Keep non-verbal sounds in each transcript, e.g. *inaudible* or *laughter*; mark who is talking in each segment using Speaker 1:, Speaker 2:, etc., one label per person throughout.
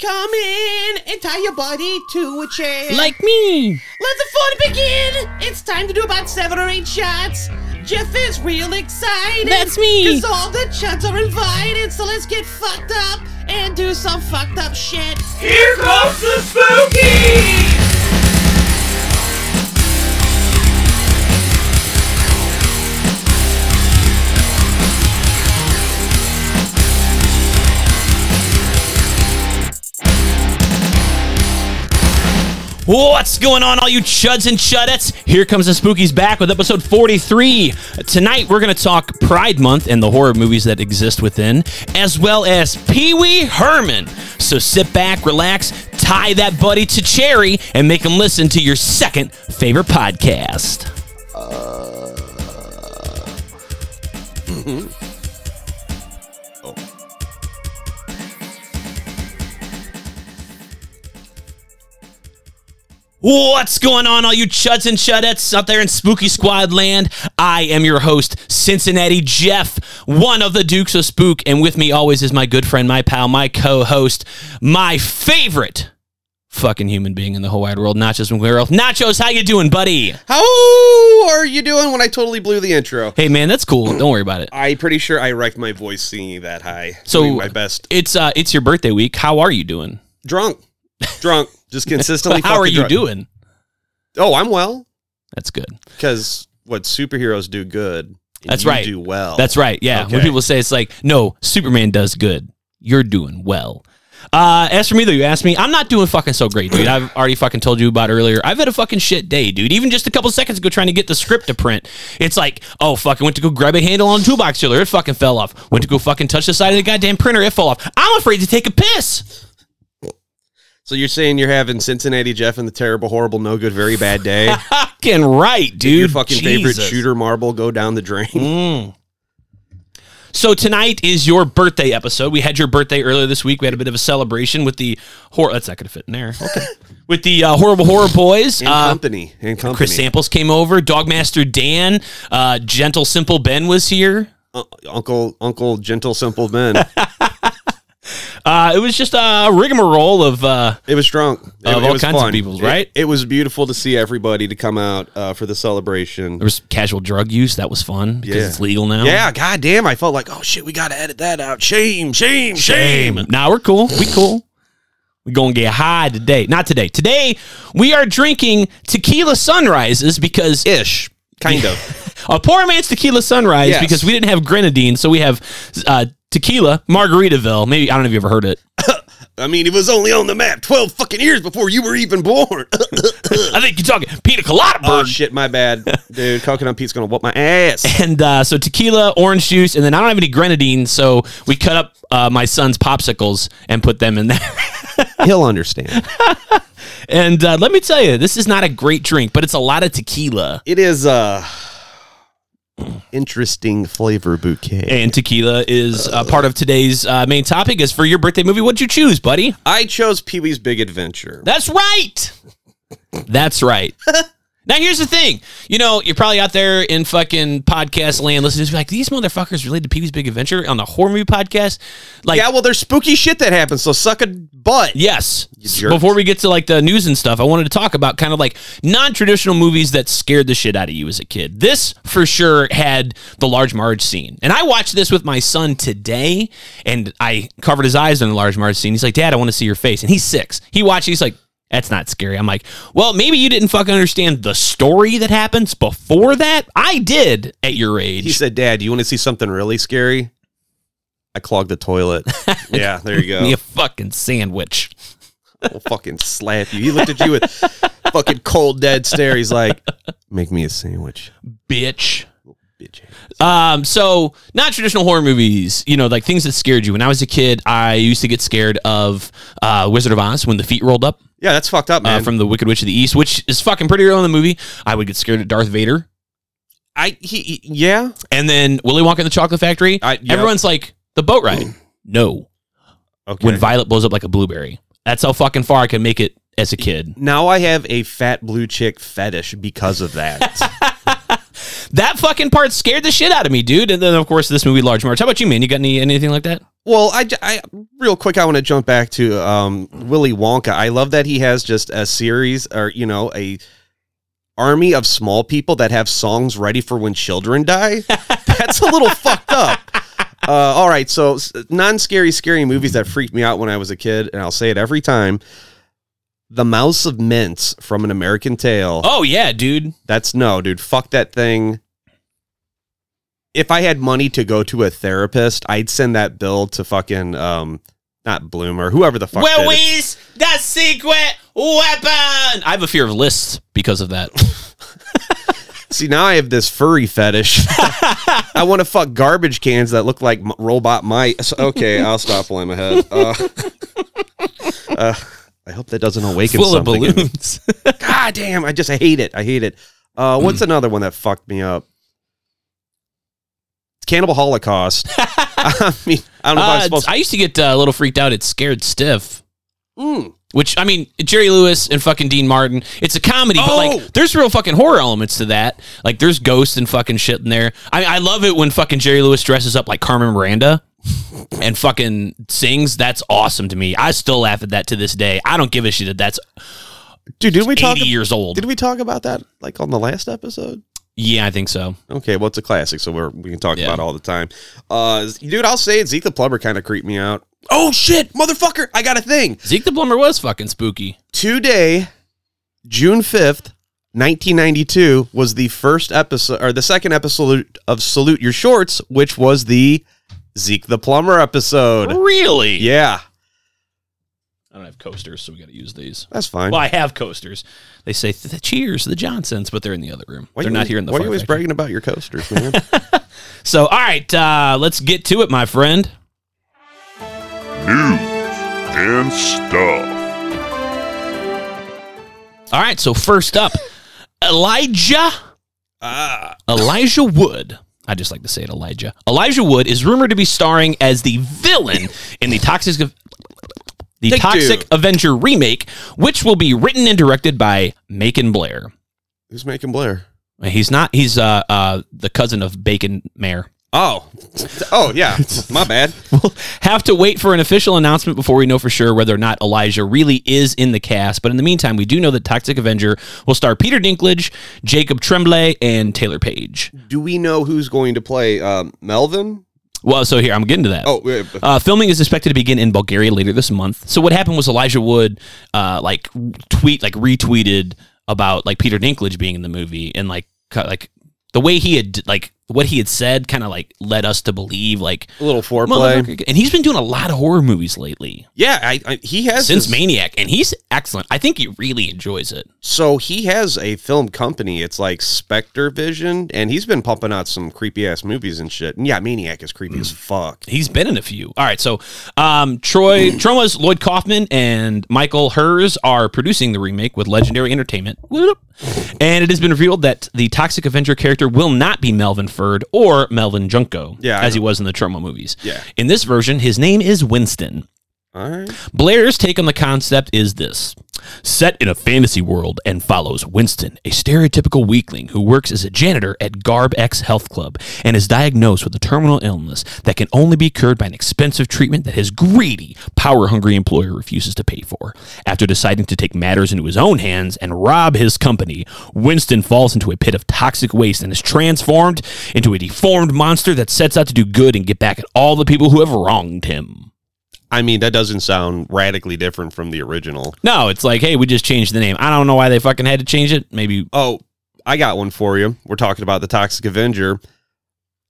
Speaker 1: Come in and tie your body to a chair.
Speaker 2: Like me.
Speaker 1: Let the fun begin! It's time to do about seven or eight shots. Jeff is real excited.
Speaker 2: That's me.
Speaker 1: Cause all the chuds are invited, so let's get fucked up and do some fucked up shit.
Speaker 3: Here comes the spooky!
Speaker 2: What's going on, all you chuds and chudettes? Here comes the Spookies back with episode 43. Tonight, we're going to talk Pride Month and the horror movies that exist within, as well as Pee Wee Herman. So sit back, relax, tie that buddy to Cherry, and make him listen to your second favorite podcast. What's going on, all you chuds and chudettes out there in Spooky Squad land? I am your host, Cincinnati Jeff, one of the Dukes of Spook, and with me always is my good friend, my pal, my co-host, my favorite fucking human being in the whole wide world, Nachos McGuire. Nachos, how you doing, buddy?
Speaker 4: How are you doing when I totally blew the intro?
Speaker 2: Hey, man, that's cool. Don't worry about it.
Speaker 4: I'm pretty sure I wrecked my voice singing that high.
Speaker 2: So-
Speaker 4: Doing my best.
Speaker 2: It's uh, it's your birthday week. How are you doing?
Speaker 4: Drunk. Drunk.
Speaker 2: *laughs*
Speaker 4: Just consistently.
Speaker 2: How are
Speaker 4: fucking
Speaker 2: you
Speaker 4: drunk.
Speaker 2: doing?
Speaker 4: Oh, I'm well.
Speaker 2: That's good.
Speaker 4: Because what superheroes do good. and
Speaker 2: That's
Speaker 4: you
Speaker 2: right.
Speaker 4: Do well.
Speaker 2: That's right. Yeah. When
Speaker 4: Oh, Okay.
Speaker 2: people say it's like, no, Superman does good. You're doing well. Uh, as for me though, you asked me, I'm not doing fucking so great, dude. I've already fucking told you about earlier. I've had a fucking shit day, dude. Even just a couple seconds ago, trying to get the script to print, it's like, oh fuck, I went to go grab a handle on a toolbox chiller, it fucking fell off. Went to go fucking touch the side of the goddamn printer, it fell off. I'm afraid to take a piss. *laughs*
Speaker 4: So you're saying you're having Cincinnati Jeff and the terrible, horrible, no good,
Speaker 2: *laughs*
Speaker 4: very bad day.
Speaker 2: Fucking right, dude.
Speaker 4: Your fucking favorite
Speaker 2: Jesus. Mm-hmm.
Speaker 4: shooter marble go down the drain.
Speaker 2: So tonight is your birthday episode. We had your birthday earlier this week. We had a bit of a celebration with the horror. That's not going to fit in there.
Speaker 4: *laughs*
Speaker 2: Okay. with the uh, horrible horror boys.
Speaker 4: In
Speaker 2: Uh,
Speaker 4: company. In company.
Speaker 2: Chris Samples came over. Dogmaster Dan. Uh, Gentle Simple Ben was here.
Speaker 4: Un- Uh, Uncle Uncle Gentle Simple Ben.
Speaker 2: *laughs* Uh, it was just a rigmarole of. Uh,
Speaker 4: It was drunk. It,
Speaker 2: Of
Speaker 4: it
Speaker 2: all
Speaker 4: was
Speaker 2: kinds of
Speaker 4: fun.
Speaker 2: peoples,
Speaker 4: It-
Speaker 2: right?
Speaker 4: It, was beautiful to see everybody to come out uh, for the celebration.
Speaker 2: there was casual drug use. That was fun because
Speaker 4: Yeah.
Speaker 2: it's legal now.
Speaker 4: Yeah, goddamn. I felt like, oh shit, we gotta edit that out. Shame, shame, shame.
Speaker 2: Shame. Nah, we're cool. We cool. We gonna get high today. Not today. Today we are drinking tequila sunrises because
Speaker 4: Ish. Kind of.
Speaker 2: *laughs* A poor man's tequila sunrise
Speaker 4: Yes.
Speaker 2: because we didn't have grenadine, so we have uh, tequila Margaritaville. Maybe I don't know if you ever heard it.
Speaker 4: I mean, it was only on the map 12 fucking years before you were even born. *laughs*
Speaker 2: I think you're talking pina colada
Speaker 4: oh
Speaker 2: bird.
Speaker 4: shit, my bad. Dude, coconut Pete's gonna whoop my
Speaker 2: *laughs*
Speaker 4: ass.
Speaker 2: and uh, so tequila, orange juice, and then I don't have any grenadine, so we cut up uh, my son's popsicles and put them in there. *laughs*
Speaker 4: He'll understand.
Speaker 2: and uh, let me tell you, this is not a great drink, but it's a lot of tequila.
Speaker 4: It is uh interesting flavor bouquet.
Speaker 2: And tequila is uh, part of today's uh, main topic. Is for your birthday movie, what'd you choose, buddy?
Speaker 4: I chose Pee-Wee's Big Adventure.
Speaker 2: That's right. That's right. now here's the thing. You know, you're probably out there in fucking podcast land listening to like these motherfuckers related to Pee Wee's Big Adventure on the horror movie podcast. Like
Speaker 4: yeah, well, there's spooky shit that happens, so suck a butt.
Speaker 2: yes.
Speaker 4: jerks.
Speaker 2: Before we get to like the news and stuff, I wanted to talk about kind of like non-traditional movies that scared the shit out of you as a kid. This for sure had the large Marge scene. And I watched this with my son today and I covered his eyes on the large Marge scene. He's like, "Dad, I want to see your face." And he's 6. He watched it, he's like, that's not scary. I'm like, well, maybe you didn't fucking understand the story that happens before that. I did at your age.
Speaker 4: He said, Dad, you want to see something really scary? I clogged
Speaker 2: *laughs*
Speaker 4: the toilet. yeah, there you
Speaker 2: me
Speaker 4: go.
Speaker 2: a fucking sandwich.
Speaker 4: I'll fucking slap you. He looked at you with fucking cold, dead stare. He's like, make me a sandwich.
Speaker 2: Bitch.
Speaker 4: Bitch.
Speaker 2: Um, so not traditional horror movies, you know, like things that scared you. When I was a kid, I used to get scared of uh, Wizard of Oz when the feet rolled up
Speaker 4: Yeah, that's fucked up,
Speaker 2: uh,
Speaker 4: man.
Speaker 2: from the Wicked Witch of the East, which is fucking pretty early in the movie. I would get scared of Darth Vader.
Speaker 4: I he, he- yeah.
Speaker 2: And then Willy Wonka and the Chocolate Factory.
Speaker 4: I- yeah.
Speaker 2: Everyone's like, the boat ride. *clears throat* no.
Speaker 4: Okay.
Speaker 2: When Violet blows up like a blueberry. That's how fucking far I could make it as a kid. *laughs*
Speaker 4: now I have a fat blue chick fetish because of that.
Speaker 2: that fucking part scared the shit out of me, dude. And then of course this movie, Large March. How about you, man? You got any anything like that?
Speaker 4: Well, I, j- I- real quick, I want to jump back to um, Willy Wonka. I love that he has just a series, or you know, a army of small people that have songs ready for when children die. That's a little fucked up. Uh, all right, so non scary, scary movies that freaked me out when I was a kid, and I'll say it every time. The Mouse of Mints from An American Tale.
Speaker 2: Oh yeah, dude.
Speaker 4: That's no, dude. Fuck that thing. If I had money to go to a therapist, I'd send that bill to fucking um not Bloomer, whoever the fuck.
Speaker 2: Well,
Speaker 4: did it.
Speaker 2: we's the secret weapon. I have a fear of lists because of
Speaker 4: *laughs*
Speaker 2: that.
Speaker 4: See, now I have this
Speaker 2: *laughs*
Speaker 4: furry fetish. *laughs* I want to fuck garbage cans that look like m- robot mice. Okay, I'll stop while I'm ahead. Uh, *laughs* uh, I hope that doesn't awaken
Speaker 2: Full of
Speaker 4: something. in me.
Speaker 2: balloons.
Speaker 4: God damn, I just I hate it. I hate it. Uh, what's
Speaker 2: Mm.
Speaker 4: another one that fucked me up? It's
Speaker 2: *laughs*
Speaker 4: Cannibal Holocaust. I mean, *laughs* I don't know if I'm
Speaker 2: Uh,
Speaker 4: supposed to.
Speaker 2: I used to get uh, a little freaked out at Scared Stiff.
Speaker 4: Mm.
Speaker 2: Which I mean, Jerry Lewis and fucking Dean Martin. It's a comedy, but
Speaker 4: Oh!
Speaker 2: like, there's real fucking horror elements to that. Like, there's ghosts and fucking shit in there. I, I love it when fucking Jerry Lewis dresses up like Carmen
Speaker 4: *laughs*
Speaker 2: Miranda and fucking sings. That's awesome to me. I still laugh at that to this day. I don't give a shit that that's
Speaker 4: Dude, did we
Speaker 2: 80
Speaker 4: talk?
Speaker 2: years old.
Speaker 4: Did we talk about that like on the last episode?
Speaker 2: yeah, I think so.
Speaker 4: Okay, well, it's a classic, so we're, we can talk
Speaker 2: Yeah.
Speaker 4: about it all the time. Uh, dude, I'll say it. Zeke the Plumber kind of creeped me out. Oh shit, motherfucker! I got a thing.
Speaker 2: Zeke the Plumber was fucking spooky.
Speaker 4: today, June fifth, nineteen ninety two, was the first episode or the second episode of Salute Your Shorts, which was the Zeke the Plumber *laughs* episode.
Speaker 2: Really?
Speaker 4: Yeah,
Speaker 2: I don't have coasters, so we got to use these.
Speaker 4: that's fine.
Speaker 2: Well, I have coasters. They say th- cheers, the Johnsons, but they're in the other room.
Speaker 4: Why
Speaker 2: they're
Speaker 4: you
Speaker 2: not
Speaker 4: always-
Speaker 2: here in the
Speaker 4: Why are
Speaker 2: far
Speaker 4: you always
Speaker 2: factory.
Speaker 4: bragging about your
Speaker 2: *laughs*
Speaker 4: coasters, man?
Speaker 2: So, all right, uh, let's get to it, my friend.
Speaker 5: news and stuff.
Speaker 2: All right, so first up, Elijah. Ah. Elijah Wood. I just like to say it, Elijah. Elijah Wood is rumored to be starring as the villain in the Toxic the
Speaker 4: Take
Speaker 2: Toxic
Speaker 4: two.
Speaker 2: Avenger remake, which will be written and directed by Macon Blair.
Speaker 4: Who's making Blair?
Speaker 2: He's not. He's uh, uh, the cousin of Bacon Mayer.
Speaker 4: Oh, oh
Speaker 2: *laughs*
Speaker 4: yeah, my bad.
Speaker 2: We'll *laughs* have to wait for an official announcement before we know for sure whether or not Elijah really is in the cast. But in the meantime, we do know that Toxic Avenger will star Peter Dinklage, Jacob Tremblay, and Taylor Page.
Speaker 4: Do we know who's going to play um, Melvin?
Speaker 2: Well, so here I'm getting to that.
Speaker 4: Oh, wait, but-
Speaker 2: Uh, filming is expected to begin in Bulgaria later this month. So what happened was Elijah Wood, uh, like tweet, like retweeted about like Peter Dinklage being in the movie, and like ki- like the way he had like what he had said kind of like led us to believe like
Speaker 4: a little foreplay.
Speaker 2: motherfucker- and he's been doing a lot of horror movies lately.
Speaker 4: Yeah, I, I, he has
Speaker 2: since
Speaker 4: this-
Speaker 2: Maniac, and he's excellent. I think he really enjoys it.
Speaker 4: So he has a film company. It's like Spectre Vision, and he's been pumping out some creepy ass movies and shit. And yeah, Maniac is creepy as fuck.
Speaker 2: He's been in a few. All right, so um, Troy *clears throat* Troma's Lloyd Kaufman and Michael Hers are producing the remake with Legendary Entertainment, Whoop. and it has been revealed that the Toxic Avenger character will not be Melvin Ferd or Melvin Junko,
Speaker 4: Yeah, I
Speaker 2: as he
Speaker 4: know.
Speaker 2: was in the Troma movies.
Speaker 4: Yeah.
Speaker 2: In this version, his name is Winston.
Speaker 4: All right.
Speaker 2: Blair's take on the concept is this set in a fantasy world and follows Winston, a stereotypical weakling who works as a janitor at Garb X Health Club and is diagnosed with a terminal illness that can only be cured by an expensive treatment that his greedy, power hungry employer refuses to pay for. After deciding to take matters into his own hands and rob his company, Winston falls into a pit of toxic waste and is transformed into a deformed monster that sets out to do good and get back at all the people who have wronged him.
Speaker 4: I mean, that doesn't sound radically different from the original.
Speaker 2: No, it's like, hey, we just changed the name. I don't know why they fucking had to change it. Maybe
Speaker 4: Oh, I got one for you. We're talking about the Toxic Avenger.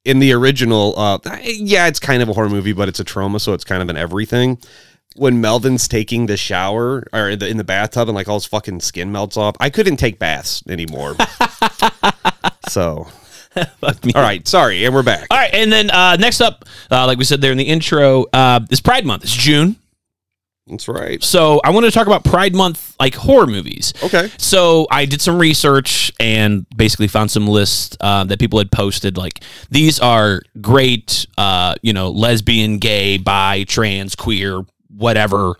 Speaker 4: In the original, uh, yeah, it's kind of a horror movie, but it's a trauma, so it's kind of an everything. When Melvin's taking the shower or in the, in the bathtub and like all his fucking skin melts off, I couldn't take baths
Speaker 2: *laughs*
Speaker 4: anymore. so,
Speaker 2: fuck me.
Speaker 4: all right, sorry, and we're back.
Speaker 2: All right, and then uh, next up, uh, like we said there in the intro, uh, is Pride Month. It's June,
Speaker 4: That's right.
Speaker 2: so I wanted to talk about Pride Month like horror movies.
Speaker 4: Okay.
Speaker 2: So I did some research and basically found some lists uh, that people had posted. Like these are great, uh, you know, lesbian, gay, bi, trans, queer, whatever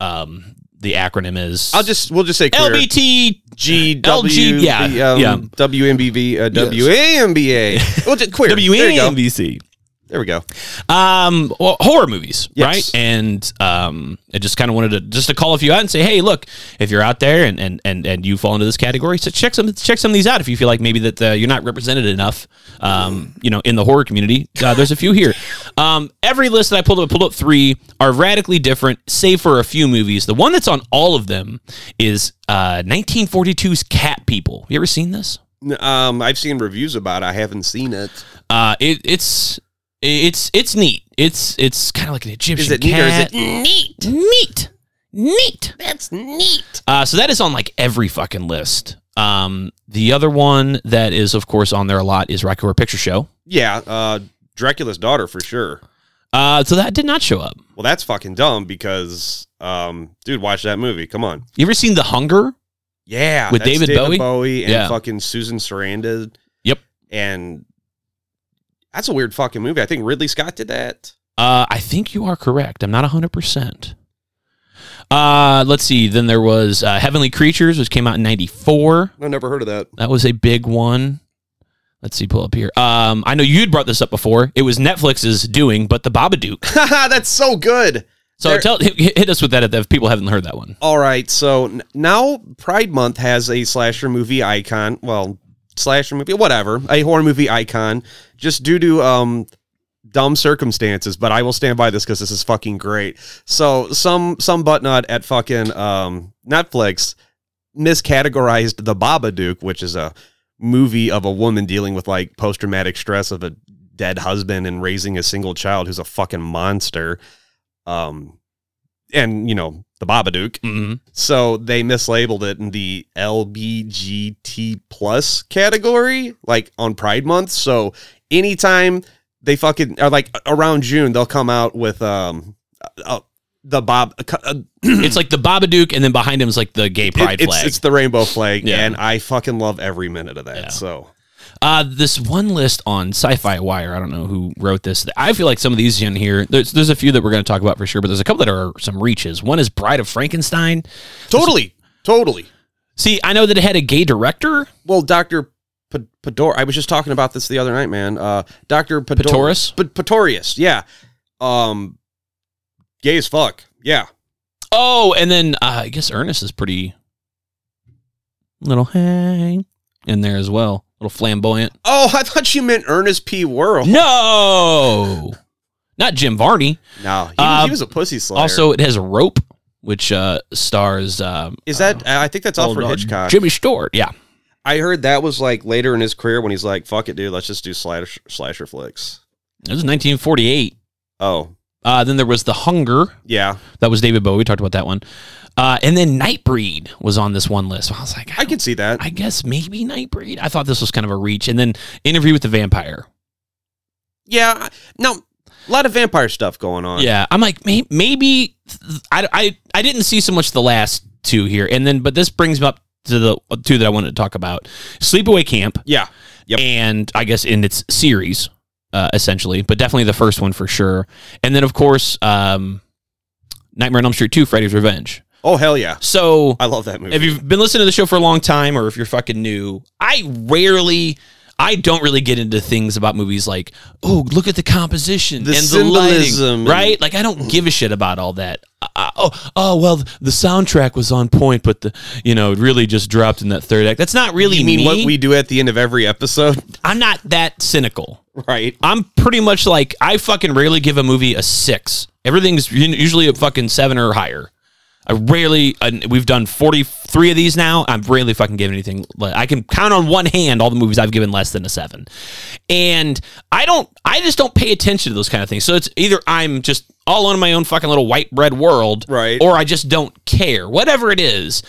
Speaker 2: um, the acronym is.
Speaker 4: I'll just we'll just say queer.
Speaker 2: LBT.
Speaker 4: G
Speaker 2: LG,
Speaker 4: W
Speaker 2: yeah,
Speaker 4: B, um,
Speaker 2: yeah.
Speaker 4: WMBV
Speaker 2: *laughs*
Speaker 4: uh, WAMBA. Well, just queer. There
Speaker 2: E
Speaker 4: you go.
Speaker 2: WNBC.
Speaker 4: There we go.
Speaker 2: um well, horror movies
Speaker 4: Yes.
Speaker 2: right and um i just kind of wanted to just to call a few out and say hey look if you're out there and and and, and you fall into this category so check some check some of these out if you feel like maybe that uh, you're not represented enough um you know in the horror community uh, there's a few here um every list that i pulled up I pulled up three are radically different save for a few movies the one that's on all of them is uh 1942's cat people you ever seen this
Speaker 4: N- Um, I've seen reviews about it. I haven't seen it.
Speaker 2: uh it, it's it's it's neat it's it's kind of like an egyptian
Speaker 4: Is it neat or is
Speaker 2: cat.
Speaker 4: it neat?
Speaker 2: Neat. Neat.
Speaker 1: That's neat.
Speaker 2: Uh, so that is on like every fucking list. Um, the other one that is, of course, on there a lot is Rocky Horror Picture Show.
Speaker 4: Yeah, uh, Dracula's daughter for sure.
Speaker 2: Uh, so that did not show up.
Speaker 4: Well, that's fucking dumb because, um, dude, watch that movie. Come on.
Speaker 2: You ever seen The Hunger?
Speaker 4: Yeah,
Speaker 2: With
Speaker 4: that's
Speaker 2: David Bowie?
Speaker 4: and
Speaker 2: Yeah.
Speaker 4: fucking Susan Sarandon.
Speaker 2: Yep.
Speaker 4: And that's a weird fucking movie. I think Ridley Scott did that.
Speaker 2: Uh, I think you are correct. I'm not 100%. Uh, let's see. Then there was uh, Heavenly Creatures, which came out in 94.
Speaker 4: I never heard of that.
Speaker 2: That was a big one. Let's see, pull up here. Um, I know you'd brought this up before. It was Netflix's doing, but The Babadook.
Speaker 4: *laughs* that's so good.
Speaker 2: So
Speaker 4: There-
Speaker 2: tell *laughs* hit, hit us with that if people haven't heard that one.
Speaker 4: All right, so n- now Pride Month has a slasher movie icon. Well, slasher movie, whatever, a horror movie icon, just due to um dumb circumstances. But I will stand by this because this is fucking great. So some some butt nut at fucking um Netflix miscategorized the Babadook, which is a movie of a woman dealing with like post traumatic stress of a dead husband and raising a single child who's a fucking monster. Um, and you know the Babadook.
Speaker 2: Mm-hmm.
Speaker 4: So they mislabeled it in the LBGT plus category, like on Pride Month. So anytime they fucking are like around June, they'll come out with um uh, the Bob. Uh,
Speaker 2: it's like the Babadook, and then behind him is like the gay pride
Speaker 4: it- it's,
Speaker 2: flag.
Speaker 4: it's the rainbow flag,
Speaker 2: Yeah.
Speaker 4: and I fucking love every minute of that.
Speaker 2: Yeah.
Speaker 4: So
Speaker 2: uh, this one list on Sci-Fi Wire, I don't know who wrote this. I feel like some of these in here, there's there's a few that we're going to talk about for sure, but there's a couple that are some reaches. One is Bride of Frankenstein.
Speaker 4: totally, totally.
Speaker 2: See, I know that it had a gay director,
Speaker 4: Well, Doctor Pador, I was just talking about this the other night, man. Uh, Doctor Pador-
Speaker 2: Pitoris.
Speaker 4: P- Patorius, yeah. Um, gay as fuck, yeah.
Speaker 2: Oh, and then uh, I guess Ernest is pretty little hang in there as well, little flamboyant.
Speaker 4: Oh, I thought you meant Ernest P. Worrell.
Speaker 2: No, not Jim Varney.
Speaker 4: No, he,
Speaker 2: Uh,
Speaker 4: he was a pussy slayer.
Speaker 2: Also, it has Rope, which uh, stars um,
Speaker 4: is that? I think that's Alfred
Speaker 2: old, uh,
Speaker 4: Hitchcock.
Speaker 2: Jimmy Stewart. Yeah.
Speaker 4: I heard that was like later in his career when he's like, "Fuck it, dude, let's just do slasher, slasher flicks."
Speaker 2: It was 1948.
Speaker 4: Oh,
Speaker 2: Uh, then there was The Hunger.
Speaker 4: yeah,
Speaker 2: That was David Bowie. We talked about that one. Uh, and then Nightbreed was on this one list. I was like, I,
Speaker 4: I
Speaker 2: could,
Speaker 4: can see that.
Speaker 2: I guess maybe Nightbreed. I thought this was kind of a reach. And then Interview with the Vampire.
Speaker 4: yeah, I- no, a lot of vampire stuff going on.
Speaker 2: Yeah, I'm like may- maybe I, I I didn't see so much the last two here, and then but this brings me up to the two that I wanted to talk about: Sleepaway Camp,
Speaker 4: yeah, Yep.
Speaker 2: and I guess in its series, uh, essentially, but definitely the first one for sure, and then of course, um, Nightmare on Elm Street Two: Freddy's Revenge.
Speaker 4: Oh hell yeah,
Speaker 2: So
Speaker 4: I love that movie.
Speaker 2: if you've been listening to the show for a long time or if you're fucking new, I rarely I don't really get into things about movies like, oh, look at the composition
Speaker 4: The
Speaker 2: and the lighting,
Speaker 4: symbolism and-
Speaker 2: right? Like, I don't give a shit about all that. Uh, uh, oh, oh, well, the soundtrack was on point, but the you know it really just dropped in that third act. That's not really
Speaker 4: you mean
Speaker 2: me.
Speaker 4: what we do at the end of every episode, *laughs*
Speaker 2: I'm not that cynical.
Speaker 4: right?
Speaker 2: I'm pretty much like I fucking rarely give a movie a six. Everything's u- usually a fucking seven or higher. I rarely. Uh, we've done forty three of these now. I'm rarely fucking giving anything. le- I can count on one hand all the movies I've given less than a seven, and I don't. I just don't pay attention to those kind of things. So it's either I'm just all on my own fucking little white bread world,
Speaker 4: Right.
Speaker 2: or I just don't care. Whatever it is,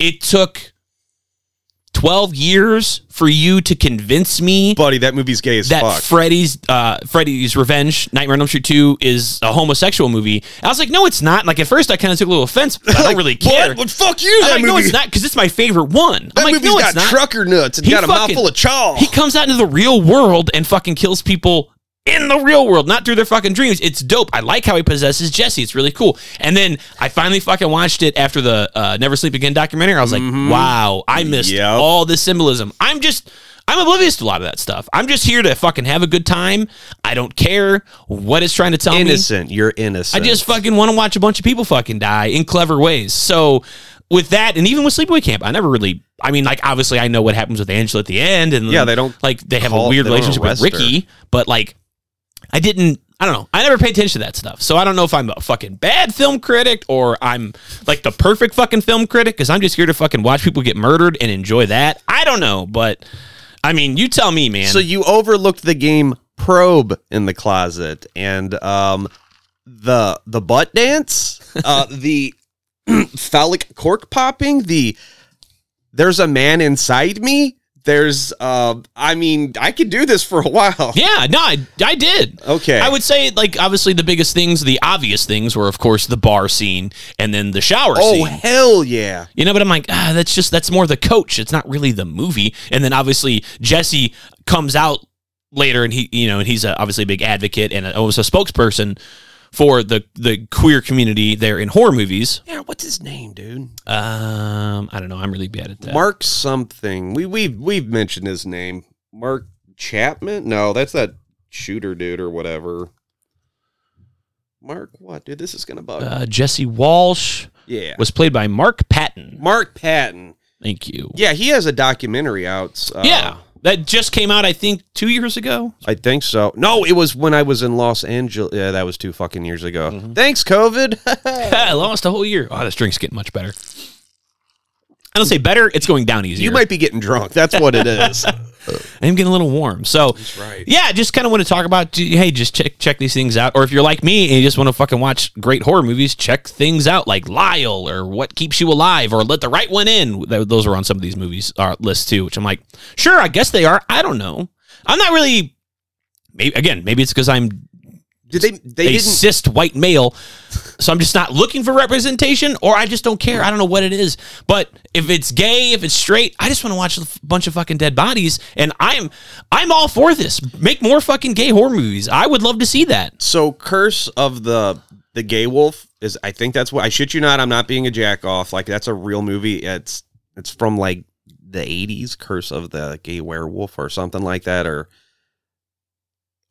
Speaker 2: it took. 12 years for you to convince me
Speaker 4: Buddy, that movie's gay as
Speaker 2: that
Speaker 4: fuck.
Speaker 2: Freddy's uh, Freddy's Revenge, Nightmare on Elm Street Two, is a homosexual movie. I was like, no, it's not. Like at first, I kind of took a little offense. But
Speaker 4: *laughs*
Speaker 2: I don't really care.
Speaker 4: What? Well, fuck you.
Speaker 2: I'm
Speaker 4: That
Speaker 2: like,
Speaker 4: movie.
Speaker 2: no, it's not because it's my favorite one.
Speaker 4: That
Speaker 2: I'm like,
Speaker 4: movie's
Speaker 2: no,
Speaker 4: got
Speaker 2: it's not.
Speaker 4: trucker nuts and
Speaker 2: He
Speaker 4: got a
Speaker 2: fucking-
Speaker 4: mouthful of chaw.
Speaker 2: he comes out into the real world and fucking kills people in the real world, not through their fucking dreams. It's dope. I like how he possesses Jesse. It's really cool. And then I finally fucking watched it after the uh, Never Sleep Again documentary. I was like, wow, I missed
Speaker 4: Mm-hmm. Yep.
Speaker 2: all this symbolism. I'm just. I'm oblivious to a lot of that stuff. I'm just here to fucking have a good time. I don't care what it's trying to tell me.
Speaker 4: innocent. You're innocent.
Speaker 2: I just fucking want to watch a bunch of people fucking die in clever ways. So with that, and even with Sleepaway Camp, I never really. I mean, like obviously, I know what happens with Angela at the end, and
Speaker 4: Yeah, they don't
Speaker 2: like they have
Speaker 4: call-
Speaker 2: a weird
Speaker 4: they don't
Speaker 2: relationship with
Speaker 4: arrest her.
Speaker 2: Ricky, but like I didn't. I don't know. I never pay attention to that stuff, so I don't know if I'm a fucking bad film critic or I'm like the perfect fucking film critic because I'm just here to fucking watch people get murdered and enjoy that. I don't know, but I mean, you tell me, man.
Speaker 4: So you overlooked the game Probe in the closet and um the the butt dance, *laughs* uh the *clears throat* phallic cork popping, the there's a man inside me. There's uh I mean, I could do this for a while.
Speaker 2: yeah, no, I, I did.
Speaker 4: Okay.
Speaker 2: I would say, like, obviously the biggest things, the obvious things were, of course, the bar scene and then the shower
Speaker 4: Oh
Speaker 2: scene.
Speaker 4: hell yeah.
Speaker 2: You know, but I'm like, ah, that's just, that's more the coach. It's not really the movie. And then obviously Jesse comes out later and he, you know, and he's uh obviously a big advocate and a, almost a spokesperson for the, the queer community there in horror movies.
Speaker 4: Yeah, what's his name, dude?
Speaker 2: Um, I don't know. I'm really bad at that.
Speaker 4: Mark something. We we've we've mentioned his name. Mark Chapman? No, that's that shooter dude or whatever. Mark what, dude? This is gonna bug. me.
Speaker 2: uh, Jesse Walsh
Speaker 4: yeah.
Speaker 2: was played by Mark Patton.
Speaker 4: Mark Patton.
Speaker 2: Thank you.
Speaker 4: Yeah, he has a documentary out. uh,
Speaker 2: yeah. That just came out, I think, two years ago.
Speaker 4: I think so. No, it was when I was in Los Angeles. Yeah, that was two fucking years ago.
Speaker 2: Mm-hmm.
Speaker 4: Thanks, COVID. *laughs*
Speaker 2: *laughs* I lost a whole year. Oh, this drink's getting much better. I don't say better; it's going down easier.
Speaker 4: you might be getting drunk. That's what
Speaker 2: *laughs*
Speaker 4: it is.
Speaker 2: I'm getting a little warm. So, yeah, just kind of want to talk about. d- Hey, just check check these things out. Or if you're like me and you just want to fucking watch great horror movies, check things out like Lyle or What Keeps You Alive or Let the Right One In. Th- Those are on some of these movies uh, lists too. Which I'm like, sure, I guess they are. I don't know. I'm not really. Maybe again, maybe it's because I'm
Speaker 4: Did they? They
Speaker 2: a
Speaker 4: didn't.
Speaker 2: cis white male. So I'm just not looking for representation, or I just don't care. I don't know what it is. But if it's gay, if it's straight, I just want to watch a f- bunch of fucking dead bodies. And I'm I'm all for this. Make more fucking gay horror movies. I would love to see that.
Speaker 4: So, Curse of the the Gay Wolf is. I think that's what. I shit you not. I'm not being a jack off. Like that's a real movie. It's it's from like the 80s. Curse of the Gay Werewolf or something like that. Or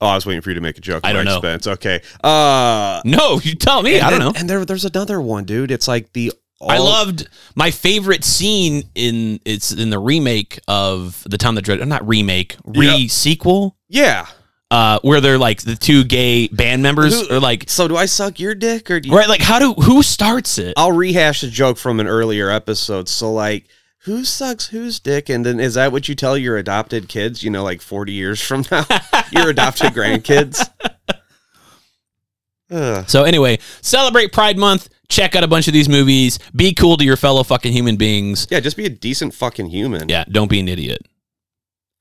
Speaker 4: oh, I was waiting for you to make a joke.
Speaker 2: I don't
Speaker 4: Mike
Speaker 2: know.
Speaker 4: Spence. Okay. Uh.
Speaker 2: No, you tell me. I don't
Speaker 4: And-
Speaker 2: know.
Speaker 4: And there, there's another one, dude. It's like the all,
Speaker 2: I loved my favorite scene in it's in the remake of the Tom the Dread. Not remake, re sequel.
Speaker 4: Yeah.
Speaker 2: Uh, where they're like the two gay band members
Speaker 4: Who-
Speaker 2: are like
Speaker 4: So do I suck your dick or do you?
Speaker 2: right like how do who starts it?
Speaker 4: I'll rehash a joke from an earlier episode. So like, who sucks whose dick? And then is that what you tell your adopted kids? You know, like 40 years from now, *laughs* your adopted grandkids. Ugh.
Speaker 2: So anyway, celebrate Pride Month. Check out a bunch of these movies. Be cool to your fellow fucking human beings.
Speaker 4: Yeah, just be a decent fucking human.
Speaker 2: Yeah, don't be an idiot.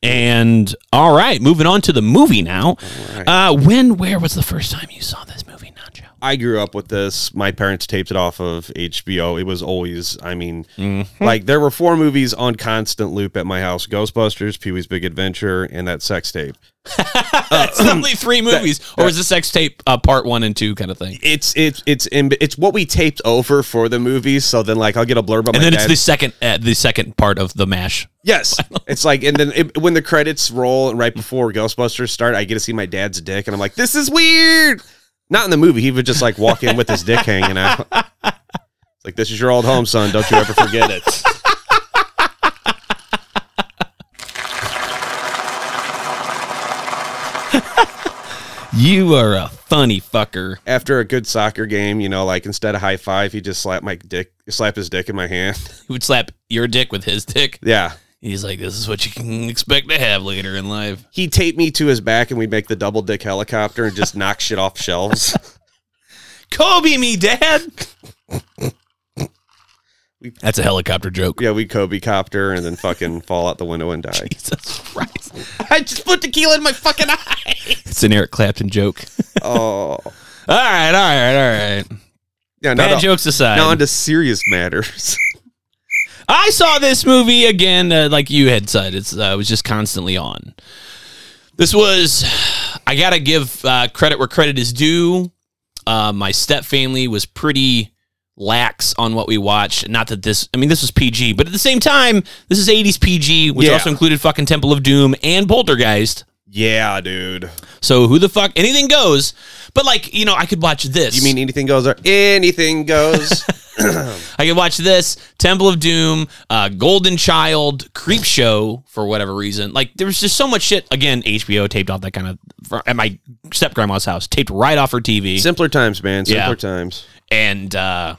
Speaker 2: And all right, moving on to the movie now.
Speaker 4: Alright.
Speaker 2: Uh, when, where was the first time you saw this movie, Nacho?
Speaker 4: I grew up with this. My parents taped it off of HBO. It was always, I mean,
Speaker 2: Mm-hmm.
Speaker 4: like there were four movies on constant loop at my house: Ghostbusters, Pee Wee's Big Adventure, and that sex tape. Uh, *clears throat*
Speaker 2: That's only three movies, or was the sex tape uh, part one and two kind of thing?
Speaker 4: It's it's it's in, it's what we taped over for the movies. So then, like, I'll get a blurb on
Speaker 2: And
Speaker 4: Oh my
Speaker 2: then it's
Speaker 4: dad.
Speaker 2: the second, uh, the second part of the mash.
Speaker 4: yes, it's like, and then it, when the credits roll, and right before Ghostbusters start, I get to see my dad's dick, and I'm like, this is weird. Not in the movie. He would just like walk in with his dick hanging out. It's like, this is your old home, son. Don't you ever forget it.
Speaker 2: You are a funny fucker.
Speaker 4: after a good soccer game, you know, like instead of high five, he just slapped my dick, slap his dick in my hand. *laughs*
Speaker 2: He would slap your dick with his dick.
Speaker 4: Yeah.
Speaker 2: He's like, "This is what you can expect to have later in life."
Speaker 4: He taped me to his back and we make the double dick helicopter and just knock shit off shelves.
Speaker 2: Kobe me, Dad. That's a helicopter joke.
Speaker 4: Yeah, we Kobe copter and then fucking fall out the window and die.
Speaker 2: *laughs* Jesus Christ.
Speaker 4: I just put tequila in my fucking eye.
Speaker 2: It's an Eric Clapton joke.
Speaker 4: Oh.
Speaker 2: all right, all right, all right.
Speaker 4: Yeah,
Speaker 2: Bad
Speaker 4: now, to,
Speaker 2: jokes aside.
Speaker 4: now on to serious matters.
Speaker 2: I saw this movie again, uh, like you had said. It's uh, it was just constantly on. This was, I gotta give uh, credit where credit is due. Uh, my step family was pretty lax on what we watched. Not that this, I mean, this was PG, but at the same time, this is 80s PG, which
Speaker 4: Yeah.
Speaker 2: also included fucking Temple of Doom and Poltergeist.
Speaker 4: Yeah, dude.
Speaker 2: So who the fuck, anything goes. But like, you know, I could watch this.
Speaker 4: You mean anything goes? Or
Speaker 2: *laughs*
Speaker 4: anything goes.
Speaker 2: I could watch this Temple of Doom, uh, Golden Child, Creep Show for whatever reason. Like there was just so much shit. Again, HBO taped off that kind of at my step grandma's house, taped right off her TV,
Speaker 4: Simpler times, man. Simpler
Speaker 2: Yeah.
Speaker 4: times.
Speaker 2: and uh,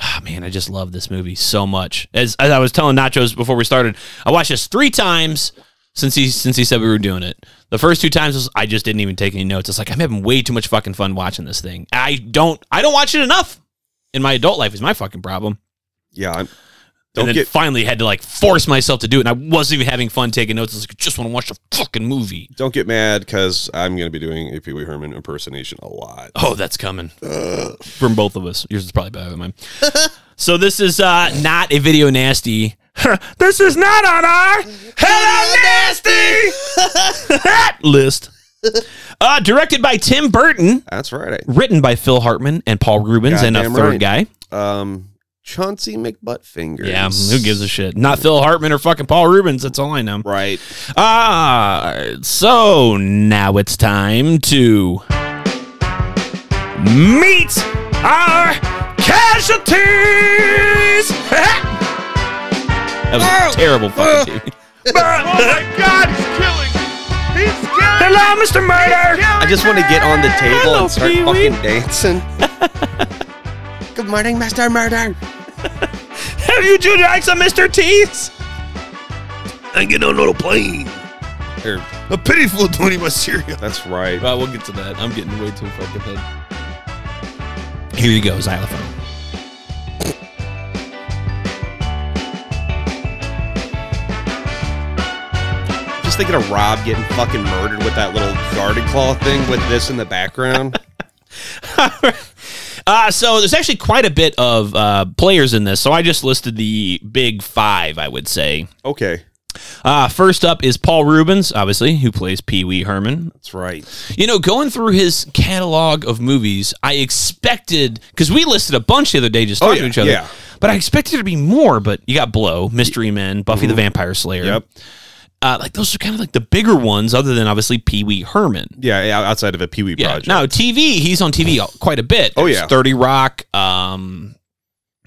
Speaker 2: ah, man, I just love this movie so much. As, as I was telling Nachos before we started, I watched this three times since he since he said we were doing it. The first two times was, I just didn't even take any notes. It's like I'm having way too much fucking fun watching this thing. I don't I don't watch it enough. In my adult life is my fucking problem
Speaker 4: Yeah. I'm,
Speaker 2: and
Speaker 4: don't
Speaker 2: then
Speaker 4: get.
Speaker 2: finally had to like force myself to do it. And I wasn't even having fun taking notes. I was like, I just want to watch the fucking movie.
Speaker 4: Don't get mad because I'm going to be doing a Pee Wee Herman impersonation a lot.
Speaker 2: Oh, that's coming from both of us. Yours is probably better than mine. *laughs* so this is uh, not a video nasty. *laughs* this is not on our Hello Nasty
Speaker 4: *laughs*
Speaker 2: list. Uh, directed by Tim Burton,
Speaker 4: That's right.
Speaker 2: written by Phil Hartman and Paul Rubens, and a
Speaker 4: Goddamn
Speaker 2: third
Speaker 4: right.
Speaker 2: guy.
Speaker 4: I- Um, Chauncey McButtfingers.
Speaker 2: Yeah, who gives a shit? Not Phil Hartman or fucking Paul Rubens. That's all I know.
Speaker 4: Right.
Speaker 2: Ah, so now it's time to meet our *laughs* casualties. that was a terrible fucking *laughs* TV. Hello, Mr. Murder.
Speaker 4: I just want to get on the table
Speaker 2: Hello,
Speaker 4: and start
Speaker 2: Pee-wee.
Speaker 4: fucking dancing. Good morning, Master Murder.
Speaker 2: Have you two drank some Mr. Teeth?
Speaker 5: I get on a little plane.
Speaker 4: Here,
Speaker 5: A pity full of 20 my cereal.
Speaker 4: that's right.
Speaker 2: Well, we'll get to that. I'm getting way too fucking ahead. Here you go, xylophone.
Speaker 4: Just thinking of Rob getting fucking murdered with that little garden claw thing with this in
Speaker 2: *laughs*
Speaker 4: the background.
Speaker 2: Uh, so there's actually quite a bit of uh, players in this. So I just listed the big five, I would say.
Speaker 4: okay.
Speaker 2: Uh, first up is Paul Rubens, obviously, who plays Pee Wee Herman.
Speaker 4: That's right.
Speaker 2: You know, going through his catalog of movies, I expected, because we listed a bunch the other day just
Speaker 4: Oh,
Speaker 2: talking to
Speaker 4: yeah,
Speaker 2: each other.
Speaker 4: yeah.
Speaker 2: But I expected there to be more, but you got Blow, Mystery Men, Buffy the Vampire Slayer.
Speaker 4: Yep.
Speaker 2: Uh, like those are kind of like the bigger ones, other than obviously Pee Wee Herman.
Speaker 4: Yeah, yeah, outside of a Pee Wee
Speaker 2: Yeah.
Speaker 4: project.
Speaker 2: Now TV, he's on TV quite a bit.
Speaker 4: Oh,
Speaker 2: There's
Speaker 4: yeah.
Speaker 2: Thirty Rock. Um,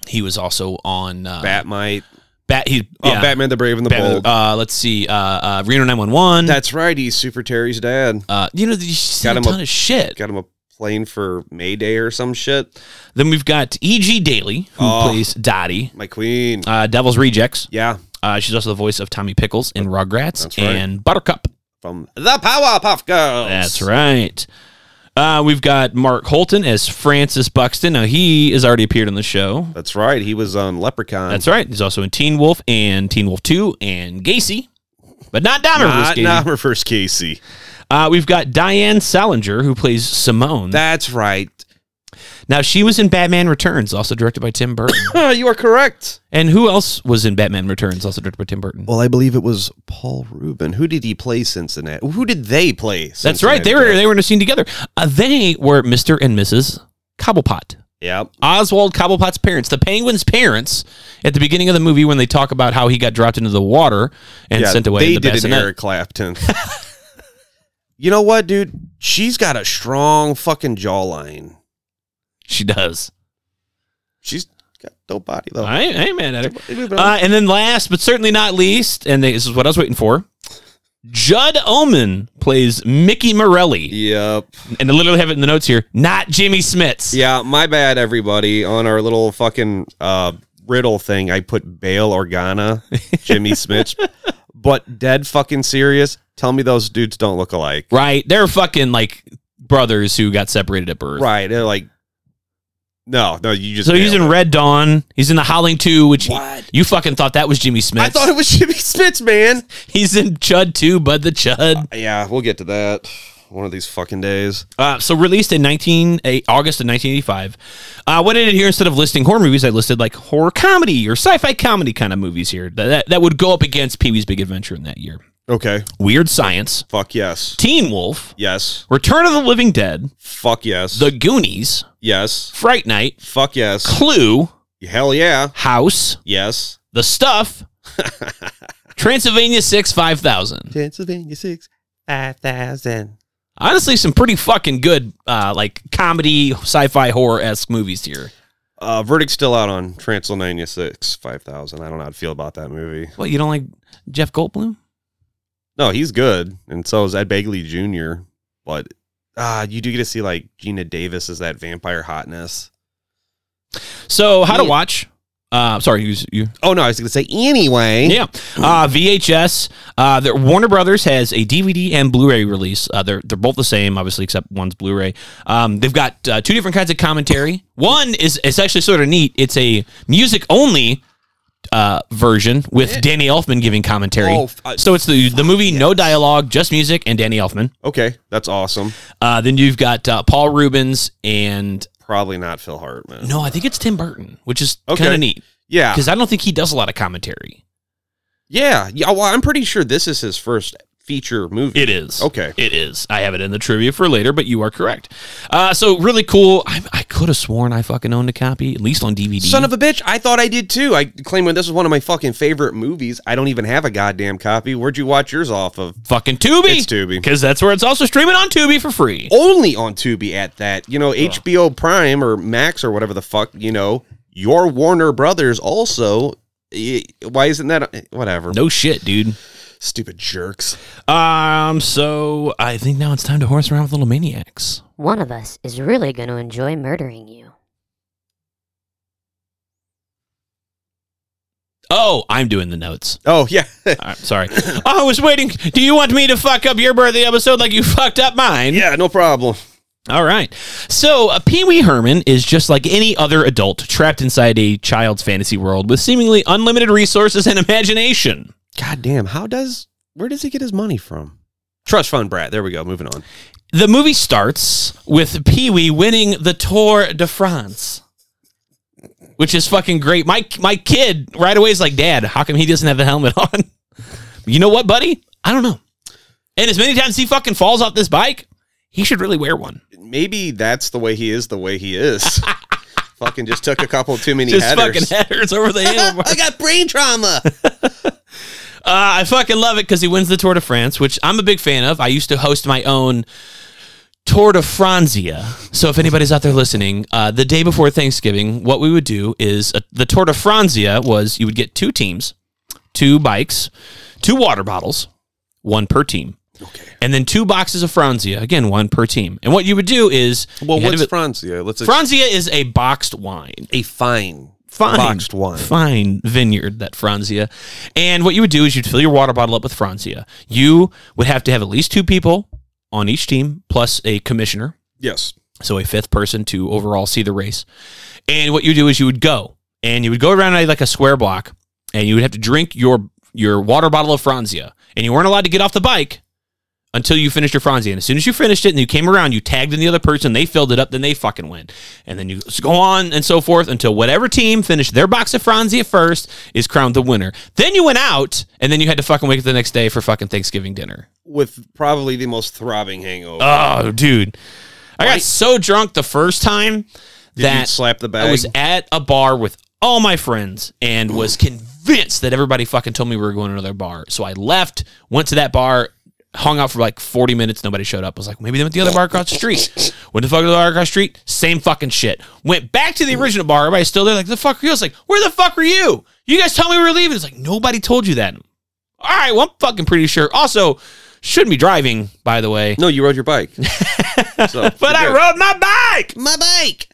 Speaker 2: he was also on uh,
Speaker 4: Batmite.
Speaker 2: Bat. He
Speaker 4: Oh,
Speaker 2: yeah,
Speaker 4: Batman the Brave and the
Speaker 2: Batman,
Speaker 4: Bold.
Speaker 2: uh, let's see. Uh, uh, Reno nine one one.
Speaker 4: That's right. He's Super Terry's dad.
Speaker 2: Uh, you know, he's seen
Speaker 4: Got
Speaker 2: a
Speaker 4: him
Speaker 2: ton
Speaker 4: a-
Speaker 2: of shit.
Speaker 4: Got him a plane for May Day or some shit.
Speaker 2: Then we've got E.G. Daly, who
Speaker 4: Oh.
Speaker 2: plays Dottie.
Speaker 4: My queen.
Speaker 2: Uh, Devil's Rejects.
Speaker 4: yeah.
Speaker 2: Uh, she's also the voice of Tommy Pickles in Rugrats
Speaker 4: That's right.
Speaker 2: and Buttercup.
Speaker 4: From the Powerpuff Girls.
Speaker 2: That's right. Uh, we've got Mark Holton as Francis Buxton. Now he has already appeared on the show.
Speaker 4: That's right. He was on Leprechaun.
Speaker 2: That's right. He's also in Teen Wolf and Teen Wolf 2 and Gacy, but not Dahmer.
Speaker 4: Not,
Speaker 2: Risky.
Speaker 4: not reverse Casey.
Speaker 2: Uh, we've got Diane Salinger, who plays Simone.
Speaker 4: That's right.
Speaker 2: now, she was in Batman Returns, also directed by Tim Burton.
Speaker 4: *coughs* you are correct.
Speaker 2: and who else was in Batman Returns, also directed by Tim Burton?
Speaker 4: Well, I believe it was Paul Rubin. Who did he play Cincinnati? Who did they play?
Speaker 2: That's right. They were, they were in a scene together. Uh, they were Mr. and Mrs. Cobblepot.
Speaker 4: Yep.
Speaker 2: Oswald Cobblepot's parents, the penguin's parents, at the beginning of the movie when they talk about how he got dropped into the water and
Speaker 4: yeah,
Speaker 2: sent away.
Speaker 4: They
Speaker 2: in the
Speaker 4: did an
Speaker 2: bassinet.
Speaker 4: Eric Clapton. *laughs* you know what, dude? She's got a strong fucking jawline.
Speaker 2: She does.
Speaker 4: She's got dope body though.
Speaker 2: I, ain't- I ain't mad at her.
Speaker 4: Moving on.
Speaker 2: Uh, and then last but certainly not least, and this is what I was waiting for. Judd Omen plays Mickey Morelli,
Speaker 4: yep.
Speaker 2: and I literally have it in the notes here. Not Jimmy Smits.
Speaker 4: Yeah. My bad, everybody. On our little fucking uh, riddle thing, I put Bale Organa,
Speaker 2: *laughs*
Speaker 4: Jimmy Smith, but dead fucking serious. Tell me those dudes don't look alike.
Speaker 2: right. They're fucking like brothers who got separated at birth.
Speaker 4: Right. They're like, no, no, you just.
Speaker 2: So he's
Speaker 4: nailed
Speaker 2: in
Speaker 4: it.
Speaker 2: Red Dawn. He's in The Howling Two, which
Speaker 4: What?
Speaker 2: you fucking thought that was Jimmy Smits.
Speaker 4: I thought it was Jimmy Smith, man.
Speaker 2: he's in Judd Two, Bud the Chud.
Speaker 4: Yeah, we'll get to that one of these fucking days.
Speaker 2: Uh, so released in 19 eh, August of 1985. Uh, what I did here instead of listing horror movies, I listed like horror comedy or sci-fi comedy kind of movies here that that, that would go up against Pee Wee's Big Adventure in that year.
Speaker 4: Okay.
Speaker 2: Weird Science,
Speaker 4: Fuck yes.
Speaker 2: Teen Wolf,
Speaker 4: Yes.
Speaker 2: Return of the Living Dead,
Speaker 4: Fuck yes.
Speaker 2: The Goonies,
Speaker 4: yes.
Speaker 2: Fright Night,
Speaker 4: Fuck yes.
Speaker 2: Clue,
Speaker 4: Hell yeah.
Speaker 2: House,
Speaker 4: Yes.
Speaker 2: The Stuff, *laughs* Transylvania 6 5000.
Speaker 4: Pennsylvania six five thousand.
Speaker 2: Honestly, some pretty fucking good, uh, like comedy, sci fi horror esque movies here.
Speaker 4: Uh, verdict's still out on Transylvania six five thousand. I don't know how to feel about that movie.
Speaker 2: What, you don't like Jeff Goldblum?
Speaker 4: No, he's good, and so is Ed Begley Jr. But ah, you do get to see like Gina Davis as that vampire hotness.
Speaker 2: So, how to
Speaker 4: Yeah.
Speaker 2: watch? Uh, sorry, you, you
Speaker 4: Oh no, I was gonna say anyway.
Speaker 2: Yeah, uh, VHS. Uh, there, Warner Brothers has a DVD and Blu-ray release. Uh, they're they're both the same, obviously, except one's Blu-ray. Um, they've got uh, two different kinds of commentary. One is it's actually sort of neat. It's a music only uh, version with Danny Elfman giving commentary.
Speaker 4: Oh, f- I-
Speaker 2: so it's the the movie, no dialogue, just music and Danny Elfman.
Speaker 4: Okay, that's awesome.
Speaker 2: Uh, then you've got uh, Paul Rubens and
Speaker 4: Probably not Phil Hartman.
Speaker 2: no, I think it's Tim Burton, which is
Speaker 4: Okay. Ah.
Speaker 2: kind of neat
Speaker 4: Yeah.
Speaker 2: because I don't think he does a lot of commentary.
Speaker 4: Yeah. Yeah. Well, I'm pretty sure this is his first feature movie.
Speaker 2: It is.
Speaker 4: Okay.
Speaker 2: It is. I have it in the trivia for later, but you are correct. Uh, so really cool. I, I could have sworn I fucking owned a copy, at least on DVD.
Speaker 4: Son of a bitch, I thought I did too. I claim when this is one of my fucking favorite movies. I don't even have a goddamn copy. Where'd you watch yours off of?
Speaker 2: fucking Tubi.
Speaker 4: It's Tubi.
Speaker 2: Because that's where it's also streaming on Tubi for free.
Speaker 4: Only on Tubi at that. You know, HBO Prime or Max or whatever the fuck, you know, your Warner Brothers also. eh, Why isn't that eh, whatever?
Speaker 2: No shit, dude.
Speaker 4: Stupid jerks.
Speaker 2: Um, so I think now it's time to horse around with little maniacs.
Speaker 6: One of us is really going to enjoy murdering you.
Speaker 2: Oh, I'm doing the notes.
Speaker 4: Oh yeah. *laughs*
Speaker 2: I'm sorry. *laughs* oh, I was waiting. Do you want me to fuck up your birthday episode like you fucked up mine?
Speaker 4: yeah, no problem.
Speaker 2: All right. So, uh, Pee Wee Herman is just like any other adult trapped inside a child's fantasy world with seemingly unlimited resources and *laughs* imagination.
Speaker 4: God damn, how does where does he get his money from? Trust fund brat. There we go. Moving on.
Speaker 2: The movie starts with Pee Wee winning the Tour de France, which is fucking great. My, my kid right away is like, Dad, how come he doesn't have a helmet *laughs* on? you know what, buddy? I don't know. And as many times he fucking falls off this bike, he should really wear one.
Speaker 4: Maybe that's the way he is. The way he *laughs* is. fucking just took a couple too many
Speaker 2: Just
Speaker 4: headers.
Speaker 2: fucking *laughs* headers over the handlebar.
Speaker 4: I got brain trauma.
Speaker 2: Uh, I fucking love it because he wins the Tour de France, which I'm a big fan of. I used to host my own Tour de Franzia. So if anybody's out there listening, uh, the day before Thanksgiving, what we would do is uh, the Tour de Franzia was you would get two teams, two bikes, two water bottles, one per team. Okay. And then two boxes of Franzia, again, one per team. And what you would do is
Speaker 4: well,
Speaker 2: you had
Speaker 4: what's
Speaker 2: to-
Speaker 4: Franzia? Let's
Speaker 2: Franzia is a boxed wine
Speaker 4: a fine,
Speaker 2: fine
Speaker 4: boxed wine.
Speaker 2: fine vineyard that Franzia. And what you would do is you'd fill your water bottle up with Franzia. You would have to have at least two people on each team plus a commissioner,
Speaker 4: Yes.
Speaker 2: so a fifth person to overall see the race. And what you do is you would go and you would go around like a square block and you would have to drink your your water bottle of Franzia. And you weren't allowed to get off the bike until you finished your Franzia. And as soon as you finished it and you came around, you tagged in the other person, they filled it up, then they fucking win. And then you s- go on and so forth until whatever team finished their box of Franzia first is crowned the winner. Then you went out and then you had to fucking wake up the next day for fucking Thanksgiving dinner.
Speaker 4: With probably the most throbbing hangover.
Speaker 2: Oh, dude. I got
Speaker 4: Right.
Speaker 2: so drunk the first time
Speaker 4: Did
Speaker 2: that
Speaker 4: you slap the bag?
Speaker 2: I was at a bar with all my friends
Speaker 4: *gasps*
Speaker 2: and was convinced that everybody fucking told me we were going to another bar. So I left, went to that bar, hung out for like 40 minutes. Nobody showed up. I was like, maybe they went to the other bar across the
Speaker 4: *laughs*
Speaker 2: street. Went to the fucking bar across the street. Same fucking shit. Went back to the original bar. Everybody's still there. Like, the fuck are you? I was like, where the fuck were you? You guys told me we were leaving. It's like, nobody told you that. All right, well, I'm fucking pretty sure. Also, shouldn't be driving, by the way.
Speaker 4: no, you rode your *laughs* bike. *laughs* so,
Speaker 2: But I rode my bike.
Speaker 4: my bike.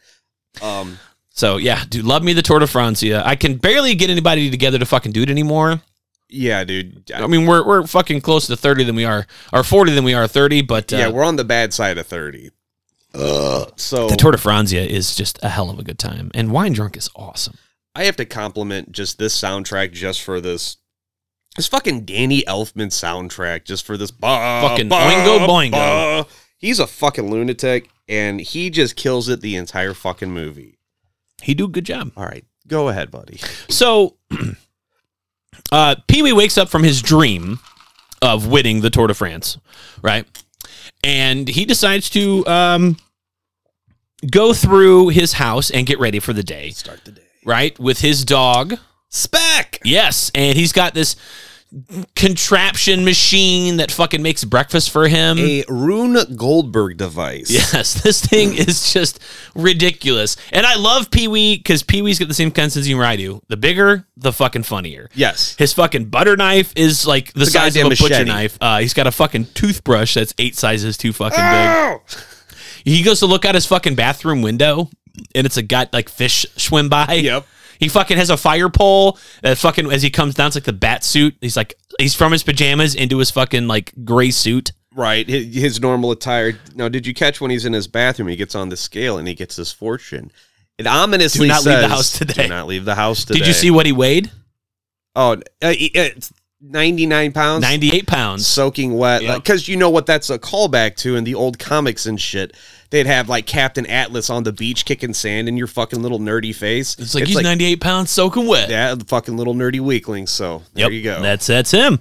Speaker 4: Um,
Speaker 2: So yeah, dude, love me the Tour de Francia. I can barely get anybody together to fucking do it anymore.
Speaker 4: yeah, dude. I-
Speaker 2: I mean, we're we're fucking closer to thirty than we are, or forty than we are thirty. But uh,
Speaker 4: yeah, we're on the bad side of thirty. Ugh. So
Speaker 2: the Tour de Francia is just a hell of a good time, and wine drunk is awesome.
Speaker 4: I have to compliment just this soundtrack just for this. This fucking Danny Elfman soundtrack just for this. Bah,
Speaker 2: Fucking
Speaker 4: bah,
Speaker 2: Oingo Boingo.
Speaker 4: bah. He's a fucking lunatic and he just kills it the entire fucking movie.
Speaker 2: He do a good job.
Speaker 4: All right, go ahead, buddy.
Speaker 2: *clears throat* So, uh, Pee Wee wakes up from his dream of winning the Tour de France, right? And he decides to um, go through his house and get ready for the day. *laughs* Start the day, right, with his dog.
Speaker 4: Spec.
Speaker 2: Yes, and he's got this contraption machine that fucking makes breakfast for him.
Speaker 4: A Rune Goldberg device.
Speaker 2: Yes, *laughs* this thing is just ridiculous. And I love Pee Wee because Pee Wee's got the same sense of humor I do. The bigger, the fucking funnier.
Speaker 4: Yes.
Speaker 2: *laughs* His fucking butter knife is like the, size of a
Speaker 4: goddamn
Speaker 2: butcher
Speaker 4: machete.
Speaker 2: knife. Uh, he's got a fucking toothbrush that's eight sizes too fucking
Speaker 4: Ah!
Speaker 2: big. He goes to look out his fucking bathroom window and it's a gut like fish swim by.
Speaker 4: Yep.
Speaker 2: He fucking has a fire pole that fucking as he comes down, it's like the bat suit. He's like he's from his pajamas into his fucking like gray suit.
Speaker 4: *laughs* Right. hi- His normal attire. Now, did you catch when he's in his bathroom? He gets on the scale and he gets his fortune. It ominously
Speaker 2: Do not leave
Speaker 4: says,
Speaker 2: the house today.
Speaker 4: "Do not leave the house today."
Speaker 2: Did you see what he weighed?
Speaker 4: Oh, uh, it- it's ninety-nine pounds.
Speaker 2: 98 pounds.
Speaker 4: soaking wet
Speaker 2: Yep.
Speaker 4: because you know what that's a callback to in the old comics and shit they'd have like captain atlas on the beach kicking sand in your fucking little nerdy face
Speaker 2: It's like he's 98 pounds soaking wet.
Speaker 4: yeah the fucking little nerdy weakling so there
Speaker 2: Yep,
Speaker 4: you go
Speaker 2: That's that's him.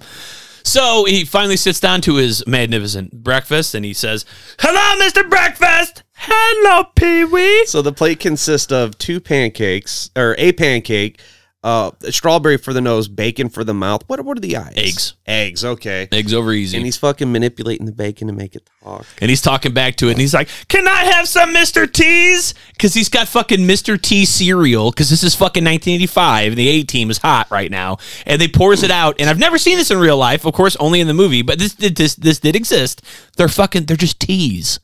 Speaker 2: So he finally sits down to his magnificent breakfast and he says, Hello, Mr. Breakfast. Hello, Pee Wee.
Speaker 4: so the plate consists of two pancakes or a pancake uh strawberry for the nose bacon for the mouth what, what are the eyes
Speaker 2: Eggs.
Speaker 4: eggs okay
Speaker 2: Eggs over easy.
Speaker 4: and he's fucking manipulating the bacon to make it talk
Speaker 2: and he's talking back to it, and he's like, "Can I have some Mr. T's?" Because he's got fucking Mr. T cereal. Because this is fucking 1985, and the A Team is hot right now, and they pours it out. And I've never seen this in real life, of course, only in the movie. But this did this this did exist. They're fucking they're just teas.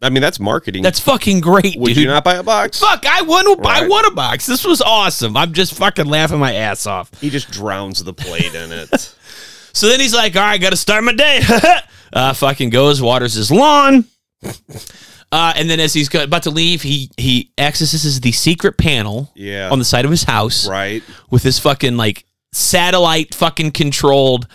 Speaker 4: i mean that's marketing
Speaker 2: That's fucking great,
Speaker 4: would
Speaker 2: dude.
Speaker 4: you not buy a box
Speaker 2: Fuck, I won. A, I
Speaker 4: Right.
Speaker 2: won a box. This was awesome. I'm just fucking laughing my ass off.
Speaker 4: he just drowns the plate
Speaker 2: *laughs*
Speaker 4: in it
Speaker 2: So then he's like, all right, got to start my day. *laughs* uh, fucking goes, waters his lawn. Uh, and then as he's go- about to leave, he he accesses the secret panel
Speaker 4: Yeah.
Speaker 2: on the side of his house
Speaker 4: right
Speaker 2: with his fucking like satellite fucking controlled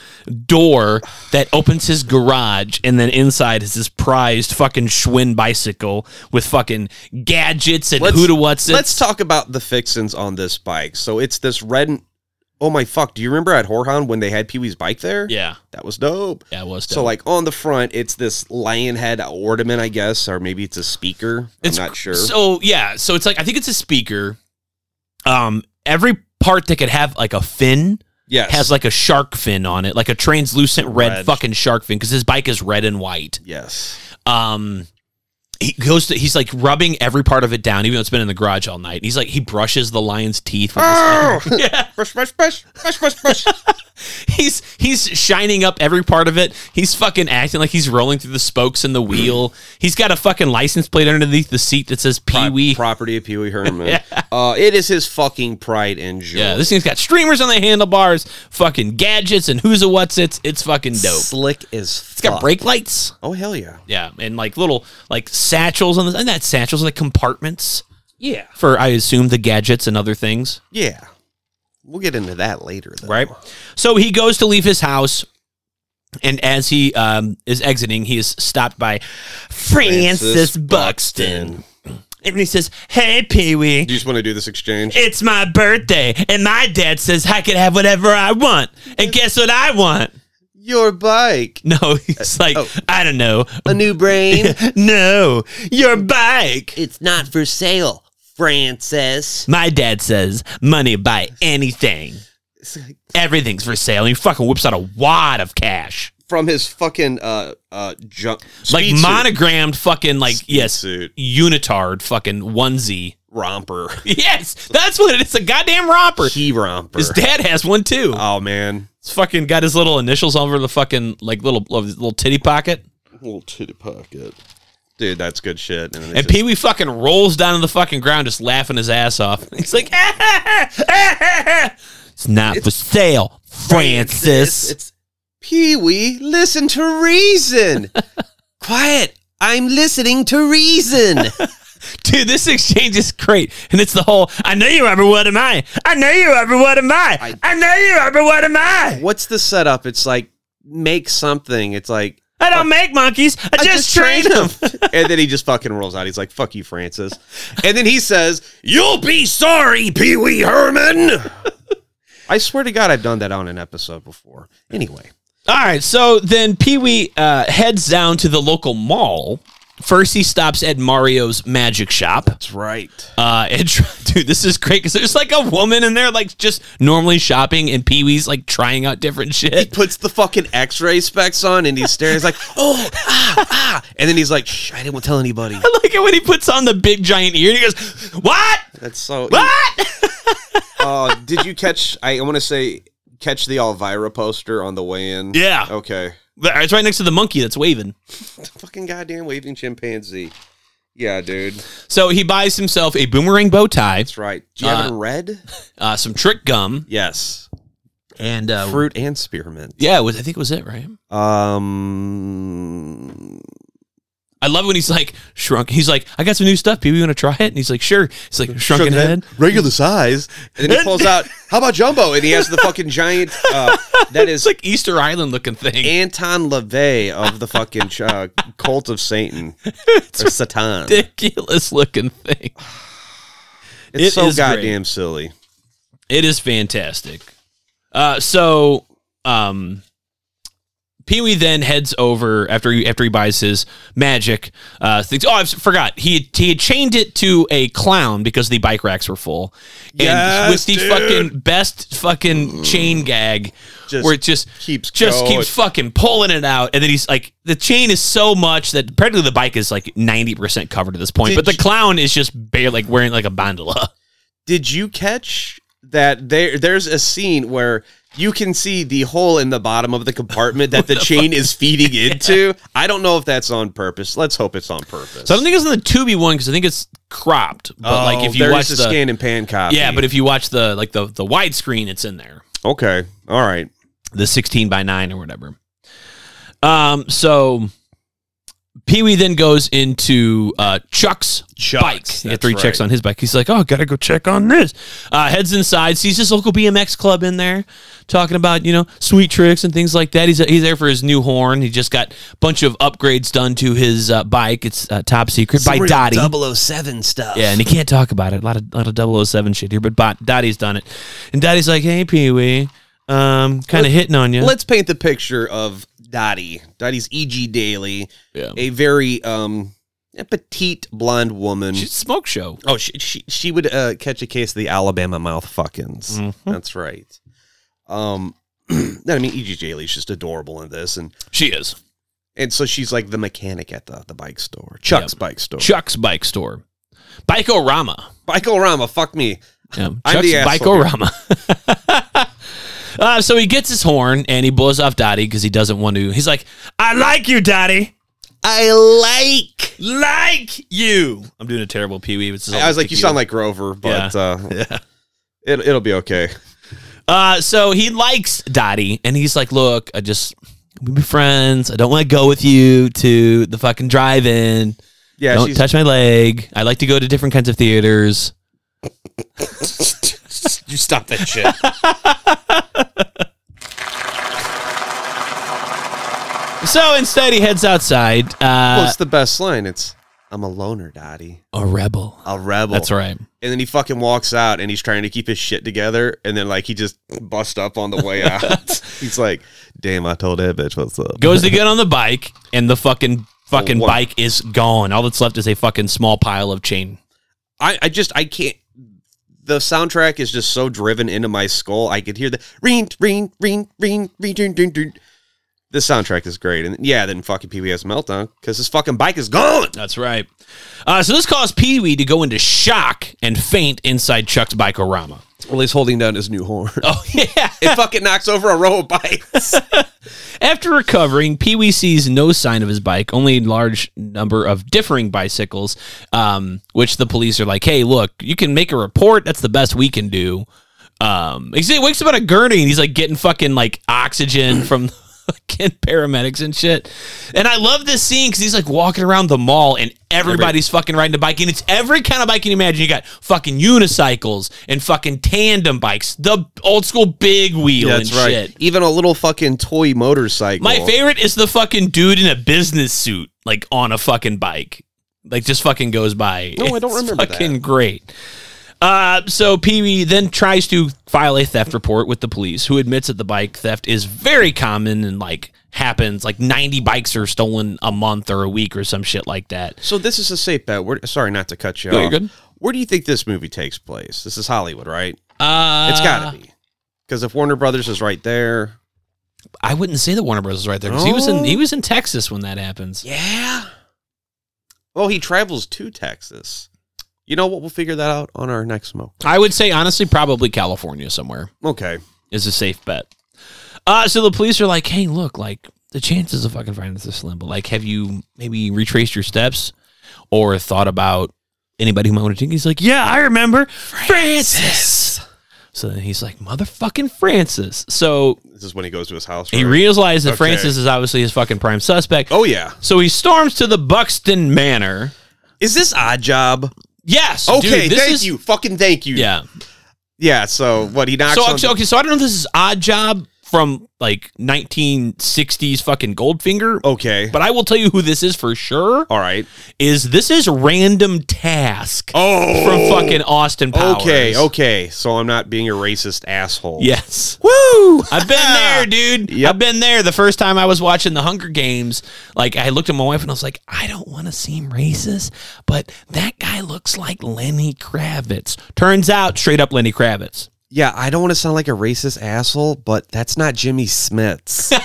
Speaker 2: door that opens his garage and then inside is this prized fucking Schwinn bicycle with fucking gadgets and
Speaker 4: Let's-
Speaker 2: who to what's
Speaker 4: Let's talk about the fixins on this bike. So it's this red. Oh my fuck! Do you remember at Horhan when they had Pee Wee's bike there?
Speaker 2: yeah
Speaker 4: that was dope.
Speaker 2: yeah it was
Speaker 4: So like on the front, it's this lion head ornament, I guess, or maybe it's a speaker.
Speaker 2: It's
Speaker 4: I'm not sure.
Speaker 2: So yeah, so it's like I think it's a speaker. Um, every part that could have like a fin
Speaker 4: yes,
Speaker 2: has like a shark fin on it, like a translucent red,
Speaker 4: Red.
Speaker 2: fucking shark fin, because his bike is red and white. *laughs*
Speaker 4: yes,
Speaker 2: Um, he goes to he's like rubbing every part of it down, even though it's been in the garage all night. He's like he brushes the lion's teeth. With
Speaker 4: Oh!
Speaker 2: his
Speaker 4: *laughs*
Speaker 2: hand. yeah,
Speaker 4: brush, brush, brush, brush, brush, brush.
Speaker 2: *laughs* he's he's shining up every part of it. He's fucking acting like he's rolling through the spokes and the wheel. He's got a fucking license plate underneath the seat that says *laughs* Pee Wee.
Speaker 4: Property of Pee
Speaker 2: *laughs*
Speaker 4: Wee Herman. uh, it is his fucking pride and joy.
Speaker 2: Yeah, this thing's got streamers on the handlebars, fucking gadgets, and who's a what's it's. It's fucking dope.
Speaker 4: slick as
Speaker 2: It's got brake lights.
Speaker 4: Oh hell yeah!
Speaker 2: Yeah, and like little like satchels on the and not satchels like compartments
Speaker 4: Yeah,
Speaker 2: for I assume the gadgets and other things.
Speaker 4: yeah. We'll get into that later, though.
Speaker 2: Right. So he goes to leave his house, and as he um, is exiting, he is stopped by Francis, Buxton. and he says, "Hey, Pee Wee,
Speaker 4: Do you just want to do this exchange?
Speaker 2: It's my birthday, and my dad says I can have whatever I want. And guess what I want?
Speaker 4: Your bike.
Speaker 2: *laughs* No, he's like,
Speaker 4: oh.
Speaker 2: I don't know.
Speaker 4: A
Speaker 2: *laughs*
Speaker 4: new brain.
Speaker 2: No, your bike.
Speaker 4: it's not for sale, Francis.
Speaker 2: My dad says money buy anything. Everything's for sale. And he fucking whips out a wad of cash.
Speaker 4: From his fucking uh uh junk
Speaker 2: Like
Speaker 4: speed suit
Speaker 2: monogrammed fucking like yes
Speaker 4: suit.
Speaker 2: unitard fucking onesie. *laughs*
Speaker 4: romper,
Speaker 2: Yes, that's what it is. A goddamn romper.
Speaker 4: he romper.
Speaker 2: His dad has one too.
Speaker 4: oh man,
Speaker 2: It's fucking got his little initials over the fucking like little little titty pocket.
Speaker 4: little titty pocket, dude. That's good shit. And, then
Speaker 2: And
Speaker 4: it's
Speaker 2: Pee Wee fucking rolls down to the fucking ground, just laughing his ass off. *laughs* He's like, it's not for sale, Francis.
Speaker 4: It's Pee Wee. Listen
Speaker 2: *laughs*
Speaker 4: to reason. Quiet. I'm listening to reason.
Speaker 2: *laughs* Dude, this exchange is great. And it's the whole, I know you ever what am I? I know you ever what am I? I,
Speaker 4: I-
Speaker 2: know you ever what am I?
Speaker 4: What's the setup? It's like make something. It's like
Speaker 2: I don't make monkeys. I, just, train them.
Speaker 4: *laughs* and then he just fucking rolls out. He's like, "Fuck you, Francis." And then he says,
Speaker 5: You'll be sorry, Pee Wee Herman.
Speaker 4: "I swear to God, I've done that on an episode before." Anyway,
Speaker 2: All right, so then Pee Wee uh, heads down to the local mall. First, he stops at Mario's Magic Shop.
Speaker 4: That's right.
Speaker 2: Uh, *laughs* and tr- dude, this is great because there's like a woman in there, like just normally shopping, and Pee Wee's like trying out different *laughs*
Speaker 4: He
Speaker 2: shit.
Speaker 4: puts the fucking X-ray specs on and he's staring. He's *laughs* like, oh, ah, ah, and then he's like, Shh, I didn't tell anybody.
Speaker 2: I like it when he puts on the big giant ear and he goes, What?
Speaker 4: That's so. *laughs*
Speaker 2: What?
Speaker 4: Uh, did you catch? I want to say catch the Elvira poster on the way in.
Speaker 2: Yeah.
Speaker 4: Okay.
Speaker 2: uh, It's right next to the monkey that's waving.
Speaker 4: Fucking goddamn waving chimpanzee. Yeah, dude. That's
Speaker 2: So he buys himself a boomerang bow tie,
Speaker 4: right. Do you have it in red?
Speaker 2: uh, some trick gum,
Speaker 4: *laughs* Yes.
Speaker 2: and uh,
Speaker 4: Fruit and spearmint.
Speaker 2: yeah, it was, I think it was it, right?
Speaker 4: Um.
Speaker 2: I love when he's like shrunk. He's like, I got some new stuff, Pee Wee. Want to try it? And he's like, Sure. He's like, Shrunken
Speaker 4: Shrunken
Speaker 2: head.
Speaker 4: regular size, and then he pulls out. *laughs* How about Jumbo? And he has the fucking *laughs* giant. Uh, that
Speaker 2: It's
Speaker 4: is
Speaker 2: like Easter Island looking thing.
Speaker 4: Anton LaVey of the fucking uh, cult
Speaker 2: *laughs*
Speaker 4: of Satan or Satan.
Speaker 2: Ridiculous looking thing.
Speaker 4: It's
Speaker 2: It
Speaker 4: so
Speaker 2: is great.
Speaker 4: goddamn silly.
Speaker 2: It is fantastic. Uh, so, um, Pee Wee then heads over after he after he buys his magic uh, things. Oh, I forgot he had- he had chained it to a clown because the bike racks were full, and
Speaker 4: Yes,
Speaker 2: with the
Speaker 4: dude.
Speaker 2: fucking best fucking chain gag,
Speaker 4: Just
Speaker 2: where it just
Speaker 4: keeps
Speaker 2: just
Speaker 4: going.
Speaker 2: keeps fucking pulling it out, and then he's like, the chain is so much that practically the bike is like ninety percent covered at this point,
Speaker 4: Did
Speaker 2: but the
Speaker 4: you-
Speaker 2: clown is just bare like wearing like a bandola.
Speaker 4: Did you catch that? There, there's a scene where you can see the hole in the bottom of the
Speaker 2: *laughs*
Speaker 4: compartment that the, chain is feeding into. I don't know if that's on purpose. Let's hope it's on purpose.
Speaker 2: So I don't think it's in the Tubi one because I think it's cropped. But
Speaker 4: Oh,
Speaker 2: like if you
Speaker 4: there's
Speaker 2: watch
Speaker 4: a
Speaker 2: the
Speaker 4: scan and pan copy.
Speaker 2: yeah, but if you watch the like the the widescreen, it's in there,
Speaker 4: okay, all right.
Speaker 2: the sixteen by nine or whatever. Um, so Pee Wee then goes into uh, Chuck's bike.
Speaker 4: Chuck's,
Speaker 2: He had
Speaker 4: that's
Speaker 2: three checks
Speaker 4: right.
Speaker 2: on his bike. He's like, oh, gotta go check on this. Uh, heads inside, sees this local BMX club in there, talking about you know sweet tricks and things like that. He's he's there for his new horn. He just got a bunch of upgrades done to his uh, bike. It's uh, top secret by Dottie.
Speaker 4: 007 stuff.
Speaker 2: Yeah, and he can't talk about it. A lot of lot of 007 shit here, but Bot, Daddy's done it. And Daddy's like, "Hey, Pee Wee, um, kind of hitting on you."
Speaker 4: Let's paint the picture of Dottie. Dottie's E.G. Daily,
Speaker 2: Yeah.
Speaker 4: a very um a petite blonde woman.
Speaker 2: She's a smoke show.
Speaker 4: oh, she she, she would uh, catch a case of the Alabama mouth fuckins. That's right. Um, *clears throat* no, I mean E E.G. Daily is just adorable in this, and
Speaker 2: She is
Speaker 4: and so she's like the mechanic at the the bike store, Chuck's bike store.
Speaker 2: Chuck's bike store, Bikorama.
Speaker 4: Michael Rama, fuck me.
Speaker 2: Yeah,
Speaker 4: I'm
Speaker 2: Chuck's
Speaker 4: the asshole.
Speaker 2: Bikorama. *laughs* uh, so he gets his horn and he blows off Dottie because he doesn't want to. He's like, "I like you, Dottie.
Speaker 4: I like.
Speaker 2: Like you." I'm doing a terrible Pee Wee.
Speaker 4: I was like, you sound like Grover, but
Speaker 2: *laughs*
Speaker 4: uh, it, it'll be okay.
Speaker 2: Uh, so he likes Dottie, and he's like, "Look, I just we be friends. I don't want to go with you to the fucking drive-in.
Speaker 4: Yeah,
Speaker 2: don't
Speaker 4: she's-
Speaker 2: touch my leg. I like to go to different kinds of theaters."
Speaker 4: you stop that shit.
Speaker 2: So instead, he heads outside.
Speaker 4: Well,
Speaker 2: Uh,
Speaker 4: it's the best line. It's I'm a loner, Dottie.
Speaker 2: a rebel.
Speaker 4: A rebel.
Speaker 2: That's right.
Speaker 4: And then he fucking walks out and he's trying to keep his shit together. And then like he just busts up on
Speaker 2: *laughs*
Speaker 4: the way out. he's like, damn, I told that bitch what's up.
Speaker 2: Goes to get on the bike, and the fucking fucking
Speaker 4: What?
Speaker 2: bike is gone. All that's left is a fucking small pile of chain.
Speaker 4: I, I just I can't the soundtrack is just so driven into my skull. I could hear the ring, ring, ring, ring, ring, ding, ding, ding. The soundtrack is great. And yeah, then fucking Pee Wee has a meltdown because his fucking bike is gone.
Speaker 2: That's right. Uh, so this caused Pee Wee to go into shock and faint inside Chuck's bikorama.
Speaker 4: Well, he's holding down his new horn.
Speaker 2: Oh yeah.
Speaker 4: *laughs* it fucking knocks over a row
Speaker 2: *laughs*
Speaker 4: of bikes.
Speaker 2: After recovering, Pee Wee sees no sign of his bike, only a large number of differing bicycles, um, which the police are like, hey, look, you can make a report. That's the best we can do. Um, he see- wakes up on a gurney and he's like getting fucking like oxygen from fucking paramedics and shit. And I love this scene because he's like walking around the mall and everybody's fucking riding a bike and it's every kind of bike you can imagine. You got fucking unicycles and fucking tandem bikes, the old school big wheel and shit.
Speaker 4: Even a little fucking toy motorcycle.
Speaker 2: My favorite is the fucking dude in a business suit, like on a fucking bike, like just fucking goes by.
Speaker 4: No, I don't remember that.
Speaker 2: Fucking great. Uh, so Pee Wee then tries to file a theft report with the police, who admits that the bike theft is very common and like happens. Like 90 bikes are stolen a month or a week or some shit like that.
Speaker 4: So this is a safe bet. We're, sorry not to cut you
Speaker 2: No,
Speaker 4: off.
Speaker 2: you're good.
Speaker 4: Where do you think this movie takes place? This is Hollywood, right?
Speaker 2: Uh,
Speaker 4: It's got to be. Because if Warner Brothers is right there,
Speaker 2: I wouldn't say that Warner Bros. is right there because he was in he was in Texas when that happens.
Speaker 4: yeah. Well, he travels to Texas. You know what? We'll figure that out on our next smoke.
Speaker 2: I would say honestly, probably California somewhere.
Speaker 4: Okay.
Speaker 2: is a safe bet. Uh, so the police are like, hey, look, like the chances of fucking finding this are slim, but like, have you maybe retraced your steps or thought about anybody who might want to drink? He's like, yeah, I remember Francis. So then he's like, motherfucking Francis. So
Speaker 4: This is when he goes to his house.
Speaker 2: he
Speaker 4: right?
Speaker 2: realizes that
Speaker 4: Okay.
Speaker 2: Francis is obviously his fucking prime suspect.
Speaker 4: oh yeah.
Speaker 2: So he storms to the Buxton Manor.
Speaker 4: Is this odd job?
Speaker 2: Yes.
Speaker 4: Okay.
Speaker 2: dude, this
Speaker 4: thank
Speaker 2: is,
Speaker 4: you. Fucking thank you.
Speaker 2: Yeah.
Speaker 4: Yeah. So what he knocks
Speaker 2: So
Speaker 4: on
Speaker 2: okay, okay, so I don't know if this is odd job from like 1960s fucking Goldfinger
Speaker 4: Okay.
Speaker 2: But I will tell you who this is for sure.
Speaker 4: All right.
Speaker 2: Is this is random task
Speaker 4: Oh.
Speaker 2: from fucking Austin Powers?
Speaker 4: Okay. Okay. So I'm not being a racist asshole.
Speaker 2: Yes.
Speaker 4: Woo!
Speaker 2: I've
Speaker 4: *laughs*
Speaker 2: been there, dude.
Speaker 4: Yep.
Speaker 2: I've been there. The first time I was watching the Hunger Games, like I looked at my wife and I was like, I don't want to seem racist, but that guy looks like Lenny Kravitz. Turns out, straight up Lenny Kravitz.
Speaker 4: Yeah, I don't want to sound like a racist asshole, but that's not
Speaker 2: *laughs*
Speaker 4: Jimmy Smith's. So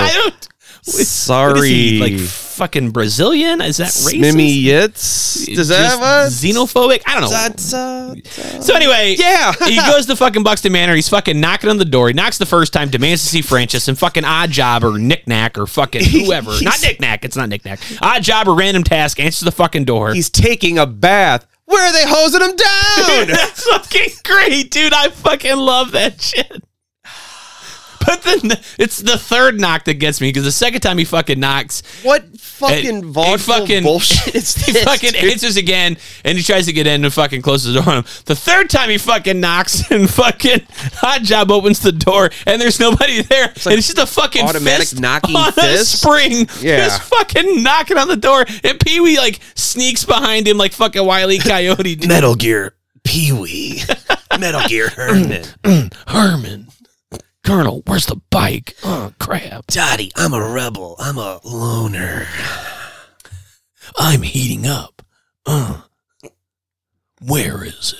Speaker 2: I don't.
Speaker 4: sorry,
Speaker 2: What is he, like fucking Brazilian? Is that racist?
Speaker 4: Smimmy Yitz. Does that
Speaker 2: Just Oh.
Speaker 4: what?
Speaker 2: xenophobic? I don't know.
Speaker 4: That's, uh,
Speaker 2: So anyway,
Speaker 4: Yeah.
Speaker 2: he goes to fucking Buxton Manor. He's fucking knocking on the door. He knocks the first time, demands to see Francis and fucking Odd Job or Knick Knack or fucking whoever. not Knick Knack. It's not Knick Knack. Odd Job or Random Task answers the fucking door. *laughs*
Speaker 4: *laughs* he's taking a bath. Where are they hosing him
Speaker 2: *laughs*
Speaker 4: down?
Speaker 2: That's fucking great, dude. I fucking love that shit. But then it's the third knock that gets me because the second time he fucking knocks,
Speaker 4: what
Speaker 2: And-
Speaker 4: fucking
Speaker 2: and
Speaker 4: vaudeville
Speaker 2: fucking- *laughs*
Speaker 4: bullshit is
Speaker 2: he
Speaker 4: this?
Speaker 2: fucking
Speaker 4: dude?
Speaker 2: answers again and he tries to get in and fucking closes the door on him. The third time he fucking knocks *laughs* and fucking hot job opens the door and there's nobody there. and it's just a fucking
Speaker 4: automatic
Speaker 2: fist
Speaker 4: knocking
Speaker 2: on
Speaker 4: fist?
Speaker 2: a spring. *laughs*
Speaker 4: Yeah.
Speaker 2: Just fucking knocking on the door. And Pee Wee like sneaks behind him like fucking *laughs* Wiley Coyote. dude.
Speaker 5: Metal Gear
Speaker 4: *laughs*
Speaker 5: Pee Wee. Metal Gear Herman.
Speaker 2: Herman. Colonel, where's the bike? Oh crap.
Speaker 5: Dottie, I'm a rebel. I'm a loner.
Speaker 2: I'm heating up. Uh, where is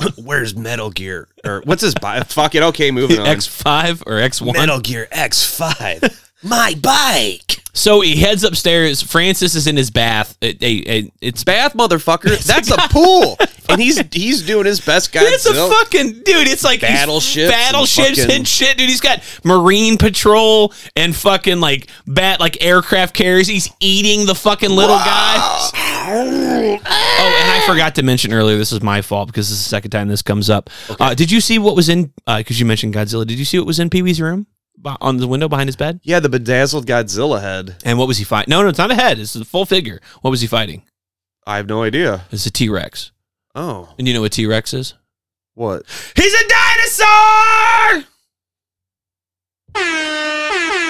Speaker 2: it?
Speaker 5: Where's Metal Gear?
Speaker 4: Or what's his bio? Fuck it. Okay, moving on.
Speaker 2: X five or X one?
Speaker 5: Metal Gear X5. My bike.
Speaker 2: So he heads upstairs. Francis is in his bath. It- it- it- it's
Speaker 4: bath, motherfucker. That's a
Speaker 2: *laughs*
Speaker 4: pool, and he's he's doing his best. Godzilla.
Speaker 2: It's a fucking dude. It's like he's-
Speaker 4: Battleships and
Speaker 2: battleships, and,
Speaker 4: fucking-
Speaker 2: shit, dude. He's got marine patrol and fucking like bat, like aircraft carriers. He's eating the fucking little guy. Oh, and I forgot to mention earlier. This is my fault because this is the second time this comes up. Uh, did you see what was in? Because you mentioned Godzilla. Did you see what was in Pee Wee's room Bo- on the window behind his bed?
Speaker 4: yeah, the bedazzled Godzilla head.
Speaker 2: And what was he fighting? No, no, it's not a head. It's the full figure. What was he fighting?
Speaker 4: I have no idea.
Speaker 2: It's a T Rex.
Speaker 4: Oh,
Speaker 2: And you know what T Rex is?
Speaker 4: what?
Speaker 2: He's a dinosaur!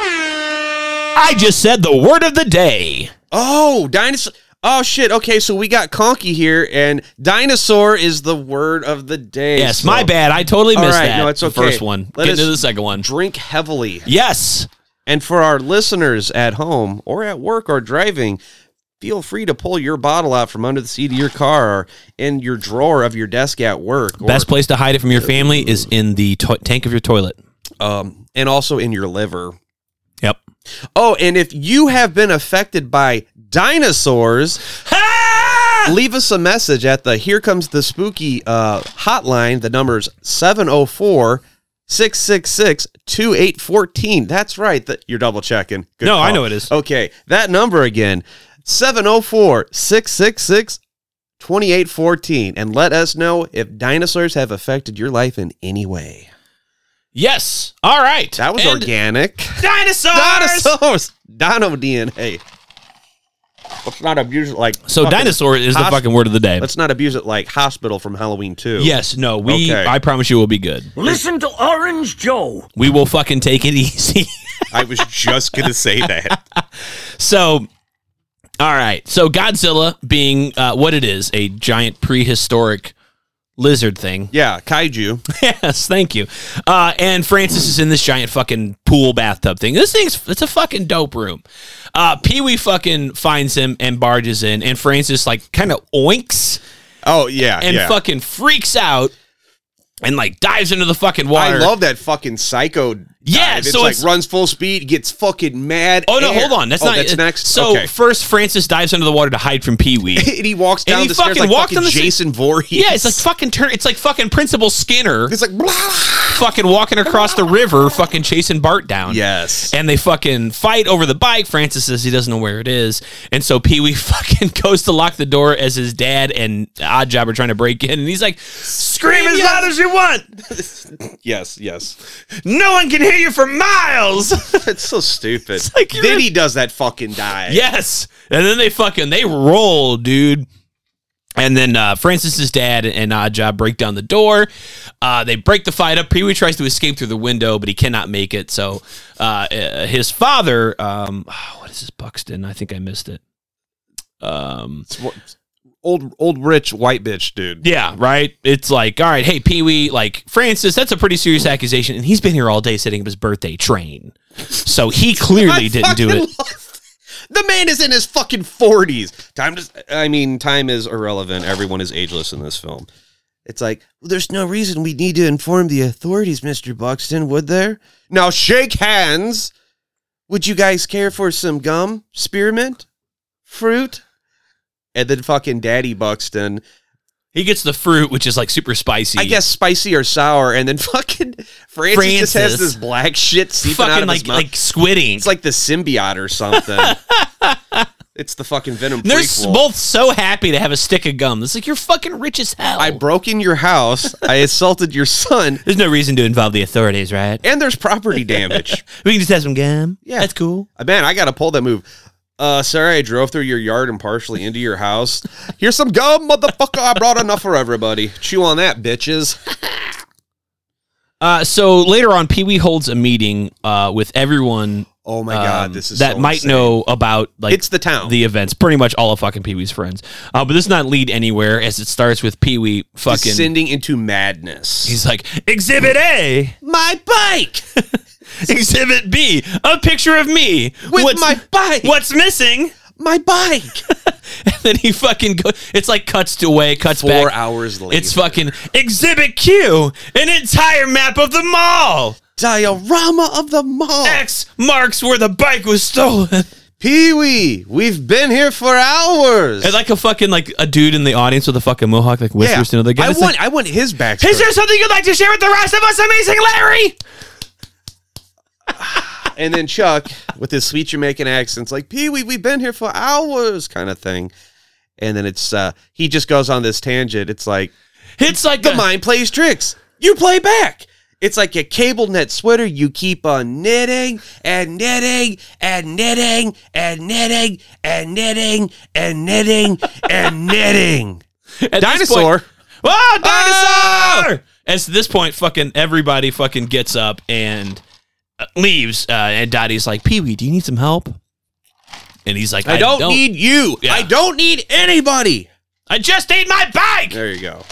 Speaker 2: I just said the word of the day.
Speaker 4: Oh, dinosaur. Oh shit. Okay, so we got conky here, and dinosaur is the word of the day.
Speaker 2: Yes,
Speaker 4: So
Speaker 2: my bad. I totally
Speaker 4: All
Speaker 2: missed
Speaker 4: right,
Speaker 2: that.
Speaker 4: no, it's
Speaker 2: the
Speaker 4: okay.
Speaker 2: First one.
Speaker 4: Let
Speaker 2: Get
Speaker 4: us-
Speaker 2: into the second one.
Speaker 4: Drink heavily,
Speaker 2: Yes.
Speaker 4: and for our listeners at home or at work or driving. Feel free to pull your bottle out from under the seat of your car or in your drawer of your desk at work. Or,
Speaker 2: Best place to hide it from your family is in the to- tank of your toilet.
Speaker 4: um, and also in your liver.
Speaker 2: Yep.
Speaker 4: Oh, and if you have been affected by dinosaurs, leave us a message at the Here Comes the Spooky uh, hotline. The number's 704 666 2814. That's right. That you're double checking. Good
Speaker 2: No, I
Speaker 4: call.
Speaker 2: know it is.
Speaker 4: Okay. That number again 704 666 2814. And let us know if dinosaurs have affected your life in any way.
Speaker 2: Yes. All right.
Speaker 4: That was
Speaker 2: And
Speaker 4: organic.
Speaker 2: Dinosaurs.
Speaker 4: Dinosaurs. Dino DNA. Let's not abuse it like
Speaker 2: So
Speaker 4: fucking-
Speaker 2: dinosaur is the
Speaker 4: hosp-
Speaker 2: fucking word of the day.
Speaker 4: Let's not abuse it like hospital from Halloween too.
Speaker 2: Yes. No. We.
Speaker 4: Okay.
Speaker 2: I promise you, we'll be good.
Speaker 5: Listen to Orange Joe.
Speaker 2: We will fucking take it *laughs* easy.
Speaker 4: I was just gonna say that.
Speaker 2: So, all right. So Godzilla being uh, what it is, a giant prehistoric lizard thing.
Speaker 4: *laughs* Yeah, kaiju.
Speaker 2: Yes, thank you. Uh, and Francis is in this giant fucking pool bathtub thing. This thing's it's a fucking dope room. Uh, Pee Wee fucking finds him and barges in, and Francis like kind of oinks
Speaker 4: Oh yeah,
Speaker 2: and
Speaker 4: yeah.
Speaker 2: fucking freaks out and like dives into the fucking water.
Speaker 4: I love that fucking psycho. dive.
Speaker 2: Yeah,
Speaker 4: it's
Speaker 2: so
Speaker 4: like
Speaker 2: it's-
Speaker 4: runs full speed, gets fucking mad.
Speaker 2: Oh no,
Speaker 4: air.
Speaker 2: hold on. That's
Speaker 4: Oh,
Speaker 2: not
Speaker 4: That's next.
Speaker 2: So
Speaker 4: okay.
Speaker 2: first, Francis dives under the water to hide from Pee Wee.
Speaker 4: *laughs* and he walks
Speaker 2: And
Speaker 4: down
Speaker 2: he
Speaker 4: the stairs
Speaker 2: fucking
Speaker 4: like
Speaker 2: walked
Speaker 4: fucking
Speaker 2: on the sta-
Speaker 4: Jason Voorhees.
Speaker 2: Yeah, it's like fucking turn. It's like fucking Principal Skinner
Speaker 4: It's like blah, blah.
Speaker 2: fucking walking across the river, fucking chasing Bart down.
Speaker 4: yes.
Speaker 2: And they fucking fight over the bike. Francis says he doesn't know where it is. And so Pee Wee *laughs* fucking goes to lock the door as his dad and Odd Job are trying to break in. And he's like,
Speaker 3: Scream as loud as you want.
Speaker 4: *laughs* yes, yes.
Speaker 3: No one can hear you for miles.
Speaker 4: It's so stupid.
Speaker 2: like you're
Speaker 4: then
Speaker 2: in-
Speaker 4: he does that fucking dive.
Speaker 2: Yes. And then they fucking they roll, dude. And then uh, Francis's dad and Oddjob break down the door. Uh, they break the fight up. Pee Wee tries to escape through the window, but he cannot make it. So uh, uh, his father, um, *sighs* oh, what is this, Buxton? I think I missed it. Um,
Speaker 4: It's what- Old old rich white bitch dude.
Speaker 2: yeah, right. It's like, all right, hey, Pee Wee, like Francis, that's a pretty serious accusation, and he's been here all day setting up his birthday train. So
Speaker 4: *laughs*
Speaker 2: he clearly didn't do
Speaker 4: fucking
Speaker 2: it.
Speaker 4: love- The man is in his fucking forties. Time just I mean, time is irrelevant. Everyone is ageless in this film. It's like, well, there's no reason we need to inform the authorities, Mr. Buxton, would there? Now shake hands. Would you guys care for some gum, spearmint, fruit? And then fucking Daddy Buxton
Speaker 2: He gets the fruit, which is like super spicy.
Speaker 4: I guess spicy or sour, and then *laughs* fucking Francis, just
Speaker 2: Francis.
Speaker 4: has this black shit seeping
Speaker 2: fucking
Speaker 4: out of
Speaker 2: like
Speaker 4: his mouth.
Speaker 2: like squid ink.
Speaker 4: it's like the symbiote
Speaker 2: *laughs*
Speaker 4: or something. it's the fucking venom.
Speaker 2: They're s-
Speaker 4: prequel.
Speaker 2: both so happy to have a stick of gum. It's like you're fucking rich as hell.
Speaker 4: I broke in your house. I assaulted your son,
Speaker 2: There's no reason to involve the authorities, right?
Speaker 4: and there's property damage.
Speaker 2: *laughs* We can just have some gum.
Speaker 4: Yeah.
Speaker 2: that's cool.
Speaker 4: Uh, Man, I gotta pull that move. Uh, sorry, I drove through your yard and partially into your house. Here's some gum, motherfucker. I brought enough for everybody. Chew on that, bitches.
Speaker 2: Uh, so later on, Pee Wee holds a meeting uh, with everyone.
Speaker 4: Oh my
Speaker 2: um,
Speaker 4: god, this is
Speaker 2: that
Speaker 4: so
Speaker 2: might
Speaker 4: insane.
Speaker 2: know about like
Speaker 4: it's the town.
Speaker 2: the events. Pretty much all of fucking Pee Wee's friends. Uh, but this does not lead anywhere as it starts with Pee Wee fucking.
Speaker 4: descending into madness.
Speaker 2: He's like, Exhibit A, *laughs*
Speaker 4: my bike.
Speaker 2: Exhibit B, a picture of me
Speaker 4: With my bike.
Speaker 2: What's missing? *laughs*
Speaker 4: My bike.
Speaker 2: And then he fucking go. It's like cuts to away, cuts
Speaker 4: Four
Speaker 2: back.
Speaker 4: hours later.
Speaker 2: It's fucking Exhibit Q, an entire map of the mall.
Speaker 4: diorama of the mall.
Speaker 2: X marks where the bike was stolen. *laughs*
Speaker 4: Pee Wee, we've been here for hours.
Speaker 2: And like a fucking like a dude in the audience with a fucking mohawk like
Speaker 4: Yeah.
Speaker 2: whispers to another guy.
Speaker 4: I
Speaker 2: It's
Speaker 4: want,
Speaker 2: like,
Speaker 4: I want his backstory.
Speaker 2: Is there something you'd like to share with the rest of us, Amazing Larry?
Speaker 4: and then Chuck, with his sweet Jamaican accents, like Pee Wee, we've been here for hours, kind of thing. And then it's uh he just goes on this tangent. It's like
Speaker 2: It's like
Speaker 4: the
Speaker 2: a-
Speaker 4: mind plays tricks. You play back. It's like a cable net sweater. You keep on knitting and knitting and knitting and knitting and knitting and knitting
Speaker 2: *laughs*
Speaker 4: and knitting.
Speaker 2: at this
Speaker 4: Dinosaur.
Speaker 2: Point, oh, dinosaur! At this point, fucking everybody fucking gets up and uh, leaves. Uh, and Dottie's like, Pee Wee, do you need some help? And he's like, I,
Speaker 4: I don't, need you.
Speaker 2: Yeah.
Speaker 4: I don't need anybody.
Speaker 2: I just need my bike.
Speaker 4: There you go.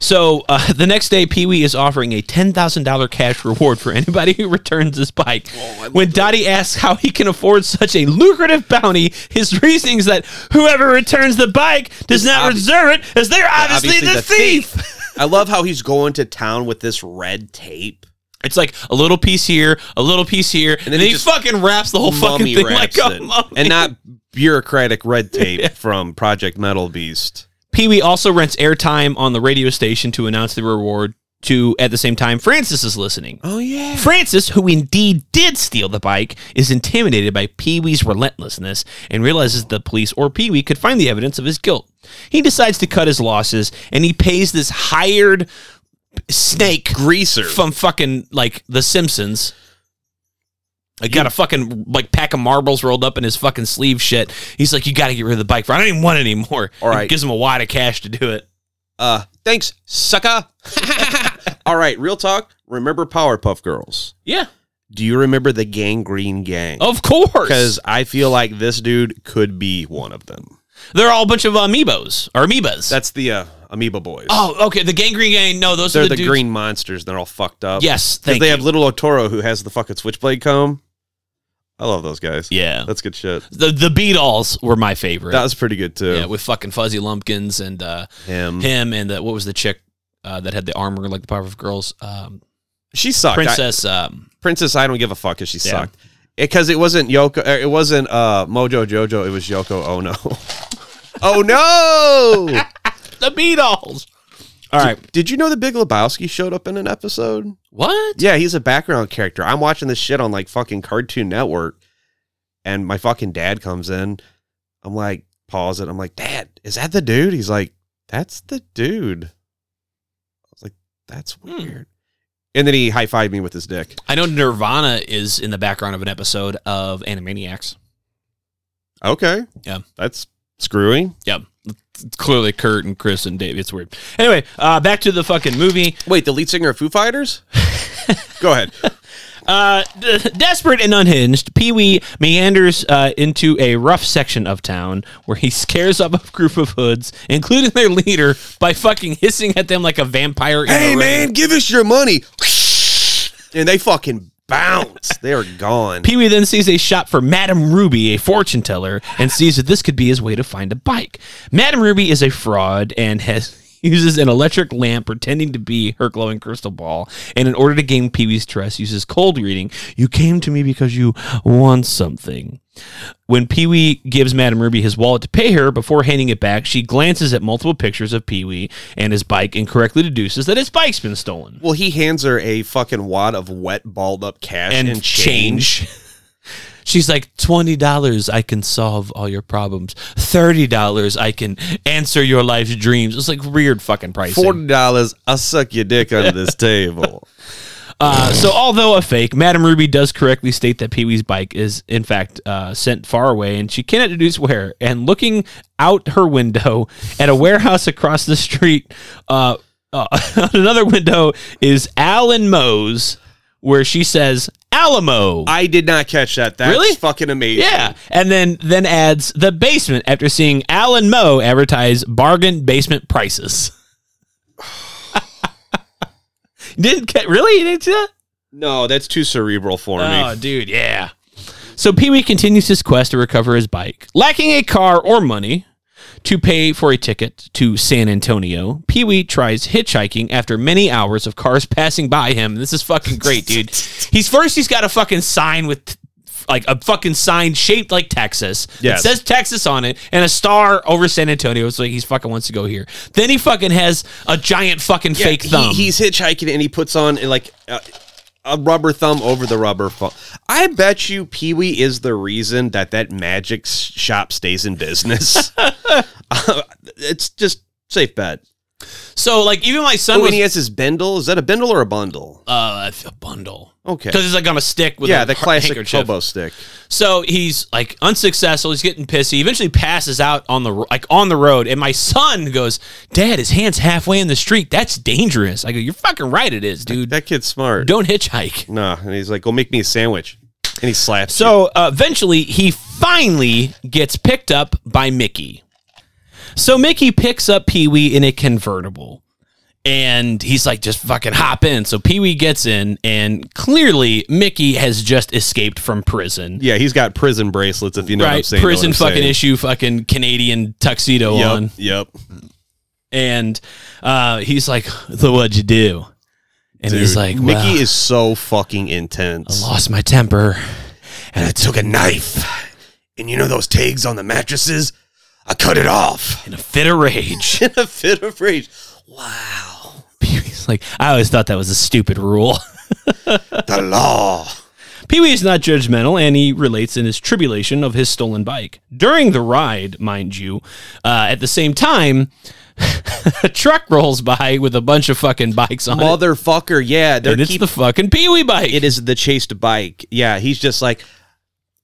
Speaker 2: So uh, *laughs* the next day, Pee Wee is offering a ten thousand dollar cash reward for anybody who returns his bike. when Dottie asks how he can afford such a lucrative bounty, his reasoning is that whoever returns the bike does not
Speaker 4: obvi-
Speaker 2: deserve it, as they're obviously, the, thief.
Speaker 4: I love how he's going to town with this
Speaker 2: *laughs*
Speaker 4: red tape.
Speaker 2: It's like a little piece here, a little piece here, and then,
Speaker 4: he
Speaker 2: he,
Speaker 4: just
Speaker 2: fucking wraps the whole fucking
Speaker 4: Mummy
Speaker 2: thing
Speaker 4: wraps
Speaker 2: like a
Speaker 4: it.
Speaker 2: mummy.
Speaker 4: And not bureaucratic
Speaker 2: *laughs*
Speaker 4: red tape from Project Metal Beast.
Speaker 2: Pee Wee also rents airtime on the radio station to announce the reward. To at the same time, Francis is listening.
Speaker 4: Oh yeah.
Speaker 2: Francis, who indeed did steal the bike, is intimidated by Pee Wee's relentlessness and realizes the police or Pee Wee could find the evidence of his guilt. He decides to cut his losses and he pays this hired snake
Speaker 4: Greaser.
Speaker 2: from fucking like The Simpsons. I got a fucking like pack of marbles rolled up in his fucking sleeve. Shit, he's like, you got to get rid of the bike. For I don't even want it anymore.
Speaker 4: All
Speaker 2: And
Speaker 4: right.
Speaker 2: gives him a wad of cash to do it.
Speaker 4: Uh thanks, sucker. All right, real talk. Remember Powerpuff Girls?
Speaker 2: Yeah,
Speaker 4: Do you remember
Speaker 2: Oh,
Speaker 4: the Gang Green Gang?
Speaker 2: of course.
Speaker 4: Because I feel like this dude could be one of them.
Speaker 2: They're all a bunch of amiibos or amoebas.
Speaker 4: That's the uh, Amoeba Boys.
Speaker 2: oh, okay. The gangrene gang. No, those
Speaker 4: They're
Speaker 2: are
Speaker 4: the,
Speaker 2: the, dudes-
Speaker 4: green monsters. They're all fucked up.
Speaker 2: Yes,
Speaker 4: Because
Speaker 2: thank
Speaker 4: they
Speaker 2: you.
Speaker 4: have little Otoro who has the fucking switchblade comb. I love those guys.
Speaker 2: yeah.
Speaker 4: That's good shit.
Speaker 2: The the Beatles were my favorite.
Speaker 4: That was pretty good too. Mm-hmm.
Speaker 2: yeah, with fucking Fuzzy Lumpkins and uh,
Speaker 4: Him.
Speaker 2: him and the, what was the chick uh, that had the armor like the Powerpuff Girls? Um,
Speaker 4: She sucked. I,
Speaker 2: Princess. um,
Speaker 4: Princess, I don't give a fuck if she
Speaker 2: Yeah.
Speaker 4: sucked. Because it wasn't Yoko, er, it wasn't uh, Mojo Jojo, it was Yoko Oh no. *laughs* oh
Speaker 2: *laughs*
Speaker 4: no!
Speaker 2: the Beatles. All right.
Speaker 4: Did you know that Big Lebowski showed up in an episode?
Speaker 2: What?
Speaker 4: Yeah, he's a background character. I'm watching this shit on like fucking Cartoon Network, and my fucking dad comes in. I'm like, pause it. I'm like, Dad, is that the dude? He's like, That's the dude. I was like, That's
Speaker 2: Hmm.
Speaker 4: weird. And then he high fived me with his dick.
Speaker 2: I know Nirvana is in the background of an episode of Animaniacs.
Speaker 4: Okay.
Speaker 2: Yeah.
Speaker 4: That's screwy.
Speaker 2: Yep. Clearly, Kurt and Chris and Dave. It's weird. Anyway, uh, back to the fucking movie.
Speaker 4: Wait, the lead singer of Foo *laughs* Fighters? Go ahead.
Speaker 2: Uh, d- desperate and unhinged, Pee Wee meanders uh, into a rough section of town where he *laughs* scares up a group of hoods, including their leader, by fucking hissing at them like a vampire. in
Speaker 4: Hey
Speaker 2: the rain.
Speaker 4: man, give us your money. And they fucking bounce. They are gone.
Speaker 2: Pee Wee then sees a shop for Madame Ruby, a fortune teller, and sees that this could be his way to find a bike. Madame Ruby is a fraud and has *laughs* uses an electric lamp pretending to be her glowing crystal ball, and in order to gain Pee Wee's trust, uses cold reading. You came to me because you want something. When Pee Wee gives Madame Ruby his wallet to pay her before handing it back, she glances at multiple pictures of Pee Wee and his bike and correctly deduces that his bike's been stolen.
Speaker 4: Well, he hands her a fucking wad of wet, balled up cash and, change.
Speaker 2: She's like, $20, I can solve all your problems. $30, I can answer your life's dreams. It's like weird fucking pricing.
Speaker 4: Forty dollars, I suck your dick under this *laughs* table.
Speaker 2: Uh, so, although a fake, Madame Ruby does correctly state that Pee Wee's bike is, in fact, uh, sent far away, and she cannot deduce where. And looking out her window at a warehouse across the street, uh, uh, *laughs* on another window is Alan Moe's, where she says, Alamo.
Speaker 4: I did not catch that. That's
Speaker 2: Really?
Speaker 4: fucking amazing.
Speaker 2: Yeah, and then then adds the basement after seeing Alan Moe advertise bargain basement prices. *laughs* didn't get really? You didn't see that?
Speaker 4: No, that's too cerebral for
Speaker 2: Oh,
Speaker 4: me.
Speaker 2: dude, yeah. So Pee Wee continues his quest to recover his bike, lacking a car or money. To pay for a ticket to San Antonio, Pee Wee tries hitchhiking after many hours of cars passing by him. This is fucking great,
Speaker 4: *laughs*
Speaker 2: dude. He's first, he's got a fucking sign with like a fucking sign shaped like Texas.
Speaker 4: Yes.
Speaker 2: It says Texas on it and a star over San Antonio. So he's fucking wants to go here. Then he fucking has a giant fucking
Speaker 4: Yeah,
Speaker 2: fake
Speaker 4: he-
Speaker 2: thumb.
Speaker 4: he's hitchhiking and he puts on like a, a rubber thumb over the rubber phone. I bet you Pee Wee is the reason that that magic s- shop stays
Speaker 2: *laughs*
Speaker 4: in business. Uh, it's just safe bet.
Speaker 2: so like even my son
Speaker 4: Oh,
Speaker 2: was
Speaker 4: and he has his bindle. Is that a bindle or a bundle?
Speaker 2: uh, a bundle.
Speaker 4: Okay.
Speaker 2: Because it's like on a stick with
Speaker 4: Yeah,
Speaker 2: a
Speaker 4: the
Speaker 2: har-
Speaker 4: classic
Speaker 2: handkerchief.
Speaker 4: hobo stick.
Speaker 2: So he's like unsuccessful. He's getting pissed. He eventually passes out on the ro- like on the road. And my son goes, "Dad, his hand's halfway in the street. That's dangerous." I go, "You're fucking right. It is, dude.
Speaker 4: That kid's smart.
Speaker 2: Don't hitchhike."
Speaker 4: *laughs* No, and he's like, "Go make me a sandwich," and he slaps. you.
Speaker 2: So uh, eventually, he finally gets picked up by Mickey. So Mickey picks up Pee Wee in a convertible. And he's like, just fucking hop in. So Pee Wee gets in, and clearly Mickey has just escaped from prison.
Speaker 4: yeah, he's got prison bracelets. If you know what I'm
Speaker 2: right
Speaker 4: saying, know what
Speaker 2: prison
Speaker 4: I'm
Speaker 2: fucking
Speaker 4: saying.
Speaker 2: issue fucking canadian tuxedo
Speaker 4: Yep,
Speaker 2: on
Speaker 4: yep.
Speaker 2: and uh he's like so what'd you do and he's
Speaker 4: Dude,
Speaker 2: like well,
Speaker 4: Mickey is so fucking
Speaker 2: I
Speaker 4: intense.
Speaker 2: lost my temper and i took
Speaker 5: Took a knife. And you know those tags on the mattresses? I cut it off.
Speaker 2: in a fit of rage
Speaker 4: *laughs*
Speaker 2: *laughs*
Speaker 4: In a fit of rage.
Speaker 5: Wow.
Speaker 2: he's like i always thought that was a stupid rule *laughs*
Speaker 5: The law.
Speaker 2: Pee Wee is not judgmental, and he relates in his tribulation of his stolen bike. During the ride, mind you, uh, at the same time, *laughs* a truck rolls by with a bunch of fucking bikes on it.
Speaker 4: Motherfucker, yeah, they're
Speaker 2: And it's
Speaker 4: keep,
Speaker 2: the fucking Pee Wee bike.
Speaker 4: it is the chased bike. Yeah, he's just like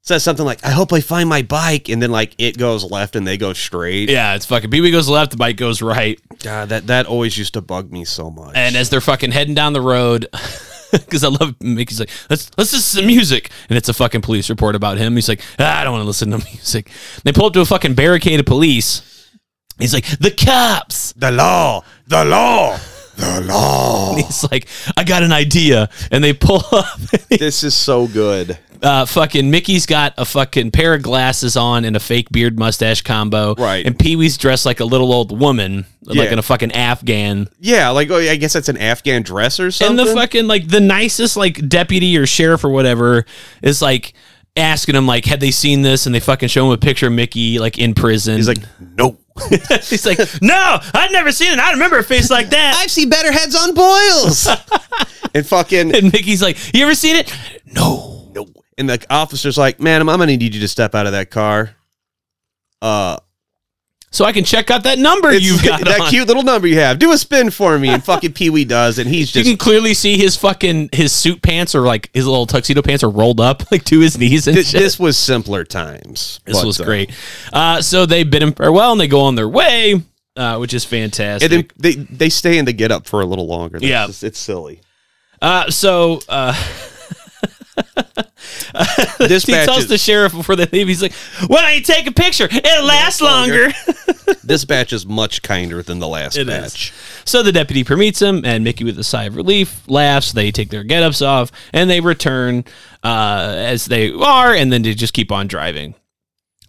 Speaker 4: says something like, "I hope I find my bike," and then like it goes left and they go straight.
Speaker 2: Yeah, it's fucking Pee Wee goes left, the bike goes right.
Speaker 4: God, that that always used to bug me so much.
Speaker 2: And as they're fucking heading down the road, *laughs* because I love Mickey's like let's let's listen to some music, and it's a fucking police report about him. He's like, ah, I don't want to listen to *laughs* music. They pull up to a fucking barricade of police. He's like, the
Speaker 4: *laughs*
Speaker 2: cops.
Speaker 5: The law. The law. The law.
Speaker 2: He's like, I got an idea, and they pull *laughs* up.
Speaker 4: This is so good.
Speaker 2: uh, fucking Mickey's got a fucking pair of glasses on and a fake beard mustache combo.
Speaker 4: Right.
Speaker 2: And Pee Wee's dressed like a little old woman, like
Speaker 4: Yeah.
Speaker 2: in a fucking Afghan.
Speaker 4: Yeah, like oh, I guess that's an Afghan dress or something.
Speaker 2: And the fucking, like, the nicest, like, deputy or sheriff or whatever is like asking him, like, had they seen this? And they fucking show him a picture of Mickey, like, in prison.
Speaker 4: He's like, no.
Speaker 2: *laughs* he's like, no, I'd never seen it. I remember a face like
Speaker 4: *laughs*
Speaker 2: that.
Speaker 4: I've seen better heads on boils. *laughs* and fucking
Speaker 2: and Mickey's like, you ever seen it?
Speaker 4: no, no. And the officer's like, "Madam, I'm gonna need you to step out of that car." Uh,
Speaker 2: So I can check out that number
Speaker 4: it's-
Speaker 2: you've got.
Speaker 4: *laughs* that
Speaker 2: on.
Speaker 4: cute little number you have. Do a spin for me, and fucking Pee Wee does, and he's
Speaker 2: *laughs* you
Speaker 4: just
Speaker 2: can clearly see his fucking his suit pants or like his little tuxedo pants are rolled up *laughs* like to his knees and
Speaker 4: Th-
Speaker 2: shit.
Speaker 4: this was simpler times.
Speaker 2: This
Speaker 4: but,
Speaker 2: was
Speaker 4: uh,
Speaker 2: great. Uh, so they bid him farewell and they go on their way, uh, which is fantastic.
Speaker 4: And then they they stay in the get up for a little longer. That's
Speaker 2: Yeah.
Speaker 4: just- it's silly.
Speaker 2: uh, so uh,
Speaker 4: This
Speaker 2: *laughs* he
Speaker 4: batch
Speaker 2: tells
Speaker 4: is,
Speaker 2: the sheriff before they leave, he's like, "Why don't you take a picture? It'll last longer." *laughs*
Speaker 4: this batch is much kinder than the last
Speaker 2: It is.
Speaker 4: batch.
Speaker 2: so the deputy permits him, and Mickey, with a sigh of relief, laughs. They take their get-ups off and they return uh, as they are, and then they just keep on driving.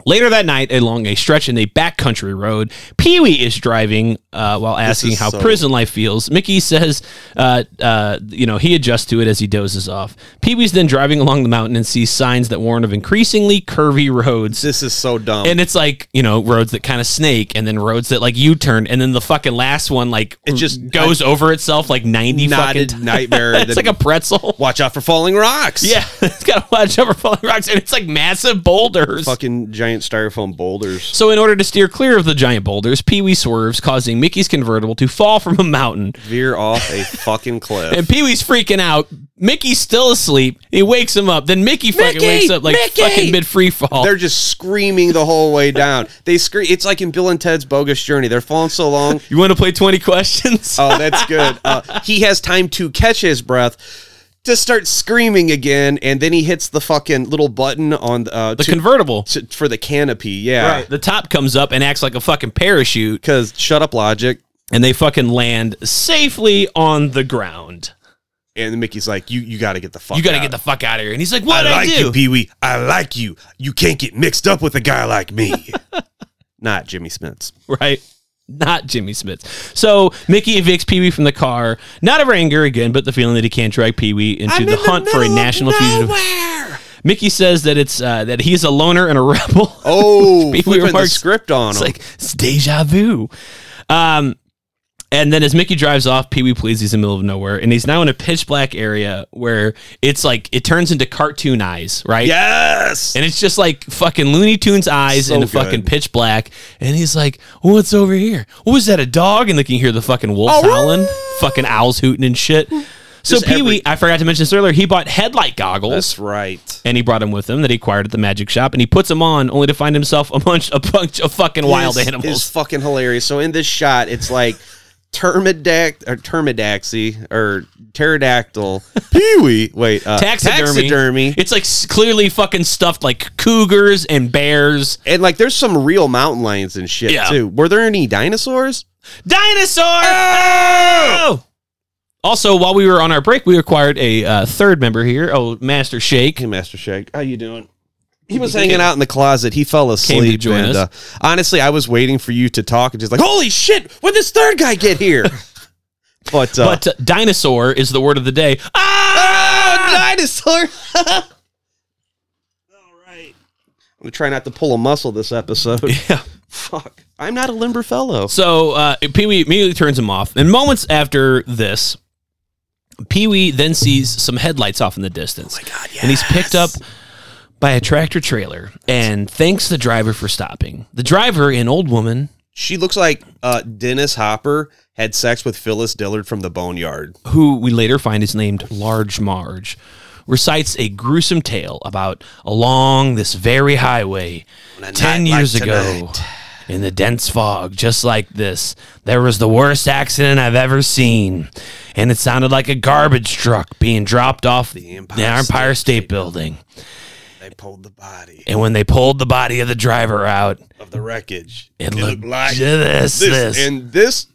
Speaker 2: Later that night, along a stretch in a backcountry road, Pee Wee is driving uh, while asking
Speaker 4: is
Speaker 2: how
Speaker 4: so-
Speaker 2: prison life feels. Mickey says, uh, uh, you know, he adjusts to it as he dozes off. Pee Wee's then driving along the mountain and sees signs that warn of increasingly curvy roads.
Speaker 4: This is so dumb.
Speaker 2: And it's like, you know, roads that kind of snake and then roads that like U turn. And then the fucking last one, like,
Speaker 4: It just-
Speaker 2: goes over itself like 90 fucking *laughs*
Speaker 4: knotted
Speaker 2: times.
Speaker 4: nightmare.
Speaker 2: It's like a
Speaker 4: *laughs*
Speaker 2: pretzel.
Speaker 4: watch out for falling rocks.
Speaker 2: Yeah, it's got to watch over falling rocks. And it's like massive boulders.
Speaker 4: fucking giant styrofoam boulders.
Speaker 2: So, in order to steer clear of the giant boulders, Pee Wee swerves, causing Mickey's convertible to fall from a mountain.
Speaker 4: Veer off
Speaker 2: *laughs*
Speaker 4: a fucking cliff.
Speaker 2: And Pee Wee's freaking out. Mickey's still asleep. He wakes him up. Then Mickey fucking
Speaker 1: Mickey!
Speaker 2: wakes up like
Speaker 1: Mickey!
Speaker 2: fucking mid free fall.
Speaker 4: They're just screaming the whole way down. They scream. It's like in Bill and Ted's Bogus Journey. They're falling so long.
Speaker 2: you want to play 20 questions?
Speaker 4: Oh, that's good. Uh, he has time to catch his breath to start screaming again, and then he hits the fucking little button on uh,
Speaker 2: the *laughs*
Speaker 4: to-
Speaker 2: convertible.
Speaker 4: to- for the canopy. Yeah,
Speaker 2: The top comes up and acts like a fucking parachute,
Speaker 4: Because shut up, logic.
Speaker 2: and they fucking land safely on the ground.
Speaker 4: And Mickey's like, "You you got to get the fuck.
Speaker 2: you got to
Speaker 4: out."
Speaker 2: get the fuck out of here. And he's like, "What
Speaker 5: I
Speaker 2: I,
Speaker 5: like
Speaker 2: do?"
Speaker 5: you, Pee Wee. I like you. You can't get mixed up with a guy
Speaker 4: *laughs*
Speaker 5: like me.
Speaker 4: not Jimmy Smiths.
Speaker 2: *laughs* right? Not Jimmy Smith. So Mickey evicts Pee Wee from the car, not of anger again, but the feeling that he can't drag Pee Wee into the hunt for a national fugitive. *laughs* Mickey says that it's uh, that he's a loner and a rebel. *laughs*
Speaker 4: Oh,
Speaker 2: Pee-wee
Speaker 4: flipping the
Speaker 2: remarks-
Speaker 4: script on
Speaker 2: It's
Speaker 4: him.
Speaker 2: like it's deja vu. Um, and then as Mickey drives off, Pee Wee pleads he's in the middle of nowhere, and he's now in a pitch black area where it's like it turns into cartoon eyes, right?
Speaker 5: yes.
Speaker 2: And it's just like fucking Looney Tunes eyes
Speaker 4: So
Speaker 2: into
Speaker 4: good.
Speaker 2: fucking pitch black. And he's like, What's over here? What was that, a dog? And they can hear the fucking wolves howling, fucking owls hooting and shit. So
Speaker 4: Oh, Just
Speaker 2: Pee Wee, I forgot to mention this earlier, he bought headlight goggles
Speaker 4: That's right.
Speaker 2: and he brought him with him that he acquired at the magic shop, and he puts them on only to find himself a bunch, a bunch of fucking wild
Speaker 4: This
Speaker 2: animals.
Speaker 4: Is fucking hilarious. So in this shot, it's like termidact or termidaxy or
Speaker 2: *laughs*
Speaker 4: pterodactyl. Pee wee. Wait, uh,
Speaker 2: taxidermy.
Speaker 4: taxidermy.
Speaker 2: It's like s- clearly fucking stuffed like cougars and bears,
Speaker 4: And like, there's some real mountain lions and shit
Speaker 2: Yeah.
Speaker 4: too. Were there any dinosaurs?
Speaker 2: dinosaur. Oh! Also, while we were on our break, we acquired a uh, third member here. Oh, Master Shake.
Speaker 4: Hey, Master Shake, how you doing? He was hanging out in the closet. He fell asleep.
Speaker 2: join
Speaker 4: and,
Speaker 2: us.
Speaker 4: uh, honestly, I was waiting for you to talk and just like, holy shit, when this third guy get here?
Speaker 2: *laughs*
Speaker 4: but uh,
Speaker 2: But uh, dinosaur is the word of the day. Ah!
Speaker 4: *laughs* dinosaur. *laughs* All right. I'm gonna try not to pull a muscle this episode.
Speaker 2: *laughs* Yeah.
Speaker 4: Fuck. I'm not a limber fellow.
Speaker 2: So uh, Pee Wee immediately turns him off. And moments after this, Pee Wee then sees some headlights off in the distance. Oh my God, And he's picked up by a tractor trailer and thanks the driver for stopping. The driver, an old woman
Speaker 4: She looks like uh, Dennis Hopper had sex with Phyllis Dillard from the Boneyard.
Speaker 2: who we later find is named Large Marge, recites a gruesome tale about along this very highway 10 years ago in the dense fog, just like this. There was the worst accident I've ever seen. And it sounded like a garbage truck being dropped off the Empire, State, Building.
Speaker 5: They pulled the body
Speaker 2: And when they pulled the body of the driver out,
Speaker 5: of the wreckage.
Speaker 2: it, looked, like this. This.
Speaker 4: and this.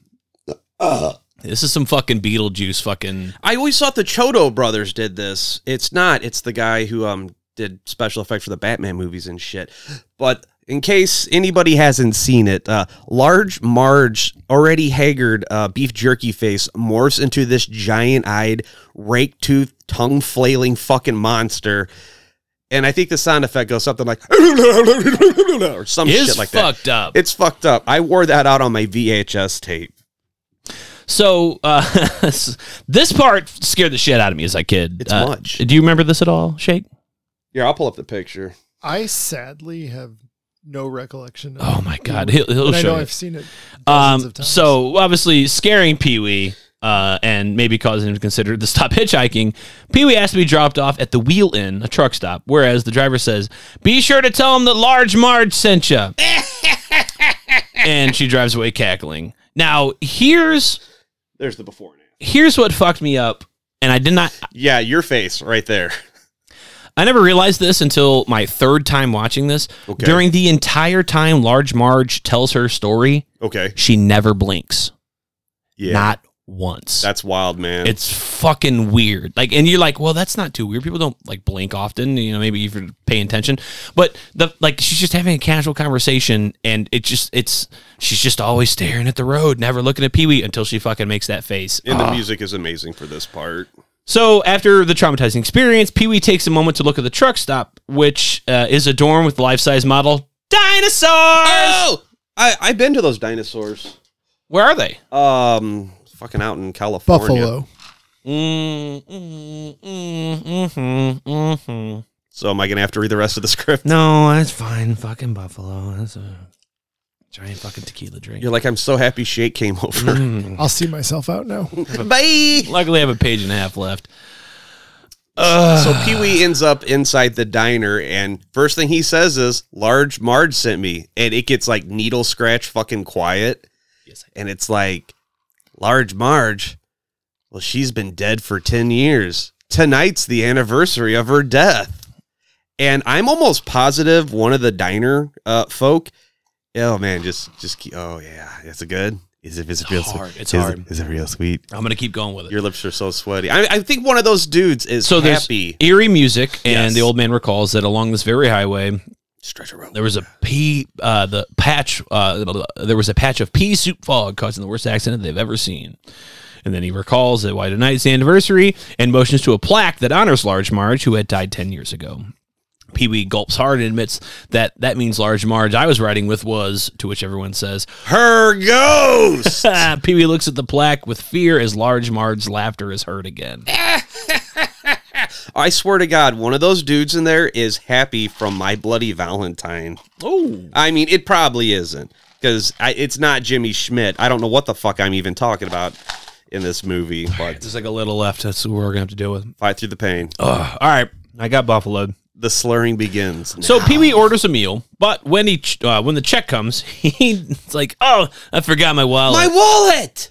Speaker 2: this is some fucking Beetlejuice fucking.
Speaker 4: I always thought the Chodo brothers did this. It's not. It's the guy who um did special effects for the Batman movies and shit. But in case anybody hasn't seen it, uh, large Marge, already haggard, uh, beef jerky face morphs into this giant-eyed, rake-toothed, tongue-flailing fucking monster. And I think the sound effect goes something like *laughs* or some
Speaker 2: Is
Speaker 4: shit like that.
Speaker 2: fucked up.
Speaker 4: It's fucked up. I wore that out on my VHS tape.
Speaker 2: So uh, *laughs* this part scared the shit out of me as a kid.
Speaker 4: It's
Speaker 2: Uh,
Speaker 4: much.
Speaker 2: Do you remember this at all, Shake?
Speaker 4: Here, I'll pull up the picture.
Speaker 7: I sadly have no recollection. Of
Speaker 2: Oh
Speaker 7: it.
Speaker 2: my God, he'll- he'll
Speaker 7: But I
Speaker 2: show
Speaker 7: know
Speaker 2: you.
Speaker 7: I've seen it. dozens
Speaker 2: Um,
Speaker 7: of times.
Speaker 2: so obviously scaring Pee Wee uh, and maybe causing him to consider to stop *laughs* hitchhiking. Pee Wee has to be dropped off at the Wheel Inn, a truck stop, whereas the driver says, "Be sure to tell him that Large Marge sent
Speaker 7: *laughs*
Speaker 2: you." and she drives away cackling. Now here's
Speaker 4: There's the before and after.
Speaker 2: here's what fucked me up, and I did not
Speaker 4: Yeah, your face right there.
Speaker 2: I never realized this until my third time watching this. During the entire time Large Marge tells her story,
Speaker 4: Okay.
Speaker 2: she never blinks.
Speaker 4: Yeah.
Speaker 2: Not once.
Speaker 4: that's wild, man.
Speaker 2: it's fucking weird. Like, and you're like, well, that's not too weird. People don't like blink often, you know, maybe if you're paying attention. But the like she's just having a casual conversation and it just it's she's just always staring at the road, never looking at Pee-wee until she fucking makes that face.
Speaker 4: and the
Speaker 2: Ah.
Speaker 4: music is amazing for this part.
Speaker 2: So after the traumatizing experience, Pee Wee takes a moment to look at the truck stop, which uh, is adorned with life-size model dinosaurs. Oh!
Speaker 4: Oh, I, I've been to those dinosaurs.
Speaker 2: Where are they?
Speaker 4: Um fucking out in California.
Speaker 7: Buffalo.
Speaker 2: Mm, mm, mm, mm, mm
Speaker 4: So am I gonna have to read the rest of the *laughs* script?
Speaker 2: No, that's fine. Fucking buffalo. That's a giant fucking tequila drink.
Speaker 4: You're like, I'm so happy Shake came
Speaker 2: *laughs*
Speaker 4: over. *laughs*
Speaker 2: Mm.
Speaker 7: I'll see myself out now.
Speaker 4: Bye.
Speaker 2: Luckily, I have a page and a half left.
Speaker 4: So Pee Wee ends up inside the diner, and first thing he says is, "Large Marge sent me," and it gets like needle scratch, fucking quiet.
Speaker 2: Yes, I-
Speaker 4: and it's like, "Large Marge, well, she's been dead for ten years. Tonight's the anniversary of her death." And I'm almost positive one of the diner uh, folk. Oh man, just just keep, oh yeah, that's a good. Is it is it real
Speaker 2: It's hard.
Speaker 4: sweet?
Speaker 2: It's
Speaker 4: is,
Speaker 2: hard.
Speaker 4: It, is it real sweet?
Speaker 2: I'm gonna keep going with it.
Speaker 4: Your lips are so sweaty. I, I think one of those dudes is
Speaker 2: so there's
Speaker 4: happy.
Speaker 2: eerie music, and
Speaker 4: Yes.
Speaker 2: the old man recalls that along this very highway,
Speaker 4: Stretch a rope.
Speaker 2: There was a pea, uh, the patch, uh, blah, blah, blah. there was a patch of pea soup fog causing the worst accident they've ever seen. And then he recalls that why tonight's the anniversary and motions to a plaque that honors Large Marge, who had died 10 years ago. Pee Wee gulps hard and admits that that means Large Marge I was riding with was, to which everyone says, "Ah,
Speaker 4: Her ghost.
Speaker 2: *laughs* Pee Wee looks at the plaque with fear as Large Marge's laughter is heard again.
Speaker 4: I swear to God, one of those dudes in there is happy from My Bloody Valentine.
Speaker 2: Oh,
Speaker 4: I mean, it probably isn't because it's not Jimmy Schmidt. I don't know what the fuck I'm even talking about in this movie, but
Speaker 2: there's like a little left. That's what we're going to have to deal with.
Speaker 4: fight through the pain.
Speaker 2: Ugh. all right. I got buffaloed.
Speaker 4: The slurring begins.
Speaker 2: So Pee Wee orders a meal, but when he ch- uh, when the check comes, *laughs* he's like, "Oh, I forgot my wallet."
Speaker 4: wallet.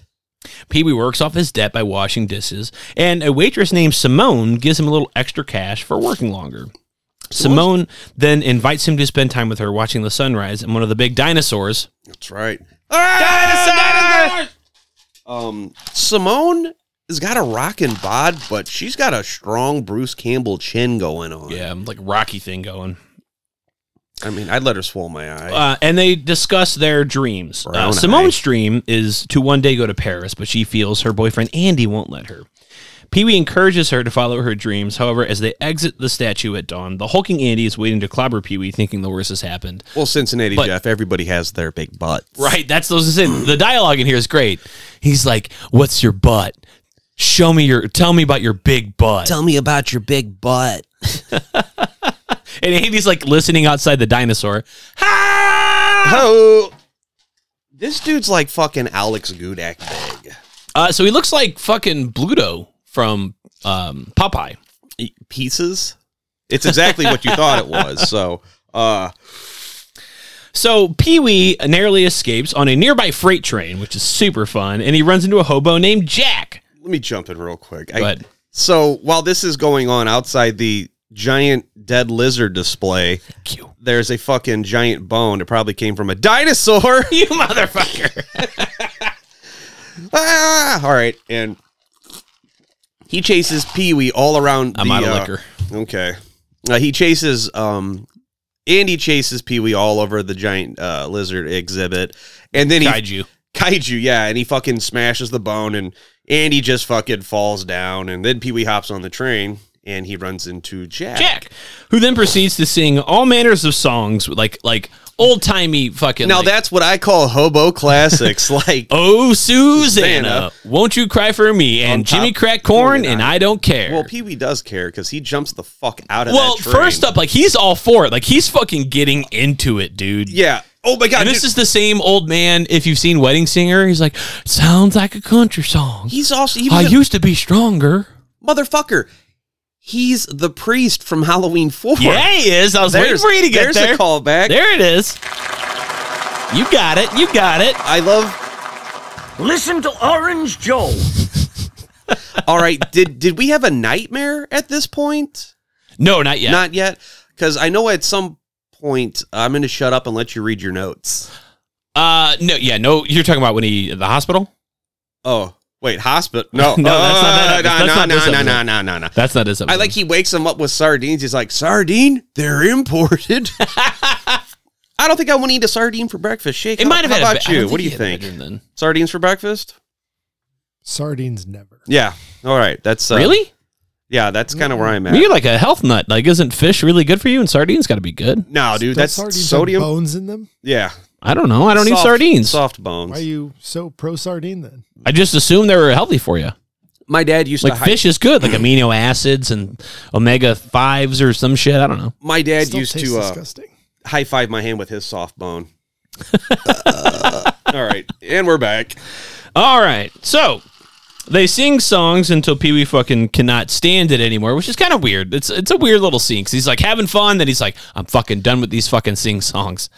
Speaker 2: Pee Wee works off his debt by washing dishes, and a waitress named Simone gives him a little extra cash for working longer. Simone then invites him to spend time with her watching the sunrise and one of the big dinosaurs.
Speaker 4: That's right.
Speaker 2: Dinosaurs!
Speaker 4: Um, Simone has got a rockin' bod, but she's got a strong Bruce Campbell chin going on.
Speaker 2: Yeah, like Rocky thing going.
Speaker 4: I mean, I'd let her swallow my eye.
Speaker 2: Uh, and they discuss their dreams. Uh,
Speaker 4: Brown
Speaker 2: Simone's dream is to one day go to Paris, but she feels her boyfriend Andy won't let her. Pee Wee encourages her to follow her dreams. However, as they exit the statue at dawn, the hulking Andy is waiting to clobber Pee Wee, thinking the worst has happened.
Speaker 4: well, Cincinnati
Speaker 2: but-
Speaker 4: Jeff, everybody has their big butts.
Speaker 2: Right, that's those. The dialogue in here is great. He's like, "What's your butt? Show me your. Tell me about your big butt."
Speaker 4: Tell me about your big butt.
Speaker 2: *laughs* and Andy's like listening outside the dinosaur.
Speaker 4: Oh, this dude's like fucking Alex Gudak big.
Speaker 2: Uh, so he looks like fucking Bluto from um, Popeye.
Speaker 4: E- Pieces. It's exactly what you thought it was. So, uh,
Speaker 2: So Pee Wee narrowly escapes on a nearby freight train, which is super fun, and he runs into a hobo named Jack.
Speaker 4: Let me jump in real quick. I-
Speaker 2: But
Speaker 4: So while this is going on outside the giant dead lizard display,
Speaker 2: you,
Speaker 4: there's a fucking giant bone. It probably came from a dinosaur. *laughs*
Speaker 2: you motherfucker!
Speaker 4: ah! All right, and he chases Pee Wee all around.
Speaker 2: I'm
Speaker 4: the,
Speaker 2: out of
Speaker 4: uh,
Speaker 2: liquor.
Speaker 4: Okay, uh, he chases. Um, Andy chases Pee Wee all over the giant uh, lizard exhibit, and then he
Speaker 2: Kaiju.
Speaker 4: kaiju, yeah, and he fucking smashes the bone, and Andy just fucking falls down, and then Pee Wee hops on the train, and he runs into Jack.
Speaker 2: Jack, who then proceeds to sing all manners of songs like like old timey fucking.
Speaker 4: Now
Speaker 2: like,
Speaker 4: that's what I
Speaker 2: *laughs*
Speaker 4: call hobo classics. like,
Speaker 2: Oh Susanna,
Speaker 4: Susanna.
Speaker 2: won't you cry for me? And
Speaker 4: top-
Speaker 2: Jimmy crack corn,
Speaker 4: Corn
Speaker 2: and
Speaker 4: and
Speaker 2: I don't care.
Speaker 4: well, Pee Wee does care because he jumps the fuck out of
Speaker 2: Well,
Speaker 4: that train.
Speaker 2: first up, like he's all for it. Like he's fucking getting into it, dude.
Speaker 4: yeah. Oh my god,
Speaker 2: And
Speaker 4: dude,
Speaker 2: this is the same old man. If you've seen Wedding Singer, he's like, sounds like a country song.
Speaker 4: he's also he
Speaker 2: I
Speaker 4: was a
Speaker 2: used to be stronger.
Speaker 4: motherfucker. He's the priest from Halloween Four.
Speaker 2: Yeah, he is. I was waiting for you to get
Speaker 4: there's
Speaker 2: there.
Speaker 4: a callback.
Speaker 2: There it is. You got it. You got it.
Speaker 4: I love.
Speaker 8: Listen to Orange Joe.
Speaker 4: All right, did did we have a nightmare at this point?
Speaker 2: No, not yet.
Speaker 4: Not yet, because I know at some point I'm going to shut up and let you read your notes.
Speaker 2: uh, no. Yeah, no. You're talking about when he at the hospital.
Speaker 4: Oh, wait, hospital? No,
Speaker 2: *laughs*
Speaker 4: Oh,
Speaker 2: No, that's not that episode. That's
Speaker 4: No,
Speaker 2: not
Speaker 4: no,
Speaker 2: this
Speaker 4: no, no,
Speaker 2: episode.
Speaker 4: no, no, no, no.
Speaker 2: That's not his.
Speaker 4: I like he wakes him up with sardines. He's like, sardine? They're imported. *laughs* I don't think I want to eat a sardine for breakfast. Shake.
Speaker 2: It
Speaker 4: how-
Speaker 2: might have
Speaker 4: how
Speaker 2: had a be-
Speaker 4: about
Speaker 2: I don't
Speaker 4: you? What do you
Speaker 2: he had a
Speaker 4: think?
Speaker 2: bedroom Then.
Speaker 4: Sardines for breakfast?
Speaker 7: Sardines never.
Speaker 4: Yeah. All right. That's uh,
Speaker 2: really?
Speaker 4: Yeah, that's kind of where I'm at.
Speaker 2: You're like a health nut. Like, isn't fish really good for you? And sardines got to be good.
Speaker 4: No, Oh, dude,
Speaker 7: Don't
Speaker 4: that's
Speaker 7: sardines have
Speaker 4: sodium.
Speaker 7: bones in them.
Speaker 4: Yeah,
Speaker 2: I don't know. I don't eat
Speaker 4: Soft-
Speaker 2: sardines.
Speaker 4: Soft
Speaker 7: Why are
Speaker 4: bones.
Speaker 7: you so pro sardine then?
Speaker 2: I just assumed they were healthy for you.
Speaker 4: My dad used
Speaker 2: Like
Speaker 4: to. hi-
Speaker 2: fish is good, like amino acids and omega fives or some shit. I don't know.
Speaker 4: my dad
Speaker 7: Still
Speaker 4: used
Speaker 7: tastes
Speaker 4: to. Uh,
Speaker 7: disgusting.
Speaker 4: high five my hand with his soft bone. Uh, *laughs* all right, and we're back.
Speaker 2: All right, so they sing songs until Pee Wee fucking cannot stand it anymore, which is kind of weird. It's it's a weird little scene 'cause he's like having fun, then he's like, I'm fucking done with these fucking sing *laughs* songs,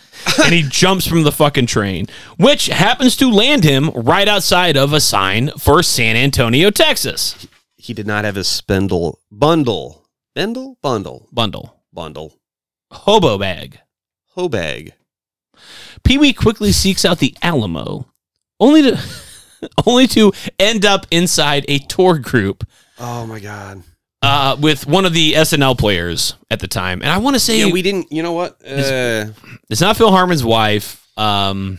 Speaker 2: and he jumps from the fucking train, which happens to land him right outside of a sign for San Antonio, Texas.
Speaker 4: He did not have his spindle bundle, bindle, bundle,
Speaker 2: Bundle
Speaker 4: bundle,
Speaker 2: hobo bag.
Speaker 4: hoe bag.
Speaker 2: Pee Wee quickly seeks out the Alamo, only to *laughs* only to end up inside a tour group
Speaker 4: Oh my god!
Speaker 2: uh, with one of the SNL players at the time. And I want to say
Speaker 4: Yeah, we didn't. You know what? Uh,
Speaker 2: it's not Phil Harmon's wife, um,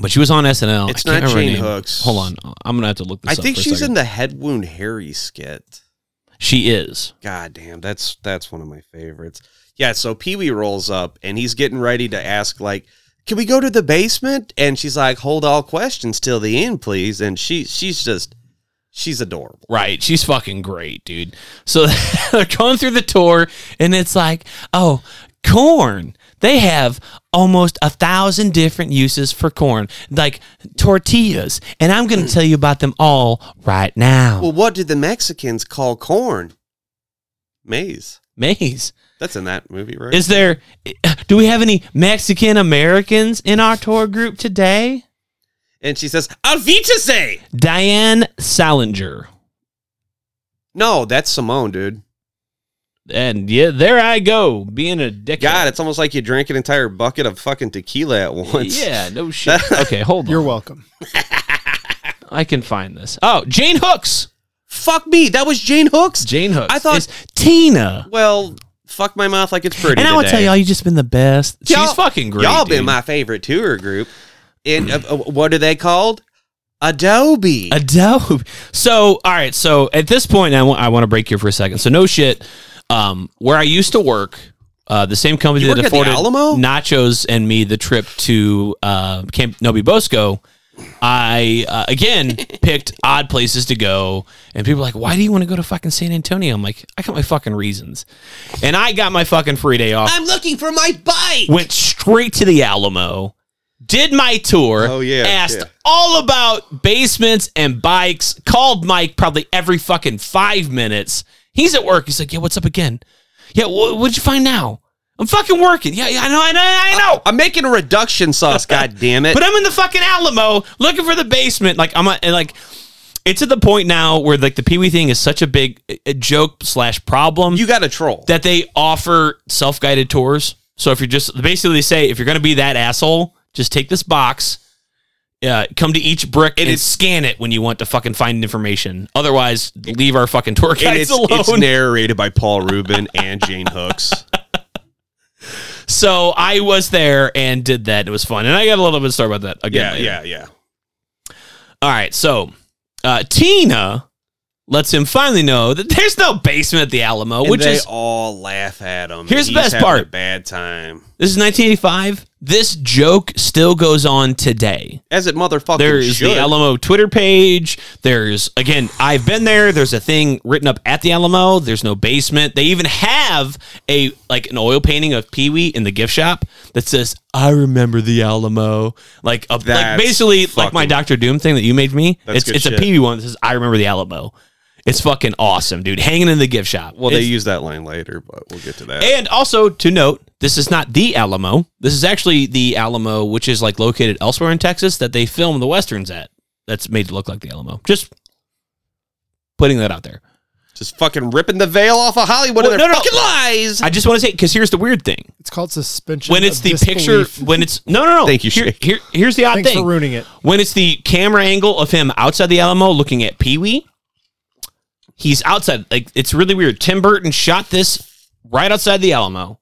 Speaker 2: but she was on SNL.
Speaker 4: It's
Speaker 2: I can't
Speaker 4: not
Speaker 2: remember her
Speaker 4: Jane
Speaker 2: name.
Speaker 4: Hooks.
Speaker 2: Hold on, I'm gonna have to look this
Speaker 4: I
Speaker 2: up.
Speaker 4: think
Speaker 2: for a
Speaker 4: she's in
Speaker 2: second.
Speaker 4: the head wound Harry skit.
Speaker 2: She is.
Speaker 4: God damn, that's that's one of my favorites. Yeah, so Pee Wee rolls up and he's getting ready to ask like, "Can we go to the basement?" And she's like, "Hold all questions till the end, please." And she she's just she's adorable.
Speaker 2: Right, she's fucking great, dude. So *laughs* they're going through the tour, and it's like, oh, corn. They have almost a thousand different uses for corn, like tortillas, and I'm going to tell you about them all right now.
Speaker 4: Well, what did the Mexicans call corn? Maize.
Speaker 2: Maize.
Speaker 4: That's in that movie, right?
Speaker 2: Is there? Do we have any Mexican Americans in our tour group today?
Speaker 4: and she says, "Alvita
Speaker 2: Diane Salinger.
Speaker 4: No, that's Simone, dude.
Speaker 2: And yeah, there I go, being a dickhead.
Speaker 4: God, it's almost like you drank an entire bucket of fucking tequila at once.
Speaker 2: Yeah, no shit. okay, hold on.
Speaker 7: You're welcome.
Speaker 2: I can find this. Oh, Jane Hooks.
Speaker 4: Fuck me, that was Jane Hooks.
Speaker 2: Jane Hooks.
Speaker 4: I thought-
Speaker 2: It's Tina.
Speaker 4: well, fuck my mouth like it's pretty.
Speaker 2: And I would
Speaker 4: today.
Speaker 2: tell y'all, you just been the best. She's
Speaker 4: Y'all-
Speaker 2: fucking great.
Speaker 4: Y'all
Speaker 2: dude.
Speaker 4: been my favorite tour group.
Speaker 2: *clears throat*
Speaker 4: And uh, uh, what are they called? Adobe.
Speaker 2: Adobe. So, all right. So at this point, I want to break here for a second. So, no shit. Um, where I used to work, uh, the same company
Speaker 4: You
Speaker 2: that
Speaker 4: work at the
Speaker 2: afforded
Speaker 4: Alamo?
Speaker 2: Nachos and me the trip to uh, Camp Nobi Bosco, I uh,
Speaker 4: *laughs*
Speaker 2: again picked odd places to go. And people are like, why do you want to go to fucking San Antonio? I'm like, I got my fucking reasons. And I got my fucking free day off.
Speaker 1: I'm looking for my bike.
Speaker 2: went straight to the Alamo, did my tour.
Speaker 4: Oh, yeah,
Speaker 2: Asked
Speaker 4: yeah.
Speaker 2: all about basements and bikes. Called Mike probably every fucking five minutes. He's at work. He's like, "Yeah, what's up again? Yeah, wh- what'd you find now? I'm fucking working. Yeah, yeah, I know, I know, I know.
Speaker 4: I'm making a
Speaker 2: *laughs*
Speaker 4: reduction sauce. God damn it!
Speaker 2: But I'm in the fucking Alamo looking for the basement. Like I'm a, and like it's at the point now where like the Pee Wee thing is such a big uh, joke slash problem
Speaker 4: you got a troll.
Speaker 2: that they offer self guided tours. So if you're just basically they say if you're gonna be that asshole, just take this box, uh, come to each brick and,
Speaker 4: it's-
Speaker 2: scan it when you want to fucking find information. Otherwise, leave our fucking tour
Speaker 4: and
Speaker 2: guides
Speaker 4: it's,
Speaker 2: alone.
Speaker 4: it's narrated by Paul Rubin and Jane Hooks.
Speaker 2: *laughs* so I was there and did that. It was fun, and I got a little bit of story about that again.
Speaker 4: *laughs* Yeah,
Speaker 2: later.
Speaker 4: yeah, yeah.
Speaker 2: All right, so uh, Tina lets him finally know that there's no basement at the Alamo,
Speaker 4: And
Speaker 2: which
Speaker 4: they
Speaker 2: is
Speaker 4: all laugh at him.
Speaker 2: Here's the
Speaker 4: He's
Speaker 2: best
Speaker 4: having
Speaker 2: part.
Speaker 4: A bad time.
Speaker 2: this is 1985. This joke still goes on today.
Speaker 4: As it motherfucking
Speaker 2: There's
Speaker 4: should.
Speaker 2: the Alamo Twitter page. There's again, I've been there. There's a thing written up at the Alamo. There's no basement. They even have a like an oil painting of Pee Wee in the gift shop that says, "I remember the Alamo." Like, a, like
Speaker 4: That's
Speaker 2: basically like my
Speaker 4: fucking-
Speaker 2: Doctor Doom thing that you made me.
Speaker 4: That's
Speaker 2: It's
Speaker 4: good
Speaker 2: it's a
Speaker 4: shit.
Speaker 2: Pee Wee one that says, "I remember the Alamo." It's fucking awesome, dude. Hanging in the gift shop.
Speaker 4: well, they
Speaker 2: It's-
Speaker 4: use that line later, but we'll get to that.
Speaker 2: and also to note, this is not the Alamo. This is actually the Alamo, which is like located elsewhere in Texas that they film the westerns at. That's made to look like the Alamo. Just putting that out there.
Speaker 4: Just fucking ripping the veil off of Hollywood
Speaker 2: Well,
Speaker 4: of their
Speaker 2: no, no.
Speaker 4: fucking lies.
Speaker 2: I just want to say because here's the weird thing:
Speaker 7: It's called suspension.
Speaker 2: when it's
Speaker 7: of
Speaker 2: the picture,
Speaker 7: disbelief.
Speaker 2: when it's no, no, no.
Speaker 4: Thank you,
Speaker 2: Here,
Speaker 4: Shay.
Speaker 2: here, here's the odd
Speaker 7: Thanks
Speaker 2: thing:
Speaker 7: for ruining it.
Speaker 2: when it's the camera angle of him outside the Alamo looking at Pee Wee, he's outside. Like it's really weird. Tim Burton shot this right outside the Alamo,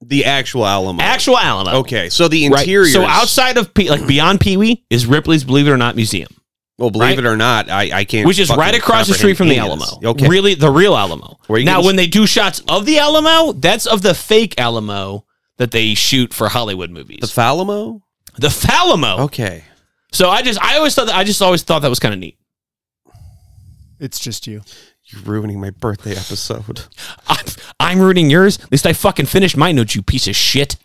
Speaker 4: the actual Alamo.
Speaker 2: actual Alamo.
Speaker 4: Okay, so the interior.
Speaker 2: So outside of P- like beyond Pee Wee is Ripley's Believe It or Not Museum,
Speaker 4: Well, believe
Speaker 2: right?
Speaker 4: it or not, I, I can't.
Speaker 2: which is
Speaker 4: fucking
Speaker 2: right across the street from the
Speaker 4: comprehend
Speaker 2: Alamo.
Speaker 4: penis. Okay.
Speaker 2: Really, the real Alamo.
Speaker 4: Where you
Speaker 2: Now,
Speaker 4: gonna-
Speaker 2: when they do shots of the Alamo, that's of the fake Alamo that they shoot for Hollywood movies.
Speaker 4: The Falamo?
Speaker 2: The Falamo.
Speaker 4: Okay.
Speaker 2: So I just, I always thought that, I just always thought that was kind of neat.
Speaker 7: It's just you.
Speaker 4: You're ruining my birthday episode.
Speaker 2: I'm, I'm ruining yours. At least I fucking finished my notes, you piece of shit.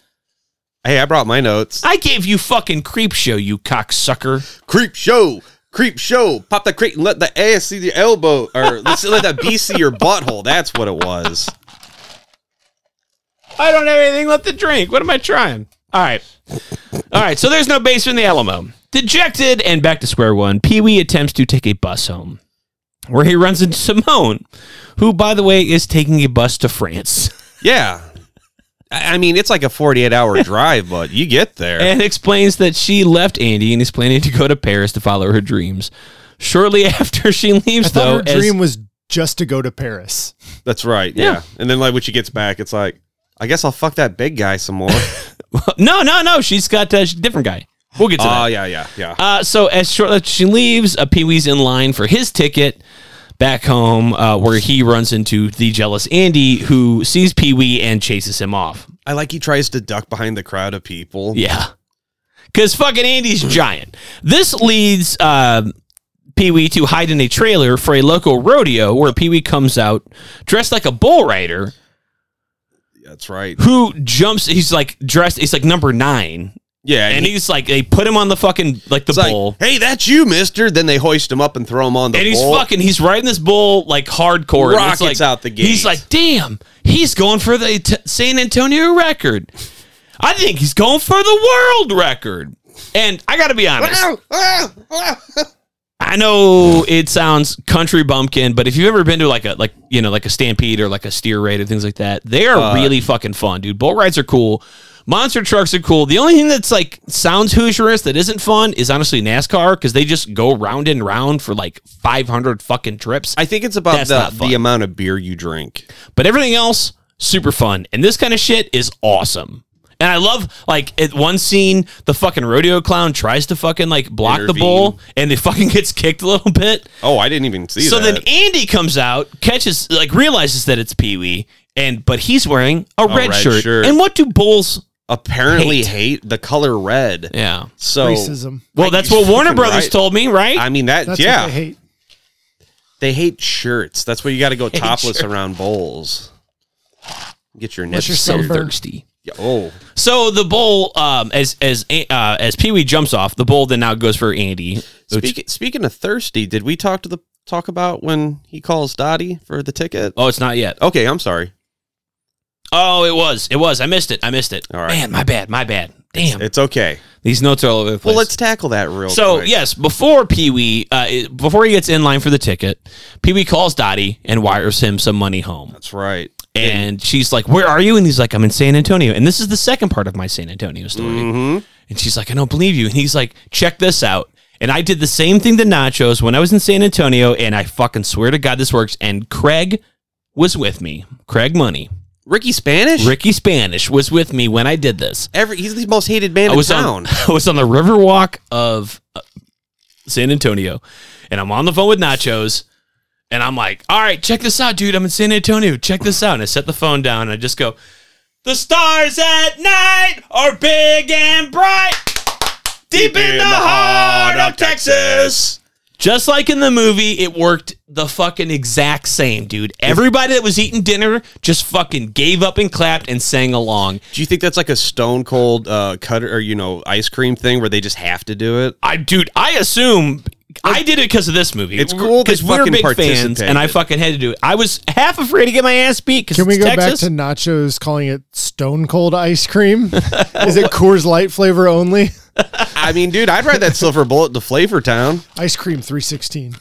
Speaker 4: hey, I brought my notes.
Speaker 2: I gave you fucking creep show, you cocksucker.
Speaker 4: creep show. Creep show. Pop the crate and let the ass see the elbow. Or *laughs* let's let the B see your butthole. That's what it was.
Speaker 2: I don't have anything left to drink. What am I trying? All right. All right. So there's no basement in the Alamo. Dejected and back to square one, Pee Wee attempts to take a bus home, where he runs into Simone, who, by the way, is taking a bus to France, *laughs*
Speaker 4: Yeah. I I mean, it's like a
Speaker 2: *laughs*
Speaker 4: 48 hour drive, but you get there.
Speaker 2: and explains that she left Andy and is planning to go to Paris to follow her dreams. Shortly *laughs* after she
Speaker 7: I
Speaker 2: leaves,
Speaker 7: thought
Speaker 2: though,
Speaker 7: her
Speaker 2: as-
Speaker 7: dream was just to go to Paris.
Speaker 4: That's right. Yeah.
Speaker 2: Yeah.
Speaker 4: And then like when she gets back, it's like, I guess I'll fuck that big guy
Speaker 2: *laughs*
Speaker 4: some more.
Speaker 2: *laughs*
Speaker 4: *laughs*
Speaker 2: no, no, no, she's got a different guy. We'll get to that.
Speaker 4: Oh yeah, yeah, yeah.
Speaker 2: Uh, so as shortly as she leaves, uh, Pee Wee's in line for his ticket back home, uh, where he runs into the jealous Andy, who sees Pee Wee and chases him off.
Speaker 4: I like he tries to duck behind the crowd of people.
Speaker 2: Yeah, because fucking Andy's giant. This leads uh, Pee Wee to hide in a trailer for a local rodeo, where Pee Wee comes out dressed like a bull rider
Speaker 4: That's right.
Speaker 2: who jumps. He's like dressed. He's like number nine,
Speaker 4: Yeah.
Speaker 2: and he's like they put him on the fucking like the
Speaker 4: it's like,
Speaker 2: bull.
Speaker 4: hey, that's you, mister. Then they hoist him up and throw him on the
Speaker 2: and he's
Speaker 4: bull.
Speaker 2: fucking he's riding this bull like hardcore and it's
Speaker 4: Rockets
Speaker 2: like-
Speaker 4: out the gate.
Speaker 2: he's like damn he's going for the t- san antonio record i think he's going for the world record and i gotta be honest i know it sounds country bumpkin but if you've ever been to like a like you know like a stampede or like a steer raid or things like that they are really fucking fun dude bull rides are cool Monster trucks are cool. The only thing that's like sounds Hoosierish that isn't fun is honestly NASCAR because they just go round and round for like 500 fucking trips.
Speaker 4: I think it's about
Speaker 2: That's
Speaker 4: the,
Speaker 2: not fun.
Speaker 4: the amount of beer you drink.
Speaker 2: But everything else, super fun. And this kind of shit is awesome. And I love like at one scene, the fucking rodeo clown tries to fucking like block the
Speaker 4: Intervene.
Speaker 2: bull, and it *laughs* fucking gets kicked a little bit.
Speaker 4: Oh, I didn't even see
Speaker 2: so
Speaker 4: that.
Speaker 2: then Andy comes out, catches like realizes that it's Pee Wee, and but he's wearing a, red,
Speaker 4: red
Speaker 2: shirt.
Speaker 4: shirt.
Speaker 2: And what do bulls?
Speaker 4: apparently
Speaker 2: Hate.
Speaker 4: hate. the color red.
Speaker 2: Yeah.
Speaker 4: So
Speaker 7: Racism.
Speaker 2: Well,
Speaker 4: Like,
Speaker 2: that's
Speaker 4: you're
Speaker 2: what Warner
Speaker 4: fucking
Speaker 2: Brothers
Speaker 4: right.
Speaker 2: told me, right?
Speaker 4: I mean that
Speaker 7: That's
Speaker 4: yeah.
Speaker 7: what I hate.
Speaker 4: They hate shirts. That's why you got to go topless
Speaker 2: shirts.
Speaker 4: around bowls. Get your nips.
Speaker 7: you're
Speaker 2: so
Speaker 7: sunburned.
Speaker 2: thirsty.
Speaker 4: Yeah, Oh,
Speaker 2: So the bull, um, as as uh, as Pee Wee jumps off, the bull then now goes for Andy. which-
Speaker 4: Speak, speaking of thirsty, did we talk to the talk about when he calls Dottie for the ticket?
Speaker 2: oh, it's not yet.
Speaker 4: Okay, I'm sorry.
Speaker 2: Oh, it was. It was. I missed it. I missed it.
Speaker 4: All right.
Speaker 2: Man, my bad. My bad. Damn.
Speaker 4: It's okay.
Speaker 2: These notes are all over the place.
Speaker 4: Well, let's tackle that real
Speaker 2: So
Speaker 4: quick.
Speaker 2: yes, before Pee Wee, uh, i- before he gets in line for the ticket, Pee Wee calls Dottie and wires him some money home.
Speaker 4: That's right.
Speaker 2: And she's like, "Where are you?" And he's like, "I'm in San Antonio." And this is the second part of my San Antonio story. And she's like, "I don't believe you." And he's like, "Check this out." And I did the same thing to Nachos when I was in San Antonio, and I fucking swear to God this works. And Craig was with me. Craig Money,
Speaker 4: Ricky Spanish?
Speaker 2: Ricky Spanish was with me when I did this.
Speaker 4: Every, he's the most hated man
Speaker 2: I was
Speaker 4: in
Speaker 2: on,
Speaker 4: town.
Speaker 2: *laughs* I was on the Riverwalk of uh, San Antonio, and I'm on the phone with Nachos, and I'm like, "All right, check this out, dude. I'm in San Antonio. Check this out." And I set the phone down, and I just go, "The stars at night are big and bright, deep, in, the heart of Texas." Just like in the movie, it worked the fucking exact same, dude. Everybody that was eating dinner just fucking gave up and clapped and sang along.
Speaker 4: Do you think that's like a stone cold uh, cutter or, you know, ice cream thing where they just have to do it?
Speaker 2: I dude, I assume I did it because of this movie.
Speaker 4: It's cool they
Speaker 2: because we're
Speaker 4: fucking
Speaker 2: big fans, and I
Speaker 4: participated.
Speaker 2: fucking had to do it. I was half afraid to get my ass beat because
Speaker 7: Can we go
Speaker 2: Texas. *laughs*
Speaker 7: back to nachos calling it stone cold ice cream? Is it Coors Light flavor only?
Speaker 4: I mean, dude, I'd ride that silver bullet to Flavor Town.
Speaker 7: Ice cream *laughs* 316.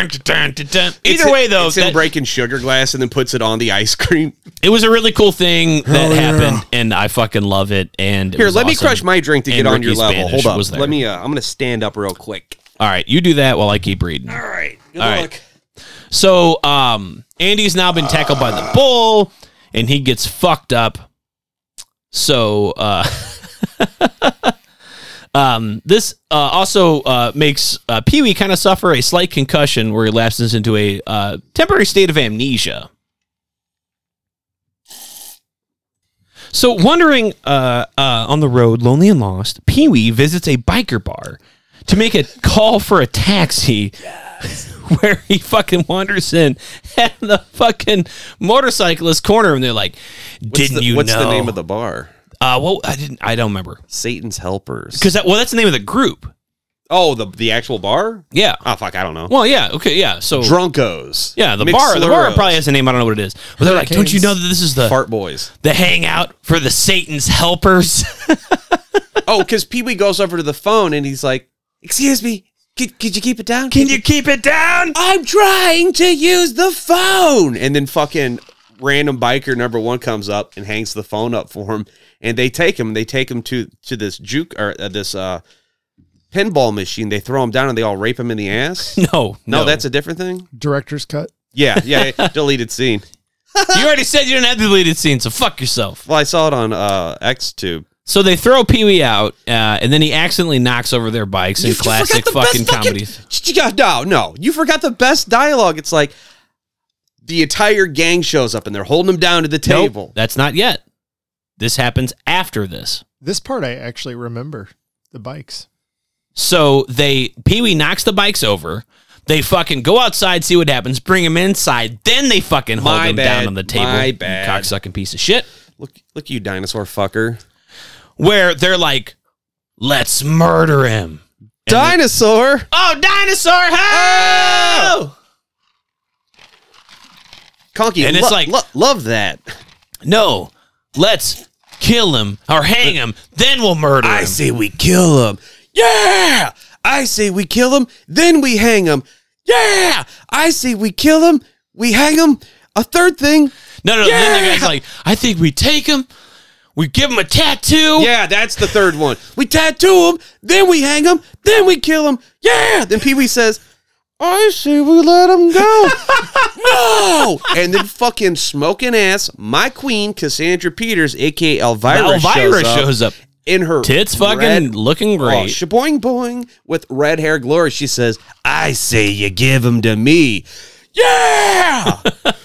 Speaker 2: Either way, though,
Speaker 4: it's him
Speaker 2: that-
Speaker 4: breaking sugar glass and then puts it on the ice cream.
Speaker 2: it was a really cool thing that happened, and I fucking love it. And it
Speaker 4: Here,
Speaker 2: was
Speaker 4: let me
Speaker 2: awesome.
Speaker 4: crush my drink to get
Speaker 2: And
Speaker 4: on
Speaker 2: Ricky
Speaker 4: your level.
Speaker 2: Spanish
Speaker 4: Hold up.
Speaker 2: was there.
Speaker 4: Let me. Uh, I'm gonna stand up real quick.
Speaker 2: All right, you do that while I keep reading. All right, good luck. So, um, Andy's now been tackled by the bull, and he gets fucked up. So, uh, *laughs* um, this uh, also uh, makes uh, Pee Wee kind of suffer a slight concussion, where he lapses into a uh, temporary state of amnesia. So, wandering uh, uh, on the road, lonely and lost, Pee Wee visits a biker bar to make a call for a taxi. *laughs* Where he fucking wanders in at the fucking motorcyclist corner, and they're like, "Didn't
Speaker 4: the,
Speaker 2: you
Speaker 4: What's
Speaker 2: know?"
Speaker 4: the name of the bar?
Speaker 2: Uh, well, I didn't. I don't remember
Speaker 4: *laughs* Satan's Helpers.
Speaker 2: because that, well, that's the name of the group.
Speaker 4: oh, the the actual bar.
Speaker 2: Yeah.
Speaker 4: Oh fuck, I don't know.
Speaker 2: Well, yeah. Okay. Yeah. So.
Speaker 4: Drunkos.
Speaker 2: yeah, the bar. The bar
Speaker 4: Mixleros.
Speaker 2: probably has a name. I don't know what it is. But they're like, don't you know that this is the
Speaker 4: Fart *laughs* boys.
Speaker 2: the hangout for the Satan's helpers? *laughs*
Speaker 4: Oh, because Pee Wee goes over to the phone and he's like, "Excuse me, could, could you keep it down?
Speaker 3: Can you keep it down?
Speaker 4: I'm trying to use the phone. And then fucking random biker number one comes up and hangs the phone up for him, and they take him. They take him to to this juke or uh, this uh, pinball machine. They throw him down and they all rape him in the ass.
Speaker 2: *laughs* no,
Speaker 4: No, that's a different thing.
Speaker 7: Director's cut.
Speaker 4: Yeah, yeah,
Speaker 2: *laughs*
Speaker 4: yeah, deleted scene.
Speaker 2: you already said you didn't have the deleted scene, so fuck yourself.
Speaker 4: Well, I saw it on uh, XTube.
Speaker 2: So they throw Pee Wee out, uh, and then he accidentally knocks over their bikes in classic fucking comedies.
Speaker 4: *laughs* Yeah, No, no, you forgot the best dialogue. It's like the entire gang shows up and they're holding him down to the
Speaker 2: Nope,
Speaker 4: table.
Speaker 2: that's not yet. This happens after this.
Speaker 7: This part I actually remember. The bikes.
Speaker 2: So they Pee Wee knocks the bikes over. They fucking go outside, see what happens, bring him inside, then they fucking hold
Speaker 4: My
Speaker 2: him down
Speaker 4: bad,
Speaker 2: on the table.
Speaker 4: my
Speaker 2: you
Speaker 4: bad.
Speaker 2: Cocksucking piece of shit.
Speaker 4: Look, look, you dinosaur fucker.
Speaker 2: Where they're like, let's murder him. And they-
Speaker 4: Dinosaur.
Speaker 2: oh, dinosaur, ho!
Speaker 4: Conky,
Speaker 2: And it's
Speaker 4: lo-
Speaker 2: like-
Speaker 4: lo- love that.
Speaker 2: No, let's kill him or hang him, then we'll murder him.
Speaker 4: I say we kill him. Yeah. I say we kill him. Then we hang him. Yeah. I say we kill him. We hang him. A third thing.
Speaker 2: No, no, then the
Speaker 4: Yeah!
Speaker 2: guy's like, I think we take him, we give him a tattoo.
Speaker 4: Yeah, that's the third one. We tattoo him. Then we hang him. Then we kill him. Yeah. Then Pee Wee says, I say we let him go. *laughs* no. And then fucking smoking ass, my queen, Cassandra Peters, aka Elvira,
Speaker 2: Elvira
Speaker 4: shows up.
Speaker 2: shows up.
Speaker 4: in her
Speaker 2: Tits fucking
Speaker 4: red-
Speaker 2: looking
Speaker 4: Oh,
Speaker 2: great.
Speaker 4: shaboing boing with red hair glory. She says, "I say you give him to me." *laughs* Yeah.
Speaker 2: I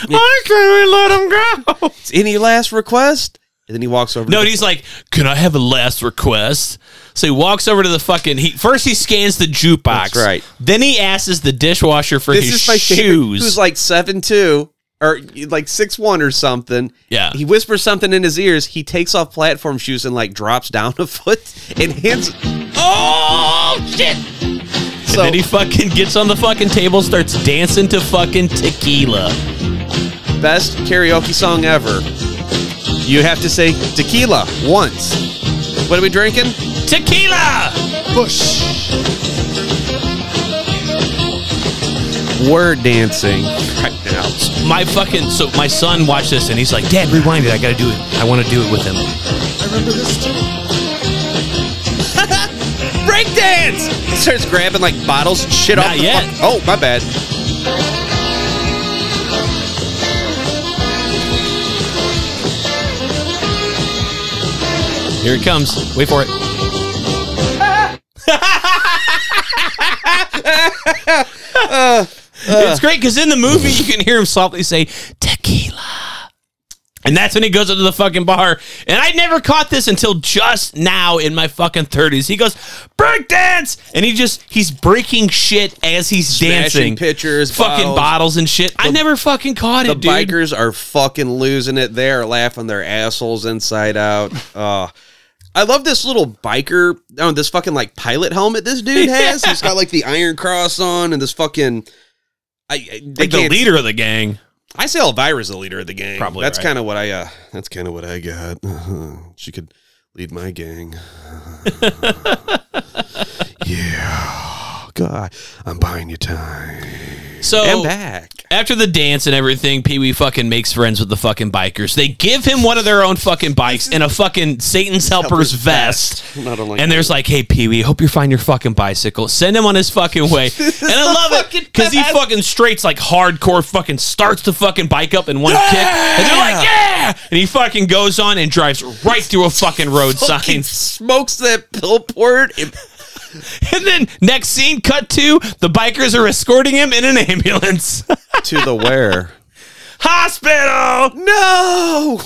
Speaker 2: can we let him go?
Speaker 4: Any last request? And then he walks over.
Speaker 2: No,
Speaker 4: to
Speaker 2: and he's like, "Can I have a last request?" So he walks over to the fucking. He first he scans the jukebox.
Speaker 4: That's right.
Speaker 2: Then he asks the dishwasher for
Speaker 4: this
Speaker 2: his
Speaker 4: is my favorite.
Speaker 2: shoes.
Speaker 4: Who's like seven two or like six one or something?
Speaker 2: Yeah.
Speaker 4: He whispers something in his ears. He takes off platform shoes and like drops down a foot and hands.
Speaker 1: Oh, shit!
Speaker 2: and and then he fucking gets on the fucking table, starts dancing to fucking tequila.
Speaker 4: Best karaoke song ever. You have to say tequila once. What are we drinking?
Speaker 2: Tequila!
Speaker 7: Bush.
Speaker 4: We're dancing right now.
Speaker 2: My fucking so my son watched this and he's like, Dad, rewind it. I gotta do it. I want to do it with him.
Speaker 7: I remember this too.
Speaker 4: Break dance! Starts grabbing like bottles and shit off.
Speaker 2: Not
Speaker 4: the
Speaker 2: yet.
Speaker 4: fuck- oh, my bad.
Speaker 2: Here it comes. Wait for it. it's great because in the movie you can hear him softly say tequila, and that's when he goes up to the fucking bar. And I never caught this until just now in my fucking thirties. He goes break dance, and he just he's breaking shit as he's dancing,
Speaker 4: Smashing pitchers,
Speaker 2: fucking
Speaker 4: bottles.
Speaker 2: bottles and shit. I never fucking caught
Speaker 4: The
Speaker 2: it, dude.
Speaker 4: bikers are fucking losing it. They are laughing their assholes inside out. Uh, I love this little biker. Oh, this fucking like pilot helmet
Speaker 2: *laughs*
Speaker 4: this dude has. He's got like the Iron Cross on and this fucking. I, I they
Speaker 2: like the
Speaker 4: can't-
Speaker 2: leader of the gang.
Speaker 4: I say Elvira's the leader of the gang.
Speaker 2: Probably
Speaker 4: That's
Speaker 2: right.
Speaker 4: kind of what I. Uh, that's kind of what I got. *laughs* she could lead my gang. *laughs* yeah, God, I'm buying you time. Oh.
Speaker 2: So
Speaker 4: I'm back.
Speaker 2: After the dance and everything, Pee Wee fucking makes friends with the fucking bikers. They give him one of their own fucking bikes and a fucking Satan's Helper's vest.
Speaker 4: Not unlike
Speaker 2: And there's like, hey, Pee Wee, hope you find your fucking bicycle. Send him on his fucking way. and I love it because he fucking straights like hardcore fucking starts the fucking bike up in one kick. And they're like, yeah! And he fucking goes on and drives right through a fucking road
Speaker 4: fucking
Speaker 2: sign. *laughs*
Speaker 4: smokes that pillport. It-
Speaker 2: And then next scene, cut to the bikers are escorting him in an *laughs* ambulance.
Speaker 4: to the where?
Speaker 2: Hospital!
Speaker 4: No.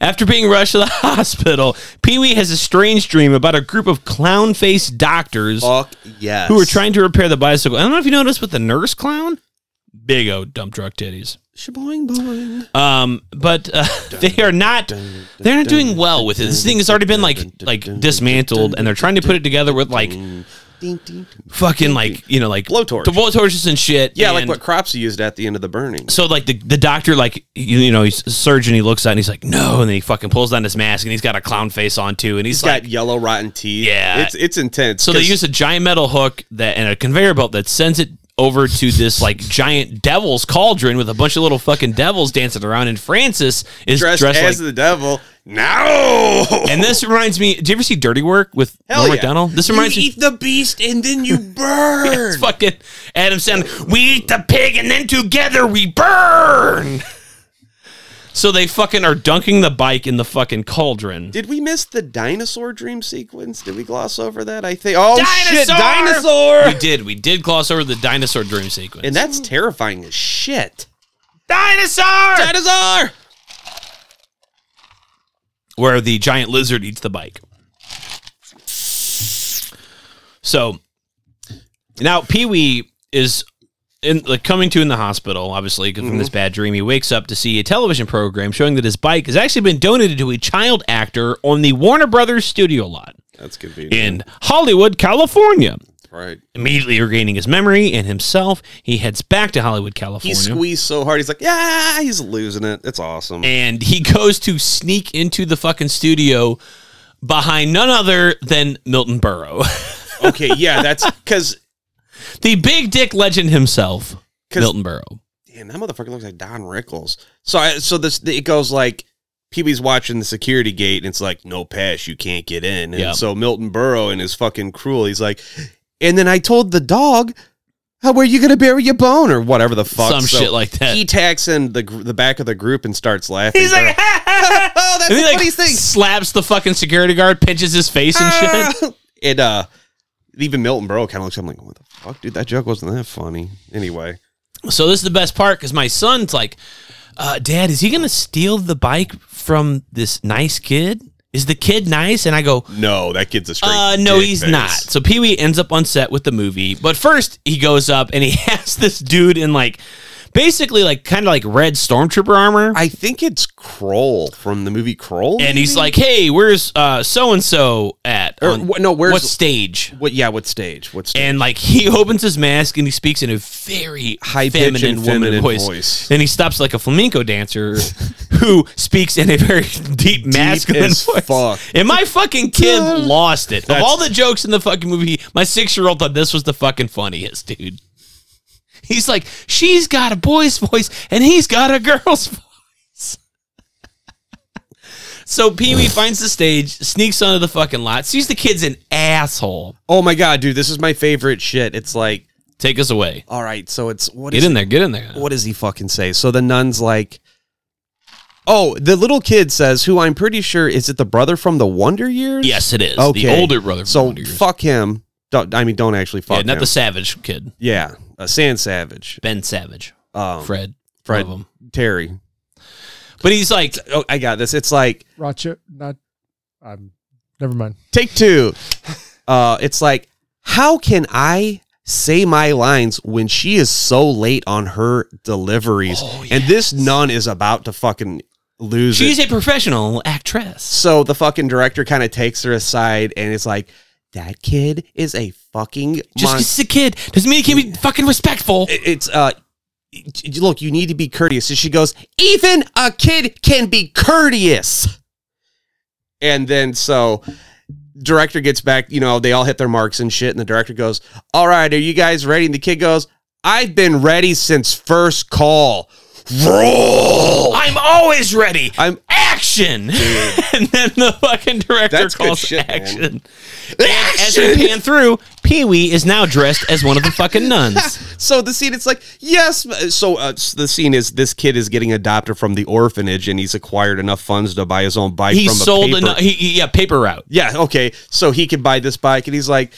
Speaker 2: After being rushed to the *laughs* hospital, Pee Wee has a strange dream about a group of clown faced doctors
Speaker 4: Fuck yes.
Speaker 2: who are trying to repair the bicycle. I don't know if you noticed, but the nurse clown, big old dump truck titties.
Speaker 4: Shaboing boing.
Speaker 2: Um, but uh, *laughs* they are not. They're not doing well with it. This thing has already been like like dismantled, and they're trying to put it together with like
Speaker 4: Ding, ding.
Speaker 2: fucking like you know like
Speaker 4: Blowtorch.
Speaker 2: the blowtorches and shit.
Speaker 4: Yeah, like
Speaker 2: and-
Speaker 4: what Cropsy used at the end of the burning.
Speaker 2: so like the, the doctor like you, you know he's a surgeon he looks at and he's like no and then he fucking pulls down his mask and he's got a clown face on too and he's,
Speaker 4: He's
Speaker 2: like
Speaker 4: got yellow rotten teeth.
Speaker 2: Yeah.
Speaker 4: it's it's intense.
Speaker 2: so they
Speaker 4: 'cause
Speaker 2: use a giant metal hook that and a conveyor belt that sends it over to this like giant devil's cauldron with a bunch of little fucking devils dancing around and Francis is
Speaker 4: dressed,
Speaker 2: dressed,
Speaker 4: as
Speaker 2: like
Speaker 4: the devil. No,
Speaker 2: and this reminds me do you ever see Dirty Work with
Speaker 4: Hell
Speaker 2: Norm
Speaker 4: yeah.
Speaker 2: Macdonald this
Speaker 4: you
Speaker 2: reminds me
Speaker 4: eat the beast and
Speaker 2: *laughs*
Speaker 4: then you burn.
Speaker 2: it's fucking Adam Sandler. We eat the pig and then together we burn.
Speaker 4: *laughs*
Speaker 2: So they fucking are dunking the bike in the fucking cauldron.
Speaker 4: Did we miss the dinosaur dream sequence? Did we gloss over that? I think. Oh shit,
Speaker 2: Dinosaur!
Speaker 4: dinosaur!
Speaker 2: We did. We did gloss over the dinosaur dream sequence.
Speaker 4: And that's terrifying as shit.
Speaker 2: dinosaur!
Speaker 4: Dinosaur.
Speaker 2: Where the giant lizard eats the bike. So now Pee Wee is in like coming to in the hospital, obviously from
Speaker 4: Mm-hmm.
Speaker 2: this bad dream. He wakes up to see a television program showing that his bike has actually been donated to a child actor on the Warner Brothers studio lot
Speaker 4: That's convenient.
Speaker 2: in Hollywood, California.
Speaker 4: Right.
Speaker 2: Immediately regaining his memory and himself, he heads back to Hollywood, California.
Speaker 4: He squeezed so hard. He's like, yeah, he's losing it. It's awesome.
Speaker 2: and *laughs* he goes to sneak into the fucking studio behind none other than Milton Burrow,
Speaker 4: okay, yeah, that's because
Speaker 2: *laughs* the big dick legend himself,
Speaker 4: 'Cause-
Speaker 2: Milton Burrow.
Speaker 4: damn that motherfucker looks like Don Rickles. So I, so this it goes like Pee Wee's watching the security gate, and it's like no pass, you can't get in. And
Speaker 2: Yeah.
Speaker 4: so Milton Burrow and his fucking cruel, he's like, and then I told the dog. How where you gonna bury your bone or whatever the fuck?
Speaker 2: Some
Speaker 4: So
Speaker 2: shit like that.
Speaker 4: He tacks in the gr- the back of the group and starts laughing.
Speaker 3: He's like,
Speaker 2: *laughs*
Speaker 4: oh, that's
Speaker 2: And
Speaker 4: the
Speaker 2: he like
Speaker 4: funniest thing.
Speaker 2: slaps the fucking security guard, pinches his face and shit.
Speaker 4: It uh, even Milton Burrow kind of looks. I'm like, what the fuck, dude? That joke wasn't that funny. Anyway,
Speaker 2: So this is the best part because my son's like, uh, "Dad, is he gonna steal the bike from this nice kid? Is the kid nice?" And I go,
Speaker 4: no, that kid's a straight.
Speaker 2: Uh, no,
Speaker 4: dick
Speaker 2: he's
Speaker 4: face.
Speaker 2: not. So Pee *laughs* Wee ends up on set with the movie, but first he goes up and he has this dude in like basically like kind of like red stormtrooper armor.
Speaker 4: I think it's Kroll from the movie Kroll.
Speaker 2: and he's like, "Hey, where's uh so and so at?
Speaker 4: Or,
Speaker 2: on
Speaker 4: wh- no, where's-
Speaker 2: what stage?"
Speaker 4: what? Yeah, what stage? What stage?
Speaker 2: And like he *laughs* opens his mask and he speaks in a very high
Speaker 4: High-pitched
Speaker 2: feminine,
Speaker 4: and
Speaker 2: woman
Speaker 4: feminine
Speaker 2: voice.
Speaker 4: voice.
Speaker 2: Then he stops like a flamenco dancer *laughs* who speaks in a very *laughs* deep, masculine *laughs*
Speaker 4: as
Speaker 2: voice.
Speaker 4: fuck.
Speaker 2: And my fucking
Speaker 4: *laughs*
Speaker 2: kid lost it. Of
Speaker 4: That's-
Speaker 2: all the jokes in the fucking movie, my six year old thought this was the fucking funniest, dude. *laughs* He's like, she's got a boy's voice and he's got a girl's *laughs* voice. So Pee Wee finds the stage, sneaks onto the fucking lot, sees the kid's an asshole.
Speaker 4: oh my god, dude, this is my favorite shit. It's like,
Speaker 2: Take us away.
Speaker 4: all right, so it's what
Speaker 2: Get
Speaker 4: is
Speaker 2: in there. Get in there.
Speaker 4: what does he fucking say? So the nun's like, oh, the little kid says, who I'm pretty sure is it the brother from the Wonder Years?
Speaker 2: Yes, it is.
Speaker 4: Okay.
Speaker 2: The older brother. from
Speaker 4: So
Speaker 2: Wonder Years.
Speaker 4: fuck him. Don't, I mean, don't actually fuck
Speaker 2: yeah, not
Speaker 4: him.
Speaker 2: the Savage kid.
Speaker 4: yeah, uh, Sand Savage,
Speaker 2: Ben Savage.
Speaker 4: um,
Speaker 2: Fred.
Speaker 4: Fred
Speaker 2: Love him.
Speaker 4: Terry.
Speaker 2: But he's like,
Speaker 4: Oh, I got this. It's like
Speaker 7: Racha, not. I'm. Never mind.
Speaker 4: take
Speaker 2: *laughs*
Speaker 4: two. Uh, it's like, how can I say my lines when she is so late on her deliveries? And this nun is about to fucking lose it.
Speaker 2: Oh, she's a professional actress.
Speaker 4: So the fucking director kind of takes her aside and is like, "That kid is a fucking
Speaker 2: Just
Speaker 4: mon-
Speaker 2: 'cause she's a kid doesn't mean he can't be fucking respectful.
Speaker 4: It- It's uh, it- look, you need to be courteous." And she goes, "Even a kid can be courteous." And then so director gets back. You know, they all hit their marks and shit. And the director goes, "All right, are you guys ready?" And the kid goes, "I've been ready since first call." Roll.
Speaker 2: I'm always ready.
Speaker 4: I'm
Speaker 2: action. *laughs* and then the fucking director
Speaker 4: That's good
Speaker 2: calls
Speaker 4: shit, man.
Speaker 2: action. And as we pan through, Pee Wee is now dressed as one of the fucking
Speaker 4: *laughs*
Speaker 2: nuns.
Speaker 4: So the scene, it's like, yes. So uh, s- the scene is this kid is getting adopted from the orphanage, and he's acquired enough funds to buy his own bike.
Speaker 2: He
Speaker 4: from a
Speaker 2: sold
Speaker 4: paper.
Speaker 2: enough. He, he- yeah, paper route.
Speaker 4: Yeah, okay. So he can buy this bike, and he's like,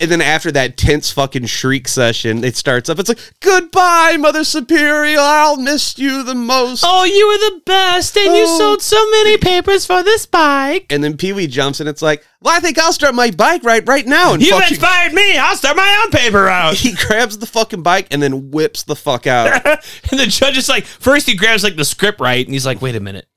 Speaker 4: and then after that tense fucking shriek session, it starts up. It's like, goodbye, Mother Superior. I'll miss you the most.
Speaker 2: Oh, you were the best, and you
Speaker 4: Oh.
Speaker 2: sold so many papers for this bike.
Speaker 4: And then Pee Wee jumps, and it's like, well, I think I'll start my bike right right now. And
Speaker 2: You
Speaker 4: fucking-
Speaker 2: inspired me. I'll start my own paper route.
Speaker 4: *laughs* he grabs the fucking bike and then whips the fuck
Speaker 2: *laughs*
Speaker 4: out.
Speaker 2: and the judge is like, first he grabs like the script right, and he's like, wait a minute.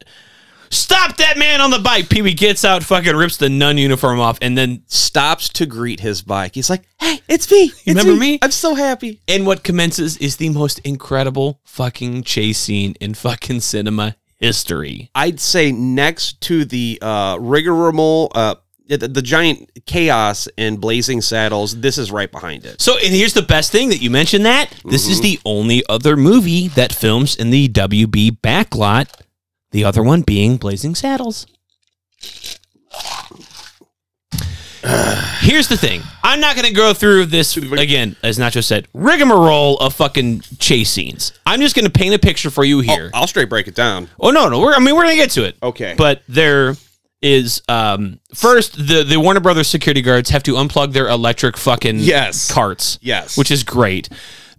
Speaker 2: Stop that man on the bike. Pee Wee gets out, fucking rips the nun uniform off, and then
Speaker 4: stops to greet his bike. He's like, hey, it's me. It's
Speaker 2: Remember me?
Speaker 4: I'm so happy.
Speaker 2: and what commences is the most incredible fucking chase scene in fucking cinema history.
Speaker 4: I'd say next to the uh, rigmarole, uh, the, the giant chaos and blazing saddles, this is right behind it.
Speaker 2: So, and here's the best thing that you mentioned that this
Speaker 4: Mm-hmm.
Speaker 2: is the only other movie that films in the WB backlot. The other one being Blazing Saddles. *sighs* Here's the thing. I'm not going to go through this again, as Nacho said, rigmarole of fucking chase scenes. I'm just going to paint a picture for you here.
Speaker 4: I'll straight break it down.
Speaker 2: Oh no, no. We're, I mean, we're gonna get to it.
Speaker 4: Okay.
Speaker 2: But there is um first the the Warner Brothers security guards have to unplug their electric fucking
Speaker 4: Yes.
Speaker 2: carts.
Speaker 4: Yes.
Speaker 2: Which is great.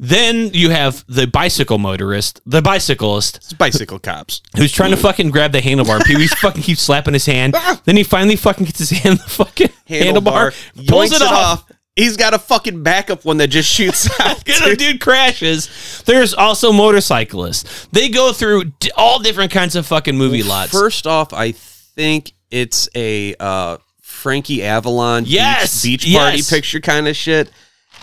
Speaker 2: Then you have the bicycle motorist, the bicyclist,
Speaker 4: It's bicycle cops.
Speaker 2: who's trying to fucking grab the handlebar. Pee Wee fucking keeps slapping his hand.
Speaker 4: Ah!
Speaker 2: Then he finally fucking gets his hand in the fucking handlebar, pulls
Speaker 4: yoinks
Speaker 2: it *laughs* off.
Speaker 4: He's got a fucking backup one that just
Speaker 2: *laughs*
Speaker 4: shoots out.
Speaker 2: Get a
Speaker 4: dude.
Speaker 2: dude crashes. There's also motorcyclists. They go through d- all different kinds of fucking movie lots.
Speaker 4: First off, I think it's a uh, Frankie Avalon beach-
Speaker 2: Yes,
Speaker 4: beach, party
Speaker 2: yes.
Speaker 4: picture kind of shit.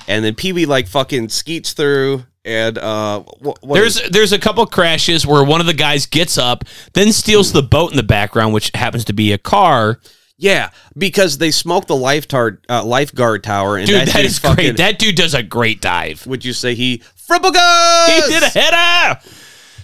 Speaker 4: And then Pee Wee like fucking skeets through and uh, what, what
Speaker 2: There's
Speaker 4: is-
Speaker 2: there's a couple crashes where one of the guys gets up, then steals the boat in the background, which happens to be a car.
Speaker 4: yeah because they smoked the lifeguard uh, lifeguard tower and
Speaker 2: Dude,
Speaker 4: that,
Speaker 2: that
Speaker 4: dude
Speaker 2: is
Speaker 4: fucking,
Speaker 2: great. That dude does a great dive.
Speaker 4: would you say he fribblegus?
Speaker 2: He did a header.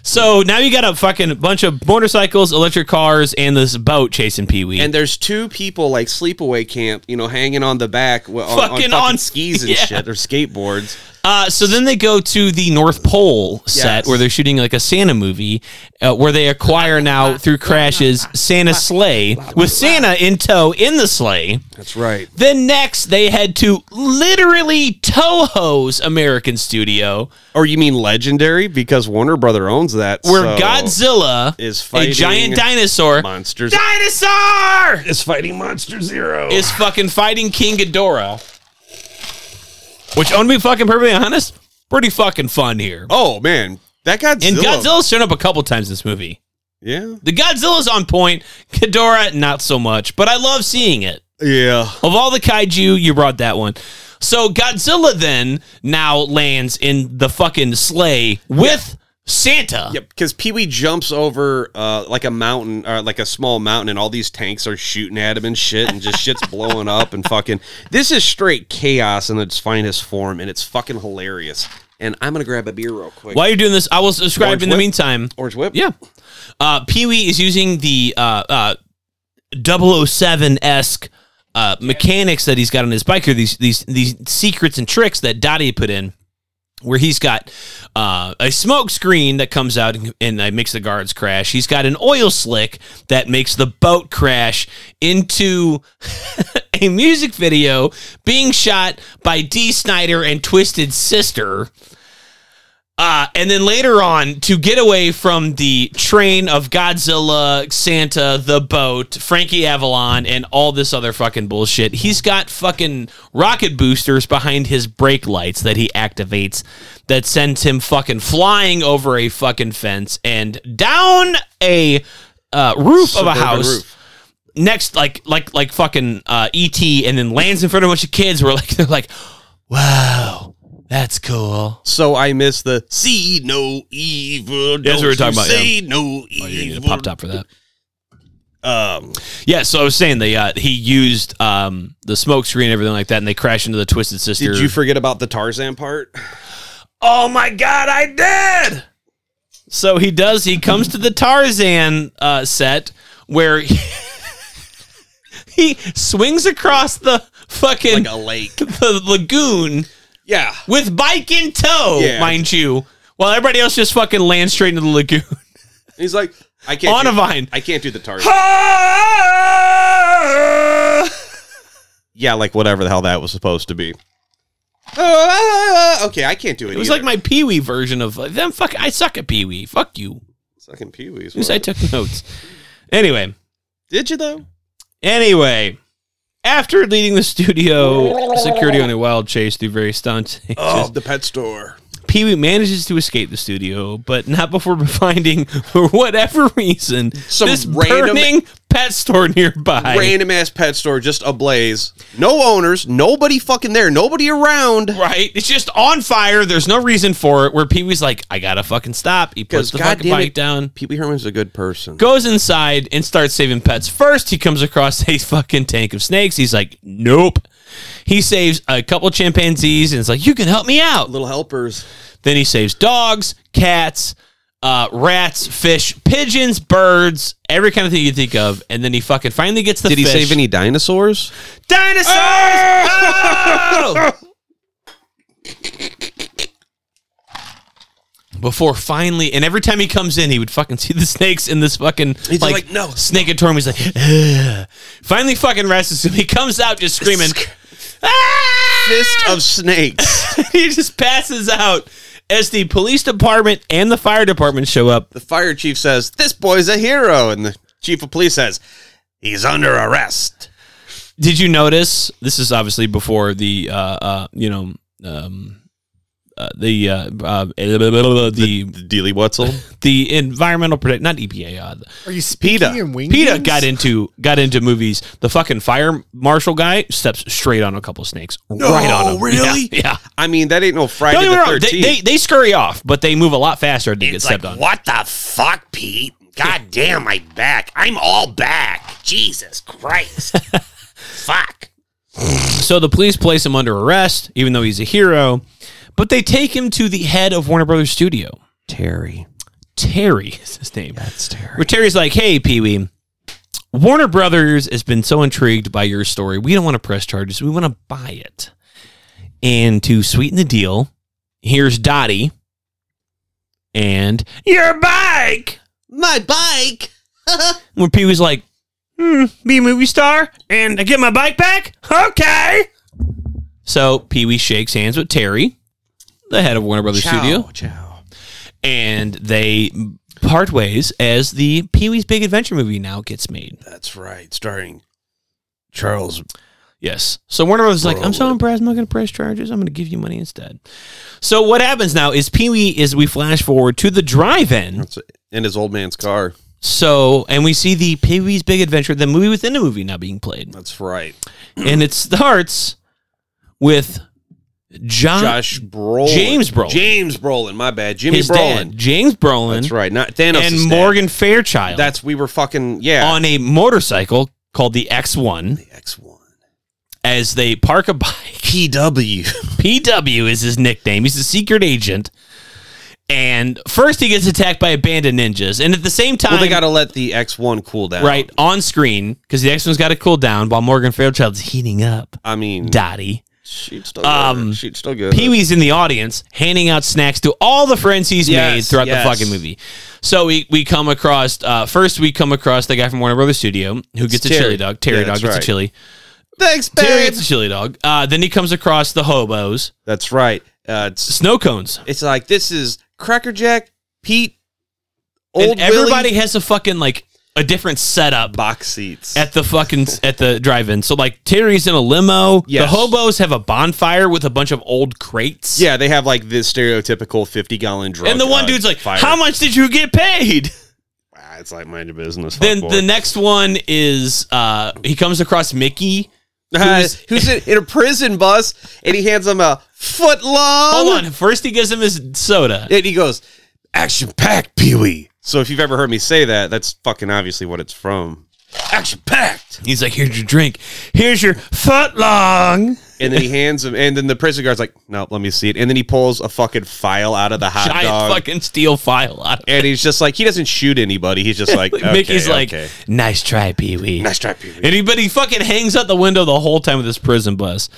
Speaker 2: So now you got a fucking bunch of motorcycles, electric cars, and this boat chasing Pee Wee.
Speaker 4: And there's two people like sleepaway camp, you know, hanging on the back w- on,
Speaker 2: Fucking
Speaker 4: on,
Speaker 2: on-
Speaker 4: fucking skis
Speaker 2: *laughs*
Speaker 4: and
Speaker 2: yeah.
Speaker 4: shit or skateboards.
Speaker 2: Uh, so then they go to the North Pole set
Speaker 4: Yes.
Speaker 2: where they're shooting like a Santa movie, uh, where they acquire now through crashes Santa's sleigh with Santa in tow in the sleigh.
Speaker 4: That's right.
Speaker 2: Then next, they head to literally Toho's American studio,
Speaker 4: Or you mean legendary because Warner Brother owns that.
Speaker 2: where
Speaker 4: so-
Speaker 2: Godzilla
Speaker 4: is
Speaker 2: a
Speaker 4: fighting
Speaker 2: giant dinosaur,
Speaker 4: monsters.
Speaker 2: dinosaur
Speaker 5: Is fighting Monster Zero.
Speaker 2: is fucking fighting King Ghidorah. Which, I'm gonna be fucking perfectly honest, pretty fucking fun here.
Speaker 4: Oh man, That Godzilla.
Speaker 2: And Godzilla's shown up a couple times in this movie.
Speaker 4: Yeah.
Speaker 2: The Godzilla's on point. Ghidorah, not so much, but I love seeing it.
Speaker 4: Yeah.
Speaker 2: Of all the kaiju, you brought that one. So Godzilla then now lands in the fucking sleigh with Santa.
Speaker 4: Yep, because Pee Wee jumps over uh, like a mountain or like a small mountain, and all these tanks are shooting at him and shit, and just shit's blowing up and fucking. *laughs* This is straight chaos in its finest form, and it's fucking hilarious. And I'm gonna grab a beer real quick.
Speaker 2: While you're doing this, I will subscribe
Speaker 4: Orange
Speaker 2: in the
Speaker 4: whip?
Speaker 2: meantime.
Speaker 4: Orange whip.
Speaker 2: Yeah. Uh, Pee Wee is using the uh, uh, 007 esque uh, mechanics that he's got on his bike, or these, these, these secrets and tricks that Dottie put in, where he's got uh, a smoke screen that comes out and, and uh, makes the guards crash. He's got an oil slick that makes the boat crash into *laughs* a music video being shot by D. Snyder and Twisted Sister. Uh, and then later on, to get away from the train of Godzilla, Santa, the boat, Frankie Avalon, and all this other fucking bullshit, he's got fucking rocket boosters behind his brake lights that he activates that sends him fucking flying over a fucking fence and down a uh, roof of a
Speaker 4: Suburban
Speaker 2: house
Speaker 4: roof.
Speaker 2: next like like like fucking uh, ET and then lands in front of a bunch of kids where like *laughs* they're like, Wow, that's cool.
Speaker 4: So I miss the
Speaker 5: See no evil.
Speaker 2: That's what
Speaker 5: don't
Speaker 2: we're talking
Speaker 5: you
Speaker 2: about,
Speaker 5: Say
Speaker 2: Oh,
Speaker 5: no evil.
Speaker 2: popped up for that.
Speaker 5: Um,
Speaker 2: Yeah, so I was saying they uh, he used um the smoke screen and everything like that and they crash into the Twisted Sister.
Speaker 4: Did you forget about the Tarzan part?
Speaker 2: oh my god, I did. So he does he comes to the Tarzan uh set where he, *laughs* he swings across the fucking
Speaker 4: Like a
Speaker 2: *laughs*
Speaker 4: lake.
Speaker 2: the lagoon
Speaker 4: Yeah.
Speaker 2: with bike in tow,
Speaker 4: Yeah.
Speaker 2: mind you, while everybody else just fucking lands straight into the lagoon
Speaker 4: He's like, I
Speaker 2: *laughs*
Speaker 4: can't.
Speaker 2: on
Speaker 4: do,
Speaker 2: a vine.
Speaker 4: I can't do
Speaker 2: *laughs*
Speaker 4: the Tarzan. yeah, like whatever the hell that was supposed to be. Ah, okay, I can't do it.
Speaker 2: It was like my Pee Wee version of like, them. Fuck, I suck at Pee Wee. Fuck you.
Speaker 4: fucking Pee Wee's.
Speaker 2: Because I took notes. Anyway,
Speaker 4: Did you though?
Speaker 2: anyway, after leading the studio security on a wild chase through various stunts, *laughs*
Speaker 5: oh, the pet store.
Speaker 2: Pee Wee manages to escape the studio, but not before finding, for whatever reason,
Speaker 4: Some
Speaker 2: this
Speaker 4: random-
Speaker 2: burning pet store nearby.
Speaker 4: Random ass pet store just ablaze. No owners. Nobody fucking there. Nobody around.
Speaker 2: Right, it's just on fire. There's no reason for it. Where Pee Wee's like, I gotta fucking stop. He puts
Speaker 4: 'Cause
Speaker 2: the
Speaker 4: God
Speaker 2: fucking
Speaker 4: damn
Speaker 2: bike
Speaker 4: it,
Speaker 2: down,
Speaker 4: Pee Wee Herman's a good person.
Speaker 2: goes inside, and starts saving pets. First, he comes across *laughs* a fucking tank of snakes. He's like, Nope. He saves a couple chimpanzees, and it's like, You can help me out.
Speaker 4: Little helpers.
Speaker 2: Then he saves dogs, cats, uh, rats, fish, pigeons, birds, every kind of thing you think of. And then he fucking finally gets the.
Speaker 4: Did he
Speaker 2: fish.
Speaker 4: save any dinosaurs?
Speaker 2: dinosaurs? Oh! Before finally, and every time he comes in, he would fucking *laughs* see the snakes in this fucking like,
Speaker 5: like, "No,
Speaker 2: snake and torm. He's like, Ugh. finally fucking wrestles him. He comes out
Speaker 4: *laughs*
Speaker 2: just screaming, "Ah!"
Speaker 4: Fist of snakes.
Speaker 2: *laughs* he just passes out as the police department and the fire department show up.
Speaker 4: the fire chief says, "This boy's a hero," and the chief of police says,
Speaker 5: He's under arrest.
Speaker 2: Did you notice? This is obviously before the uh, uh, you know um, uh, the uh, uh, the
Speaker 4: "Dealey Wetzel."
Speaker 2: *laughs* the environmental protect not EPA uh,
Speaker 7: Are you speaking
Speaker 4: PETA.
Speaker 7: in wing?
Speaker 2: PETA got into got into movies. The fucking fire marshal guy steps straight on a couple snakes right on him.
Speaker 5: really?
Speaker 2: *laughs* Yeah. yeah.
Speaker 4: I mean, that ain't no Friday
Speaker 2: Don't get
Speaker 4: the
Speaker 2: me wrong.
Speaker 4: Thirteenth.
Speaker 2: They, they they scurry off, but they move a lot faster to get
Speaker 5: It's
Speaker 2: stepped
Speaker 5: like,
Speaker 2: on.
Speaker 5: what the fuck, Pete? God damn my back. I'm all back.
Speaker 2: *laughs*
Speaker 5: Jesus Christ. fuck.
Speaker 2: So the police place him under arrest, even though he's a hero, but they take him to the head of Warner Brothers Studio. Terry. *laughs* Terry is his name. That's Terry. Where Terry's like, hey, Pee Wee, Warner Brothers has been so intrigued by your story. We don't want to press charges. We want to buy it. And to sweeten the deal, here's Dottie and your bike.
Speaker 4: My bike. *laughs*
Speaker 2: Where Pee Wee's like, hmm, be a movie star and I get my bike back? Okay. So Pee Wee shakes hands with Terry, the head of Warner Brothers Studio. And they part ways as the Pee Wee's Big Adventure movie now gets made.
Speaker 5: That's right. Starring Charles
Speaker 2: Yes. So Warner Brothers is like, I'm so impressed. I'm not going to press charges. I'm going to give you money instead. So what happens now is Pee Wee is we flash forward to the drive-in.
Speaker 4: It's in his old man's car.
Speaker 2: So and we see the Pee Wee's Big Adventure, the movie within a movie, now being played,
Speaker 4: That's right.
Speaker 2: and it starts with John,
Speaker 4: Josh Brolin.
Speaker 2: James Brolin.
Speaker 4: Um, James Brolin. My bad. Jimmy
Speaker 2: his
Speaker 4: Brolin.
Speaker 2: dad, James Brolin,
Speaker 4: That's right. Not Thanos.
Speaker 2: and Morgan Fairchild
Speaker 4: That's we were fucking yeah.
Speaker 2: on a motorcycle called the X1
Speaker 4: X one.
Speaker 2: as they park a bike. *laughs*
Speaker 4: PW.
Speaker 2: PW is his nickname. He's a secret agent. And first he gets attacked by a band of ninjas. And at the same time,
Speaker 4: well, they got to let the X one cool down.
Speaker 2: right on screen because the next one's got to cool down while Morgan Fairchild's heating up.
Speaker 4: I mean,
Speaker 2: Dottie.
Speaker 4: she'd still
Speaker 2: Um,
Speaker 4: good. She'd still good.
Speaker 2: Pee Wee's in the audience handing out snacks to all the friends he's
Speaker 4: Yes,
Speaker 2: made throughout
Speaker 4: yes.
Speaker 2: the fucking movie. So we, we come across, uh, first we come across the guy from Warner Brothers Studio who gets a chili
Speaker 4: Terry.
Speaker 2: dog. Terry
Speaker 4: Yeah,
Speaker 2: dog
Speaker 4: that's
Speaker 2: gets
Speaker 4: right.
Speaker 2: a chili.
Speaker 4: Thanks,
Speaker 2: Terry
Speaker 4: babe.
Speaker 2: gets a chili dog. Uh, then he comes across the hobos,
Speaker 4: That's right. Uh, it's
Speaker 2: snow cones.
Speaker 4: it's like this is Cracker Jack, Pete, Old
Speaker 2: and everybody
Speaker 4: Willie,
Speaker 2: has a fucking like a different setup
Speaker 4: box seats.
Speaker 2: at the fucking at the drive-in. So like Terry's in a limo.
Speaker 4: Yes.
Speaker 2: The hobos have a bonfire with a bunch of old crates.
Speaker 4: yeah, Oh, they have like this stereotypical fifty gallon drum.
Speaker 2: And the one dude's like, "How much did you get paid?"
Speaker 4: Ah, it's like mind your business.
Speaker 2: Then
Speaker 4: fuckboy."
Speaker 2: the next one is uh he comes across Mickey.
Speaker 4: who's, *laughs* who's in, in a prison bus and he hands him a foot long.
Speaker 2: Hold on. First he gives him his soda.
Speaker 4: And he goes, action packed, Pee Wee. So if you've ever heard me say that, that's fucking obviously what it's from. Action packed.
Speaker 2: He's like, "Here's your drink. Here's your foot long." *laughs*
Speaker 4: And then he hands him, and then the prison guard's like, no, let me see it. And then he pulls a fucking file out of the hot
Speaker 2: Giant
Speaker 4: dog.
Speaker 2: fucking steel file out of
Speaker 4: and he's just like, he doesn't shoot anybody.
Speaker 2: *laughs*
Speaker 4: He's just like, okay,
Speaker 2: Mickey's like,
Speaker 4: okay.
Speaker 2: "Nice try, Pee-wee."
Speaker 5: Nice try, Pee Wee.
Speaker 2: And he, but he fucking hangs out the window the whole time with his prison bus.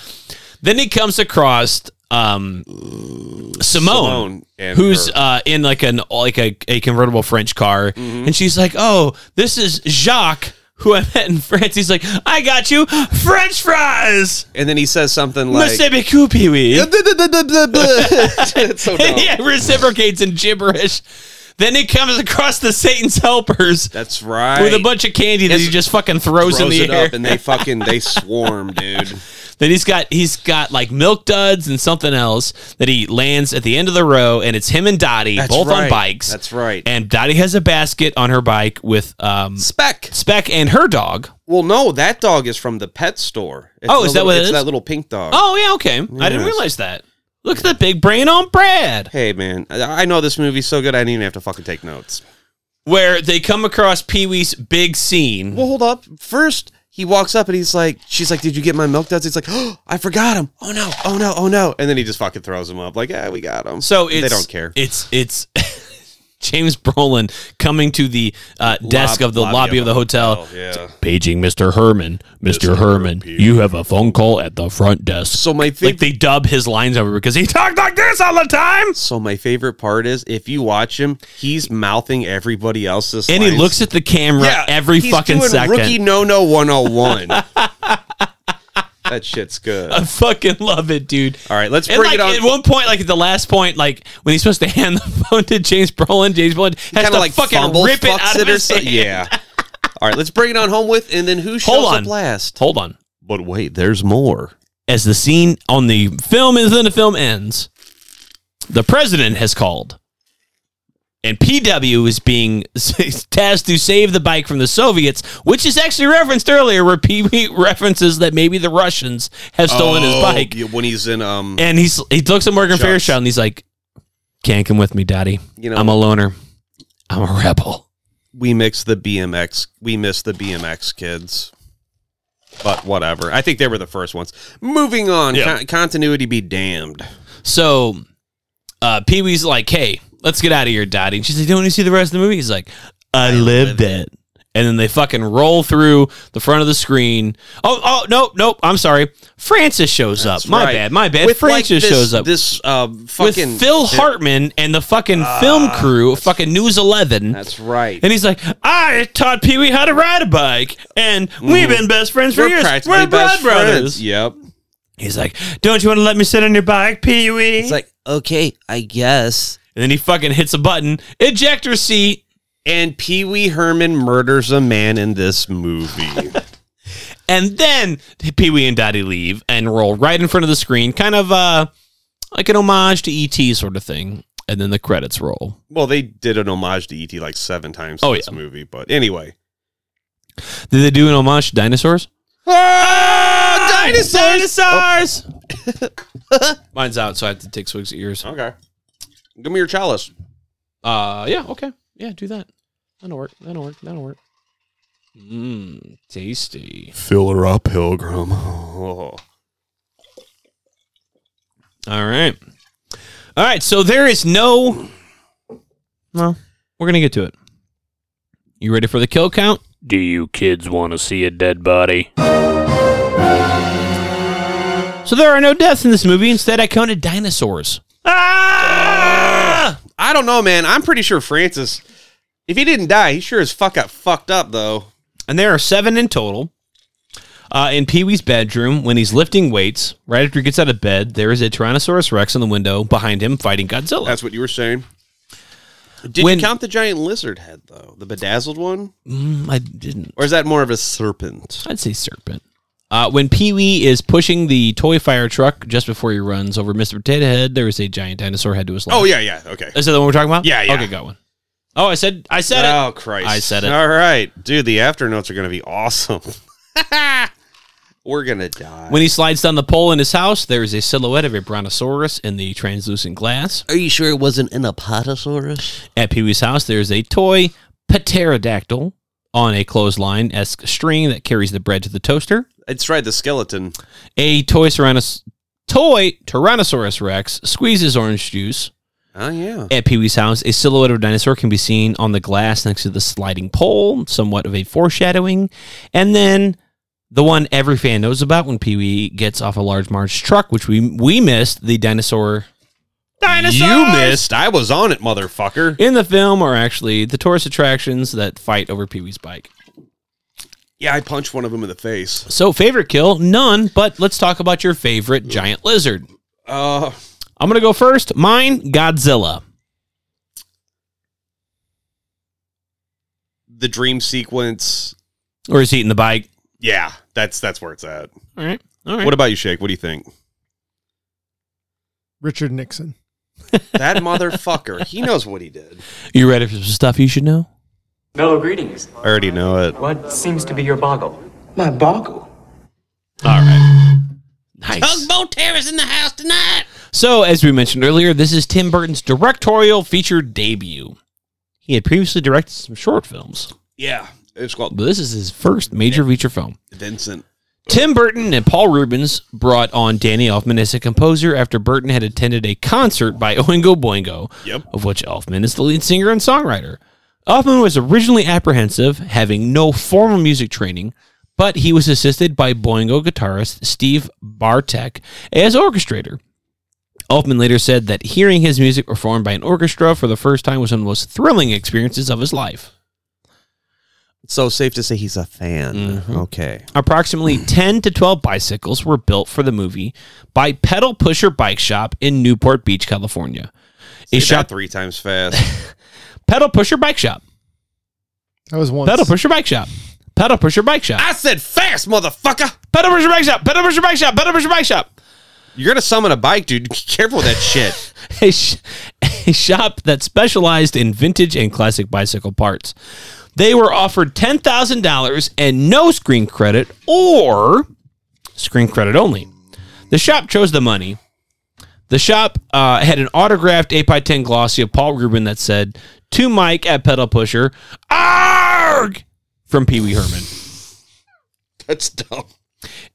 Speaker 2: Then he comes across um, Simone,
Speaker 4: Simone and
Speaker 2: who's
Speaker 4: her-
Speaker 2: uh, in like an like a, a convertible French car,
Speaker 4: Mm-hmm.
Speaker 2: and she's like, "Oh, this is Jacques." Who I met in France, he's like, I got you French fries,
Speaker 4: and then he says something like,
Speaker 2: *laughs*
Speaker 4: *laughs*
Speaker 2: Monsieur Bicou Pee Wee. *laughs*
Speaker 4: it's so dumb.
Speaker 2: And he reciprocates in gibberish. Then he comes across the Satan's helpers
Speaker 4: That's right.
Speaker 2: with a bunch of candy that
Speaker 4: It's-
Speaker 2: he just fucking throws,
Speaker 4: throws
Speaker 2: in the
Speaker 4: it
Speaker 2: air.
Speaker 4: up and they fucking they swarm, *laughs* dude.
Speaker 2: Then he's got he's got like milk duds and something else that he lands at the end of the row, and it's him and Dottie
Speaker 4: That's
Speaker 2: both on
Speaker 4: right.
Speaker 2: bikes.
Speaker 4: That's right.
Speaker 2: And Dottie has a basket on her bike with um,
Speaker 4: Spec.
Speaker 2: Speck and her dog.
Speaker 4: Well, no, that dog is from the pet store. It's
Speaker 2: Oh,
Speaker 4: the
Speaker 2: is that
Speaker 4: little-
Speaker 2: what it
Speaker 4: it's
Speaker 2: is?
Speaker 4: That little pink dog.
Speaker 2: Oh yeah, okay. I didn't
Speaker 4: Yes.
Speaker 2: realize that. Look at the big brain on Brad.
Speaker 4: Hey, man, I I know this movie's so good I didn't even have to fucking take notes.
Speaker 2: Where they come across Pee Wee's big scene.
Speaker 4: Well, hold up. First, he walks up and he's like, she's like, did you get my milk duds? He's like, oh, I forgot him. Oh, no. Oh, no. Oh, no. And then he just fucking throws him up like, yeah, we got him.
Speaker 2: So it's,
Speaker 4: they don't care.
Speaker 2: It's it's *laughs* James Brolin coming to the uh, desk of the lobby, of the hotel.
Speaker 4: yeah.
Speaker 2: paging Mr. Herman. Mr. Herman, you have a phone call at the front desk.
Speaker 4: So my
Speaker 2: like
Speaker 4: favorite.
Speaker 2: they dub his lines over because he talked like this all the time.
Speaker 4: so my favorite part is if you watch him, he's mouthing everybody else's.
Speaker 2: And he
Speaker 4: lines.
Speaker 2: looks at the camera every
Speaker 4: he's
Speaker 2: fucking
Speaker 4: doing
Speaker 2: second.
Speaker 4: Rookie no no one oh one. That shit's
Speaker 2: *laughs*
Speaker 4: good.
Speaker 2: I fucking love it, dude.
Speaker 4: All right, let's
Speaker 2: And
Speaker 4: bring
Speaker 2: like
Speaker 4: it on.
Speaker 2: at one point, like at the last point, like when he's supposed to *laughs* hand the phone to James Brolin, James Brolin has
Speaker 4: kind
Speaker 2: to
Speaker 4: of like
Speaker 2: fucking
Speaker 4: fumbles,
Speaker 2: rip it
Speaker 4: fucks
Speaker 2: out of
Speaker 4: or
Speaker 2: his
Speaker 4: so-
Speaker 2: hand.
Speaker 4: Yeah. All right, let's bring it on home with, and then who shows
Speaker 2: Hold on.
Speaker 4: up last?
Speaker 2: Hold on.
Speaker 4: But wait, there's more.
Speaker 2: As the scene on the film is then the film ends, the president has called. And PW is being *laughs* tasked to save the bike from the Soviets, which is actually referenced earlier, where PB *laughs* references that maybe the Russians have stolen his bike.
Speaker 4: Oh, yeah, when he's in um.
Speaker 2: And he's he looks at Morgan
Speaker 4: Shucks.
Speaker 2: Fairchild and he's like, "Can't come with me, Daddy.
Speaker 4: You know-
Speaker 2: I'm a loner. I'm a rebel."
Speaker 4: We mix the BMX. We miss the BMX kids. But whatever. I think they were the first ones. Moving on.
Speaker 2: Yeah.
Speaker 4: Con- continuity be damned.
Speaker 2: So uh, Pee Wee's like, "Hey, let's get out of here, Daddy." And she's like, "Don't you see the rest of the movie?" He's like, "I, lived it." And then they fucking roll through the front of the screen. Oh, oh, no, nope. I'm sorry. Francis shows up. My
Speaker 4: Right.
Speaker 2: bad. My bad.
Speaker 4: With, like,
Speaker 2: Francis
Speaker 4: this-
Speaker 2: shows up
Speaker 4: This uh,
Speaker 2: with
Speaker 4: fucking Ah,
Speaker 2: Phil Hartman and the fucking film crew, fucking News Eleven.
Speaker 4: That's right.
Speaker 2: And he's like, I taught Pee Wee how to ride a bike, and we've
Speaker 4: Mm-hmm.
Speaker 2: been best friends for years. We're blood brothers.
Speaker 4: Yep.
Speaker 2: He's like, Don't you want to let me sit on your bike, Pee Wee?
Speaker 4: It's like okay, I guess.
Speaker 2: and then he fucking hits a button, ejector seat,
Speaker 4: And Pee Wee Herman murders a man in this movie.
Speaker 2: And then Pee Wee and Dottie leave and roll right in front of the screen, kind of uh, like an homage to E.T. sort of thing. And then the credits roll.
Speaker 4: *laughs* Well, they did an homage to E.T. like seven times
Speaker 2: Oh,
Speaker 4: in this
Speaker 2: yeah.
Speaker 4: movie, but anyway.
Speaker 2: Did they do an homage to dinosaurs?
Speaker 4: dinosaurs!
Speaker 2: Ah, Dinosaurs! Oh. *laughs* Mine's out, so I have to take swigs at yours.
Speaker 4: Okay. Give me your chalice.
Speaker 2: Uh, yeah, okay. Yeah, do that. That'll work. That'll work. That'll work. Mmm, tasty.
Speaker 4: Fill her up, Pilgrim. Oh.
Speaker 2: All right. All right, so there is no. Well, we're going to get to it. You ready for the kill count?
Speaker 8: Do you kids want to see a dead body?
Speaker 2: So there are no deaths in this movie. Instead, I counted dinosaurs.
Speaker 4: I don't know, man. I'm pretty sure Francis, if he didn't die, he sure as fuck got fucked up, though.
Speaker 2: and there are seven in total. Uh, in Pee Wee's bedroom, when he's lifting weights, right after he gets out of bed, there is a Tyrannosaurus Rex in the window behind him fighting Godzilla.
Speaker 4: That's what you were saying. Did
Speaker 2: When-
Speaker 4: you count the giant lizard head, though? The bedazzled one?
Speaker 8: Uh,
Speaker 2: Mm, I didn't.
Speaker 4: Or is that more of a serpent?
Speaker 2: I'd say serpent. Uh, when Pee Wee is pushing the toy fire truck just before he runs over Mr. Potato Head, there is a giant dinosaur head to his left.
Speaker 4: Oh, yeah, yeah. Okay.
Speaker 2: Is that the one we're talking about?
Speaker 4: Yeah, yeah.
Speaker 2: Okay, got one. Oh, I said, I said it.
Speaker 4: Oh, Christ.
Speaker 2: I said it.
Speaker 4: All right. Dude, the after notes are going to be awesome. *laughs* we're going to die.
Speaker 2: When he slides down the pole in his house, there is a silhouette of a brontosaurus in the translucent glass.
Speaker 4: Are you sure it wasn't an apatosaurus?
Speaker 2: At Pee Wee's house, there is a toy pterodactyl on a clothesline esque string that carries the bread to the toaster.
Speaker 4: It's right, the skeleton.
Speaker 2: A toy, tyrannos- toy Tyrannosaurus Rex squeezes orange juice.
Speaker 4: Oh, yeah.
Speaker 2: At Pee Wee's house, a silhouette of a dinosaur can be seen on the glass next to the sliding pole, somewhat of a foreshadowing. And then the one every fan knows about when Pee Wee gets off a large Marge truck, which we we missed the dinosaur
Speaker 4: You missed. I was on it, motherfucker.
Speaker 2: in the film are actually the tourist attractions that fight over Pee Wee's bike.
Speaker 4: Yeah, I punched one of them in the face.
Speaker 2: So, favorite kill? None, but let's talk about your favorite giant lizard.
Speaker 4: Uh,
Speaker 2: I'm going to go first. Mine, Godzilla.
Speaker 4: the dream sequence.
Speaker 2: Or is he eating the bike?
Speaker 4: Yeah, that's that's where it's at.
Speaker 2: All right. All right.
Speaker 4: What about you, Shake? What do you think?
Speaker 7: Richard Nixon.
Speaker 4: That motherfucker. He knows what he did.
Speaker 2: you ready for some stuff you should know?
Speaker 9: Mellow greetings.
Speaker 4: I already know it.
Speaker 9: What seems to be your boggle?
Speaker 10: My boggle.
Speaker 2: All right. Nice.
Speaker 1: Tugboat Terror's in the house tonight.
Speaker 2: So, as we mentioned earlier, this is Tim Burton's directorial feature debut. He had previously directed some short films,
Speaker 4: Yeah, it's called
Speaker 2: but this is his first major feature film.
Speaker 4: Vincent.
Speaker 2: Tim Burton and Paul Rubens brought on Danny Elfman as a composer after Burton had attended a concert by *laughs* Oingo Boingo,
Speaker 4: Yep.
Speaker 2: of which Elfman is the lead singer and songwriter. Elfman was originally apprehensive, having no formal music training, but he was assisted by Boingo guitarist Steve Bartek as orchestrator. Elfman later said that hearing his music performed by an orchestra for the first time was one of the most thrilling experiences of his life.
Speaker 4: So safe to say he's a fan. Okay.
Speaker 2: Approximately 10 to 12 bicycles were built for the movie by Pedal Pusher Bike Shop in Newport Beach, California. A
Speaker 4: He shot
Speaker 2: shop,
Speaker 4: three times fast.
Speaker 2: Pedal Pusher Bike Shop.
Speaker 7: That was once.
Speaker 2: Pedal Pusher Bike Shop. Pedal Pusher Bike Shop.
Speaker 4: *laughs* I said fast, motherfucker.
Speaker 2: Pedal Pusher Bike Shop. Pedal Pusher Bike Shop. Pedal Pusher Bike Shop.
Speaker 4: You're gonna summon a bike, dude. *laughs* Be careful with that shit.
Speaker 2: *laughs* A, sh- a shop that specialized in vintage and classic bicycle parts. They were offered $10,000 and no screen credit or screen credit only. The shop chose the money. The shop uh, had an autographed 8x10 glossy of Paul Rubin that said, To Mike at Pedal Pusher, ARG! from Pee Wee Herman.
Speaker 4: *laughs* That's dumb.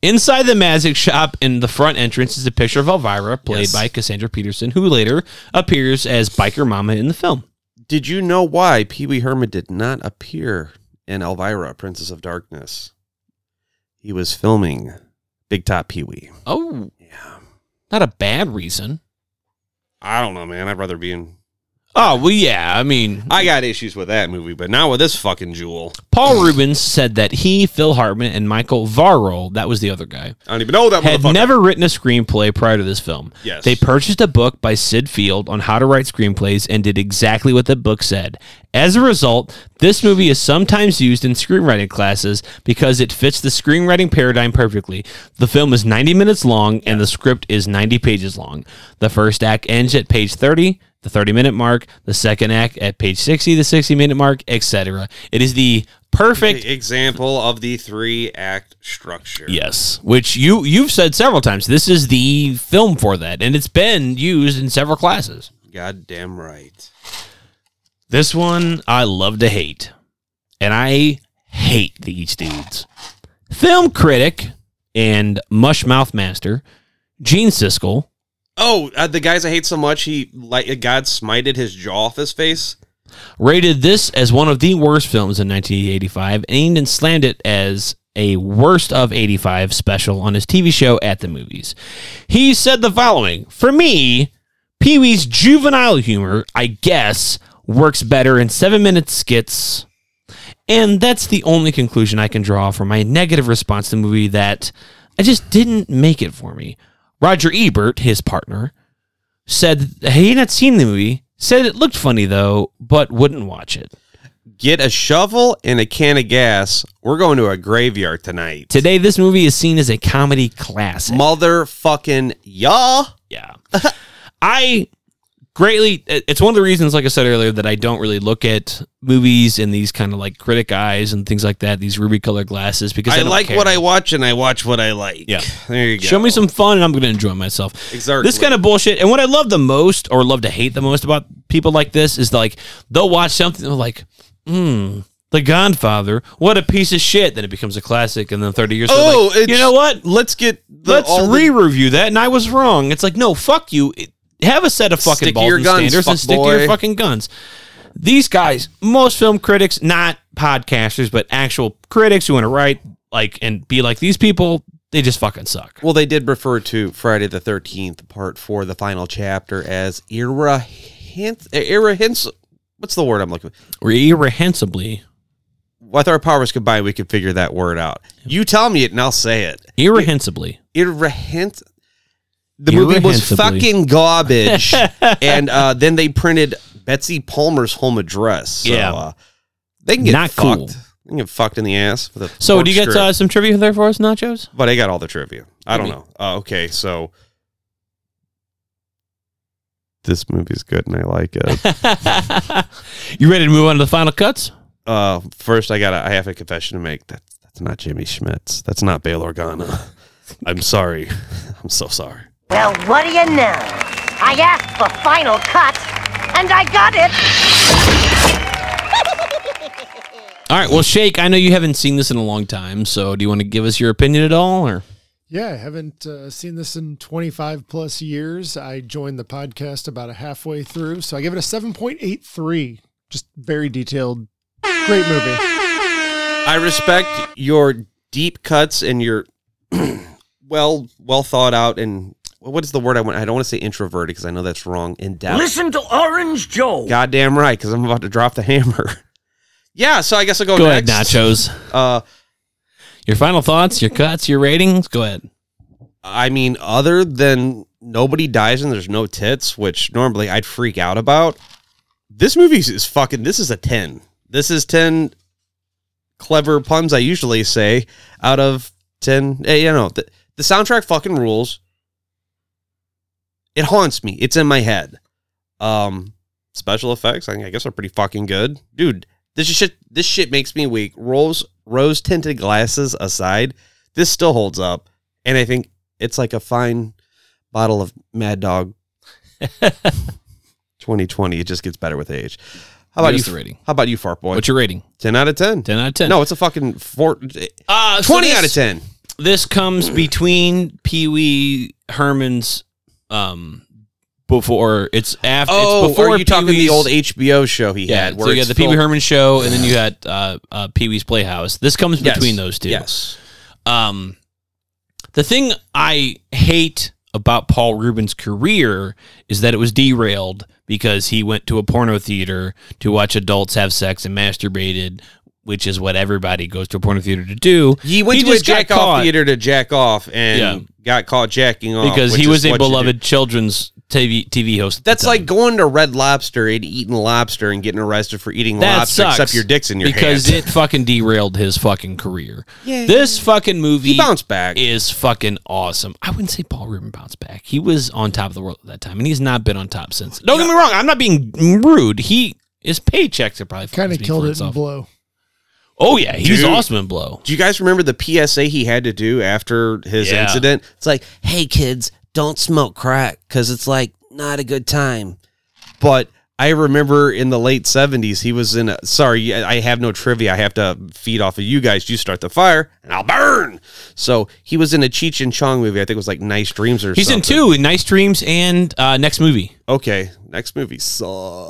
Speaker 2: Inside the Mazic shop in the front entrance is a picture of Elvira, played by Cassandra Peterson, who later appears as Biker Mama in the film.
Speaker 4: Did you know why Pee Wee Herman did not appear in Elvira, Princess of Darkness? He was filming Big Top Pee Wee.
Speaker 2: Oh. Yeah. Not a bad reason.
Speaker 4: I don't know, man. I'd rather be in.
Speaker 2: Oh, well, yeah. I mean,
Speaker 4: I got issues with that movie, but not with this fucking jewel.
Speaker 2: Paul Rubens said that he, Phil Hartman, and Michael Varro, that was the other guy,
Speaker 4: I don't even know that
Speaker 2: had
Speaker 4: motherfucker.
Speaker 2: never written a screenplay prior to this film.
Speaker 4: Yes.
Speaker 2: They purchased a book by Sid Field on how to write screenplays and did exactly what the book said. As a result, this movie is sometimes used in screenwriting classes because it fits the screenwriting paradigm perfectly. The film is 90 minutes long and the script is 90 pages long. The first act ends at page 30, the 30 minute mark, the second act at page 60, the 60 minute mark, etc. It is the perfect
Speaker 4: The E- example of the three act structure.
Speaker 2: Yes, which you you've said several times. This is the film for that, and it's been used in several classes.
Speaker 4: God damn right.
Speaker 2: This one I love to hate, and I hate these dudes. Film critic and mushmouth master Gene Siskel.
Speaker 4: Oh, uh, the guys I hate so much, he like God smited his jaw off his face.
Speaker 2: rated this as one of the worst films in 1985 and even slammed it as a worst of 85 special on his TV show at the movies. He said the following For me, Pee Wee's juvenile humor, I guess, works better in seven minute skits. And that's the only conclusion I can draw from my negative response to the movie that I just didn't make it for me. Roger Ebert, his partner, said he had not seen the movie, said it looked funny though, but wouldn't watch it.
Speaker 4: Get a shovel and a can of gas. We're going to a graveyard tonight.
Speaker 2: Today, this movie is seen as a comedy classic.
Speaker 4: Motherfucking ya.
Speaker 2: yeah. I greatly, it- it's one of the reasons, like I said earlier, that I don't really look at movies in these kind of like critic eyes and things like that, these ruby colored glasses, because I,
Speaker 4: I
Speaker 2: don't
Speaker 4: like
Speaker 2: care.
Speaker 4: what I watch and I watch what I like.
Speaker 2: Yeah.
Speaker 4: There you go.
Speaker 2: Show me some fun and I'm going to enjoy myself.
Speaker 4: Exactly.
Speaker 2: This kind of bullshit. And what I love the most or love to hate the most about people like this is like they'll watch something they're like, hmm, The Godfather, what a piece of shit. Then it becomes a classic and then 30 years later,
Speaker 4: Oh,
Speaker 2: like,
Speaker 4: it's-
Speaker 2: you know what?
Speaker 4: Let's get the,
Speaker 2: Let's
Speaker 4: all the-
Speaker 2: re-review that and I was wrong. It's like, no, fuck you. It- have a set of fucking
Speaker 4: Stick to
Speaker 2: balls
Speaker 4: your
Speaker 2: and
Speaker 4: guns,
Speaker 2: standards and
Speaker 4: fuck
Speaker 2: stick to your
Speaker 4: boy.
Speaker 2: fucking guns. These guys, most film critics, not podcasters, but actual critics who want to write like and be like these people, they just fucking suck.
Speaker 4: Well, they did refer to Friday the Thirteenth Part Four, the final chapter, as era hint, era hints. What's the word I'm looking? for?
Speaker 2: irrehensibly
Speaker 4: With our powers combined, we could figure that word out. You tell me it, and I'll say it.
Speaker 2: irrehensibly
Speaker 4: Irrehent. The movie was
Speaker 2: Irrehensibly. *laughs*
Speaker 4: fucking garbage, and uh, then they printed Betsy Palmer's home address. So,
Speaker 2: Yeah.
Speaker 4: uh, they can get
Speaker 2: Not
Speaker 4: fucked.
Speaker 2: cool.
Speaker 4: They can get fucked in the ass with a.
Speaker 2: so
Speaker 4: pork
Speaker 2: do you get
Speaker 4: strip.
Speaker 2: uh, some trivia there for us nachos
Speaker 4: But I got all the trivia. I
Speaker 2: Give
Speaker 4: don't know. Uh, okay, so this movie's good and I like it.
Speaker 2: *laughs* you ready to move on to the final cuts
Speaker 4: uh, first, I got to I have a confession to make. That's that's not Jimmy Schmitz. That's not Bail
Speaker 2: *laughs*
Speaker 4: Organa. I'm sorry. I'm so sorry.
Speaker 6: Well, what do you know? I asked for final cut, and I got it.
Speaker 2: all right well shake i know you haven't seen this in a long time so do you want to give us your opinion at all or
Speaker 7: Yeah, I haven't uh, seen this in 25 plus years. I joined the podcast about a halfway through, so I give it a 7.83. Just very detailed. Great movie.
Speaker 4: I respect your deep cuts and your *clears throat* well well thought out and what is the word I want? I don't want to say introverted because I know that's wrong. In depth.
Speaker 5: Listen to Orange Joe.
Speaker 4: Goddamn right, because I'm about to drop the hammer. *laughs* yeah, so I guess I'll go,
Speaker 2: go ahead
Speaker 4: next.
Speaker 2: nachos
Speaker 4: Uh,
Speaker 2: your final thoughts your cuts your ratings go ahead
Speaker 4: I mean, other than nobody dies and there's no tits, which normally I'd freak out about, this movie is fucking. This is a 10. This is 10 clever puns, I usually say, out of 10. eh, You know, the, the soundtrack fucking rules. It haunts me. It's in my head. Um, special effects, I I guess, are pretty fucking good. Dude, this is shit. This shit makes me weak. Rolls, rose tinted glasses aside, this still holds up. And I think it's like a fine bottle of Mad Dog 2020. It just gets better with age. How about
Speaker 2: Give
Speaker 4: you?
Speaker 2: us the rating.
Speaker 4: How about you, fart boy?
Speaker 2: what's your rating
Speaker 4: 10 out of 10.
Speaker 2: 10 out of 10
Speaker 4: No, it's a fucking four, eh,
Speaker 2: uh, so
Speaker 4: 20
Speaker 2: this-
Speaker 4: out of 10.
Speaker 2: this comes between Pee Wee Herman's um before it's after it's before
Speaker 4: Oh, are you talking the
Speaker 2: Pee-wee's-
Speaker 4: old HBO show he
Speaker 2: yeah,
Speaker 4: had?
Speaker 2: so you
Speaker 4: it's
Speaker 2: got the Pee Wee
Speaker 4: filled-
Speaker 2: Herman show, and then you got uh, uh, Pee Wee's Playhouse. This comes
Speaker 4: Yes.
Speaker 2: between those two.
Speaker 4: Yes.
Speaker 2: Um, the thing Um, I hate about Paul Rubin's career is that it was derailed because he went to a porno theater to watch adults have sex and masturbated, which is what everybody goes to a porno theater to do.
Speaker 4: He went to a
Speaker 2: just got
Speaker 4: jack off
Speaker 2: caught
Speaker 4: theater to jack off and
Speaker 2: Yeah.
Speaker 4: got caught jacking off
Speaker 2: because
Speaker 4: which
Speaker 2: he
Speaker 4: is
Speaker 2: was
Speaker 4: what
Speaker 2: a
Speaker 4: you do.
Speaker 2: beloved children's TV TV host. at the
Speaker 4: That's
Speaker 2: time.
Speaker 4: like going to Red Lobster and eating lobster and getting arrested for eating
Speaker 2: that
Speaker 4: lobster,
Speaker 2: sucks
Speaker 4: except your dick's in your
Speaker 2: because
Speaker 4: hand.
Speaker 2: it fucking derailed his fucking career. This fucking movie
Speaker 4: he bounced back.
Speaker 2: is fucking awesome. I wouldn't say Paul Rubin bounced back. He was on top of the world at that time, and he's not been on top since. Don't get me wrong. I'm not being rude. He his paychecks are probably
Speaker 7: Kind of
Speaker 2: speak
Speaker 7: killed
Speaker 2: for
Speaker 7: it in
Speaker 2: itself.
Speaker 7: blow.
Speaker 2: Oh yeah, he's
Speaker 4: Dude.
Speaker 2: awesome in blow.
Speaker 4: do you guys remember the PSA he had to do after his
Speaker 2: Yeah.
Speaker 4: incident? It's like,
Speaker 10: hey kids, don't smoke crack because it's like not a good time.
Speaker 4: but I remember in the late seventies he was in. A, sorry, I I have no trivia. I have to feed off of you guys. You start the fire and I'll burn. So he was in a Cheech and Chong movie. I think it was like Nice Dreams or
Speaker 2: He's
Speaker 4: something.
Speaker 2: in two in Nice Dreams and uh, next movie.
Speaker 4: okay, next movie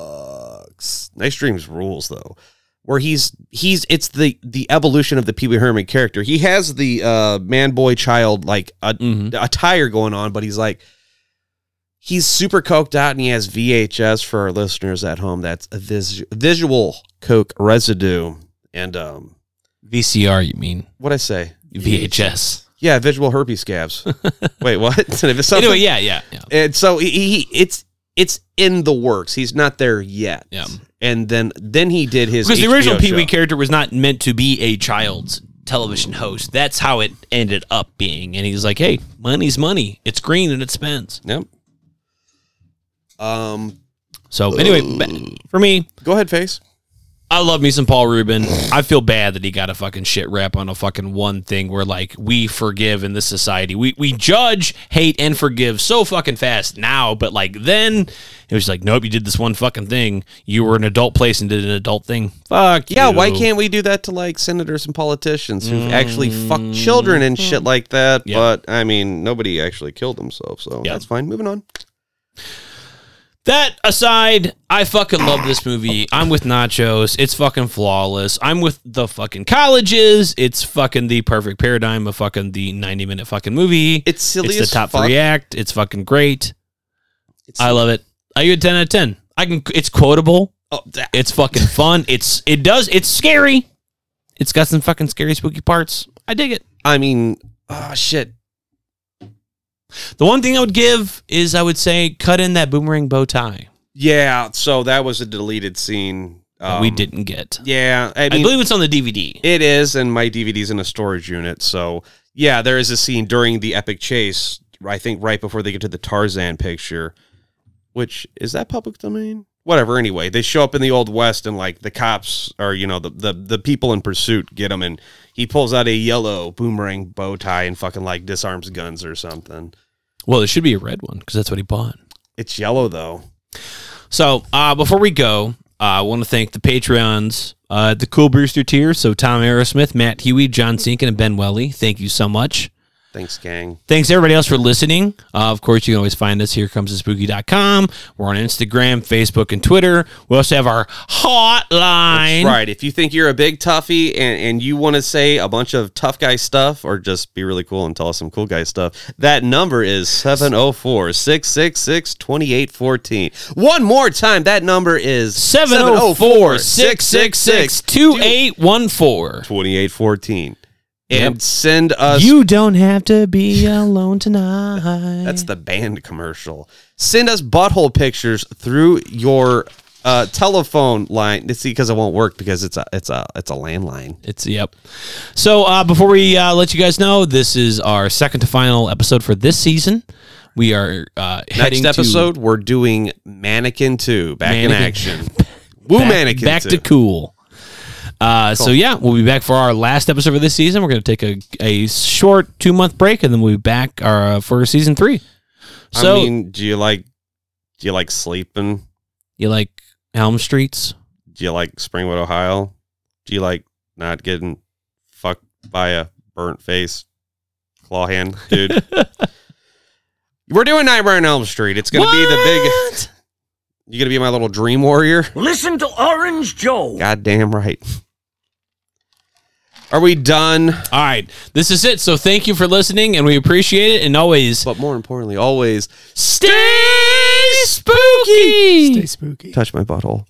Speaker 4: sucks. Nice Dreams rules though. Where he's he's it's the the evolution of the Pee Wee Herman character. He has the uh man boy child like a
Speaker 2: Mhm.
Speaker 4: attire going on, but he's like he's super coked out and he has VHS for our listeners at home. That's a vis- visual coke residue and um
Speaker 2: VCR, you mean
Speaker 4: what I say?
Speaker 2: VHS?
Speaker 4: Yeah, visual herpes scabs. Wait, what? *laughs* Did I miss something?
Speaker 2: Anyway, yeah, yeah, yeah.
Speaker 4: And so he, he it's it's in the works. He's not there yet.
Speaker 2: Yeah.
Speaker 4: And then then he did his
Speaker 2: because the
Speaker 4: HBO
Speaker 2: original Pee Wee
Speaker 4: show.
Speaker 2: character was not meant to be a child's television host. That's how it ended up being. And he's like, "Hey, money's money. It's green and it spends."
Speaker 4: Yep. Um,
Speaker 2: So anyway, ba- for me,
Speaker 4: go ahead, face.
Speaker 2: I love me some Paul Rubin. I feel bad that he got a fucking shit rap on a fucking one thing where like we forgive in this society. We we judge, hate, and forgive so fucking fast now, but like then it was like, nope, you did this one fucking thing. You were in an adult place and did an adult thing. Fuck
Speaker 4: Yeah, why
Speaker 2: you.
Speaker 4: can't we do that to like senators and politicians who've actually fucked children and shit like that?
Speaker 2: Mm-hmm. Yeah.
Speaker 4: But I mean, nobody actually killed themselves, so
Speaker 2: Yeah.
Speaker 4: that's fine. Moving on.
Speaker 2: That aside, I fucking love this movie. I'm with Nachos. It's fucking flawless. I'm with the fucking colleges. It's fucking the perfect paradigm of fucking the 90 minute fucking movie.
Speaker 4: It's silly
Speaker 2: It's the
Speaker 4: as
Speaker 2: top
Speaker 4: fuck.
Speaker 2: three act. It's fucking great.
Speaker 4: It's-
Speaker 2: I love it. I give it 10 out of 10. I can. It's quotable.
Speaker 4: Oh, that-
Speaker 2: It's
Speaker 4: *laughs*
Speaker 2: fucking fun. It's it does. It's scary. It's got some fucking scary spooky parts. I dig it.
Speaker 4: I mean, oh shit.
Speaker 2: The one thing I would give is I would say cut in that boomerang bow tie
Speaker 4: Yeah. So that was a deleted scene.
Speaker 2: that we didn't get.
Speaker 4: Yeah, Um, I,
Speaker 2: I,
Speaker 4: mean,
Speaker 2: believe it's on the DVD.
Speaker 4: It is, and my DVD's in a storage unit. So yeah, there is a scene during the epic chase. I think right before they get to the Tarzan picture, which is that public domain? Whatever. Anyway, they show up in the old west, and like the cops or you know the the, the people in pursuit get him, and he pulls out a yellow boomerang bow tie and fucking like disarms guns or something.
Speaker 2: Well, it should be a red one because that's what he bought.
Speaker 4: It's yellow though.
Speaker 2: So uh, before we go, uh, I want to thank the Patreons, uh, the Cool Brewster tier. So Tom Aerosmith, Matt Huey, John Sinkin, and Ben Welly. Thank you so much.
Speaker 4: Thanks, gang.
Speaker 2: Thanks everybody else for listening. Uh, of course, you can always find us here comes the spooky.com. We're on Instagram, Facebook, and Twitter. We also have our hotline.
Speaker 4: Right. If you think you're a big toughie and, and you want to say a bunch of tough guy stuff or just be really cool and tell us some cool guy stuff, that number is 704 666 2814. One more time, that number is
Speaker 2: 704 666 2814.
Speaker 4: 2814. And
Speaker 2: Yep.
Speaker 4: send us
Speaker 2: You don't have to be alone tonight.
Speaker 4: That's the band commercial. Send us butthole pictures through your uh, telephone line. See, because it won't work because it's a it's a it's a landline.
Speaker 2: It's yep. So uh, before we uh, let you guys know, this is our second to final episode for this season. We are uh, heading
Speaker 4: Next episode, we're doing Mannequin 2, back in
Speaker 2: Mannequin-
Speaker 4: action. Woo
Speaker 2: to back,
Speaker 4: Mannequin
Speaker 2: back
Speaker 4: 2.
Speaker 2: to cool. Uh, So yeah, we'll be back for our last episode for this season. We're going to take a, a short two month break, and then we'll be back uh, for season three. So
Speaker 4: I mean, do you like do you like sleeping?
Speaker 2: you like Elm Streets?
Speaker 4: Do you like Springwood, Ohio? Do you like not getting fucked by a burnt face claw hand dude? we're doing Nightmare on Elm Street. It's gonna be the big
Speaker 2: What?
Speaker 4: you gonna be my little dream warrior?
Speaker 5: Listen to Orange Joe.
Speaker 4: Goddamn right. Are we done?
Speaker 2: All right. This is it. So thank you for listening and we appreciate it. And always
Speaker 4: But more importantly, always
Speaker 2: stay spooky.
Speaker 7: Stay spooky.
Speaker 4: touch my butthole.